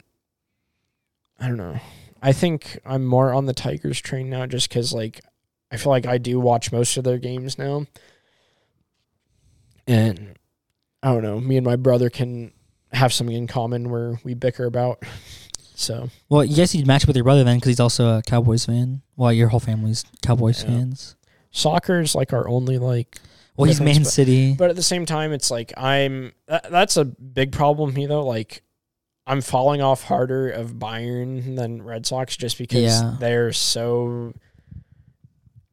[SPEAKER 2] I don't know. I think I'm more on the Tigers train now, just because like I feel like I do watch most of their games now, and I don't know. Me and my brother can have something in common where we bicker about. So
[SPEAKER 3] well yes you'd match up with your brother then because he's also a cowboys fan well your whole family's cowboys
[SPEAKER 2] Yeah.
[SPEAKER 3] fans
[SPEAKER 2] soccer is like our only like
[SPEAKER 3] well he's
[SPEAKER 2] Difference,
[SPEAKER 3] man
[SPEAKER 2] but-
[SPEAKER 3] city
[SPEAKER 2] But at the same time, it's like I'm. That, that's a big problem here, though. Like I'm falling off harder of Bayern than Red Sox just because
[SPEAKER 3] Yeah.
[SPEAKER 2] they're so.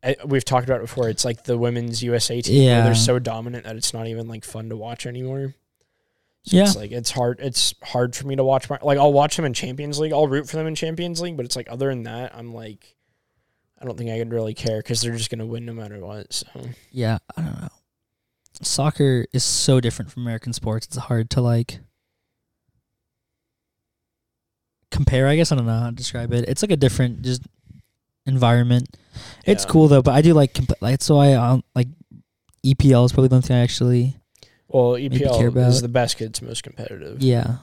[SPEAKER 2] I, we've talked about it before. It's like the women's USA team. where
[SPEAKER 3] Yeah.
[SPEAKER 2] they're so dominant that it's not even like fun to watch anymore. So
[SPEAKER 3] Yeah.
[SPEAKER 2] it's like it's hard. It's hard for me to watch. My, like I'll watch them in Champions League. I'll root for them in Champions League. But it's like other than that, I'm like. I don't think I could really care because they're just going to win no matter what. So
[SPEAKER 3] yeah, I don't know. Soccer is so different from American sports. It's hard to like compare, I guess. I don't know how to describe it. It's like a different just environment. It's
[SPEAKER 2] yeah.
[SPEAKER 3] cool though, but I do like comp- like so I um, like EPL is probably the only thing I actually
[SPEAKER 2] Well,
[SPEAKER 3] care
[SPEAKER 2] EPL
[SPEAKER 3] about.
[SPEAKER 2] is the best. 'cause It's most competitive.
[SPEAKER 3] yeah.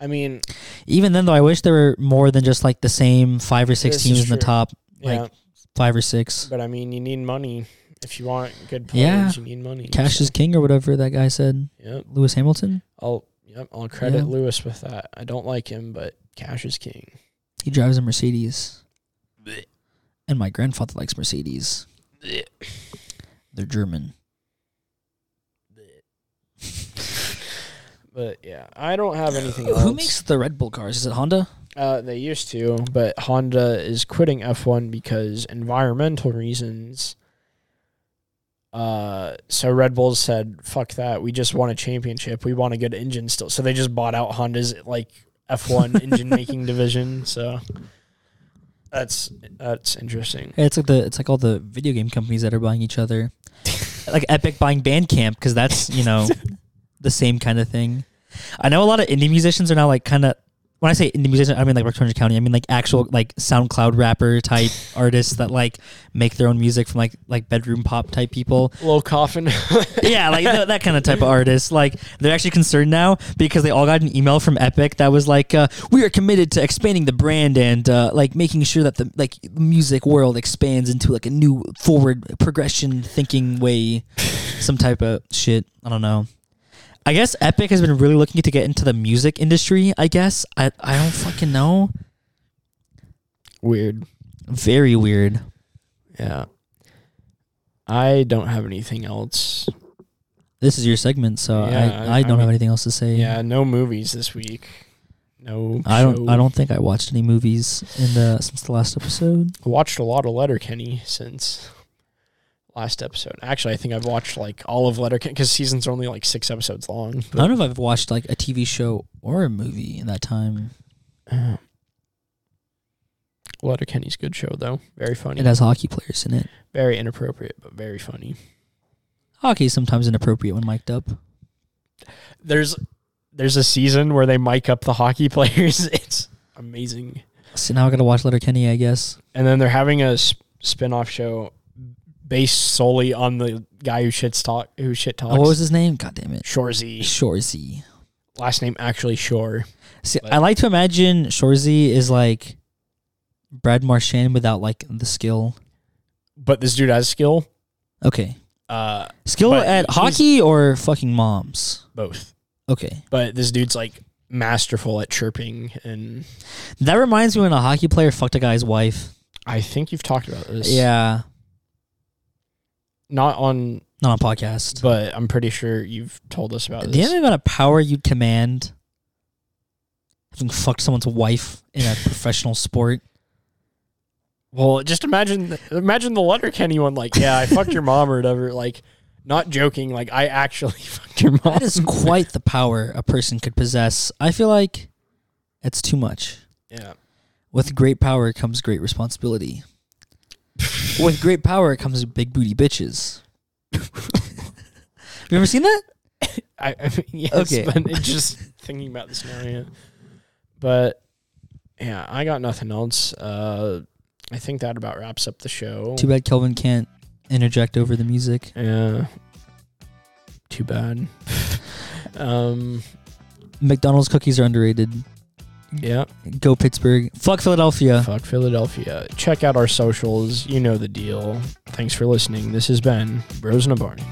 [SPEAKER 2] I mean,
[SPEAKER 3] Even then though, I wish there were more than just like the same five or six
[SPEAKER 2] This
[SPEAKER 3] teams
[SPEAKER 2] is
[SPEAKER 3] in the
[SPEAKER 2] true.
[SPEAKER 3] top
[SPEAKER 2] yeah,
[SPEAKER 3] Like, five or six.
[SPEAKER 2] but I mean, you need money if you want good players.
[SPEAKER 3] Yeah.
[SPEAKER 2] You need money.
[SPEAKER 3] Cash is king or whatever that guy said.
[SPEAKER 2] Yep.
[SPEAKER 3] Lewis Hamilton.
[SPEAKER 2] I'll yep. I'll credit
[SPEAKER 3] Yeah.
[SPEAKER 2] Lewis with that. I don't like him, but cash is king.
[SPEAKER 3] He drives a Mercedes. And my grandfather likes Mercedes. They're German.
[SPEAKER 2] But yeah, I don't have anything else.
[SPEAKER 3] Who makes the Red Bull cars? Is it Honda?
[SPEAKER 2] Uh, they used to, but Honda is quitting F1 because environmental reasons. Uh, so Red Bull said, "Fuck that! We just want a championship. We want a good engine still." So they just bought out Honda's like F1 engine making division. So that's that's interesting.
[SPEAKER 3] Yeah, it's like the it's like all the video game companies that are buying each other. like Epic buying Bandcamp because that's, you know, the same kind of thing. I know a lot of indie musicians are now like kind of when I say indie musician, I don't mean like Orange County. I mean like actual like SoundCloud rapper type artists that like make their own music from like like bedroom pop type people.
[SPEAKER 2] Low coffin.
[SPEAKER 3] yeah, like th- that kind of type of artist. Like they're actually concerned now because they all got an email from Epic that was like, uh, "We are committed to expanding the brand and uh, like making sure that the like music world expands into like a new forward progression thinking way." Some type of shit. I don't know. I guess Epic has been really looking to get into the music industry. I guess I I don't fucking know.
[SPEAKER 2] Weird.
[SPEAKER 3] Very weird.
[SPEAKER 2] Yeah. I don't have anything else.
[SPEAKER 3] This is your segment, so
[SPEAKER 2] Yeah,
[SPEAKER 3] I, I
[SPEAKER 2] I
[SPEAKER 3] don't have
[SPEAKER 2] mean-
[SPEAKER 3] anything else to say.
[SPEAKER 2] Yeah, no movies this week. No.
[SPEAKER 3] I don't.
[SPEAKER 2] shows.
[SPEAKER 3] I don't think I watched any movies in the since the last episode.
[SPEAKER 2] watched a lot of Letterkenny since last episode. Actually, I think I've watched like all of Letterkenny because seasons are only like six episodes long.
[SPEAKER 3] I don't know if I've watched like a TV show or a movie in that time.
[SPEAKER 2] Uh, Letterkenny's a good show though. Very funny.
[SPEAKER 3] It has hockey players in it.
[SPEAKER 2] very inappropriate, but very funny.
[SPEAKER 3] Hockey is sometimes inappropriate when mic'd up.
[SPEAKER 2] There's there's a season where they mic up the hockey players. It's amazing.
[SPEAKER 3] So now I gotta watch Letterkenny, I guess.
[SPEAKER 2] And then they're having a sp- spin-off show based solely on the guy who shits talk who shit talks.
[SPEAKER 3] Oh, what was his name? God damn it,
[SPEAKER 2] Shorzy.
[SPEAKER 3] Shorzy.
[SPEAKER 2] Last name actually Shore.
[SPEAKER 3] See,
[SPEAKER 2] But-
[SPEAKER 3] I like to imagine Shorzy is like Brad Marchand without like the skill.
[SPEAKER 2] But this dude has skill.
[SPEAKER 3] Okay,
[SPEAKER 2] Uh
[SPEAKER 3] skill
[SPEAKER 2] But
[SPEAKER 3] at
[SPEAKER 2] he's-
[SPEAKER 3] hockey or fucking moms.
[SPEAKER 2] both.
[SPEAKER 3] Okay,
[SPEAKER 2] But this dude's like masterful at chirping and
[SPEAKER 3] that reminds me when a hockey player fucked a guy's wife.
[SPEAKER 2] I think you've talked about this.
[SPEAKER 3] Yeah,
[SPEAKER 2] Not on
[SPEAKER 3] not on podcast.
[SPEAKER 2] but I'm pretty sure you've told us about
[SPEAKER 3] Do you
[SPEAKER 2] this.
[SPEAKER 3] have about a power you'd command? Having fucked someone's wife in a professional sport.
[SPEAKER 2] Well, just imagine imagine the letter Kenny one like, yeah, I fucked your mom or whatever, like not joking, like I actually fucked your mom.
[SPEAKER 3] That is quite the power a person could possess. I feel like it's too much.
[SPEAKER 2] yeah.
[SPEAKER 3] With great power comes great responsibility. With great power comes big booty bitches. Have you ever seen that?
[SPEAKER 2] I, I mean, yes,
[SPEAKER 3] Okay.
[SPEAKER 2] but it just thinking about the scenario. But yeah, I got nothing else. Uh, I think that about wraps up the show.
[SPEAKER 3] Too bad Kelvin can't interject over the music.
[SPEAKER 2] Yeah. Too bad. um.
[SPEAKER 3] McDonald's cookies are underrated.
[SPEAKER 2] Yeah.
[SPEAKER 3] Go Pittsburgh. Fuck Philadelphia.
[SPEAKER 2] Fuck Philadelphia. Check out our socials. You know the deal. Thanks for listening. This has been Bros in a Barney.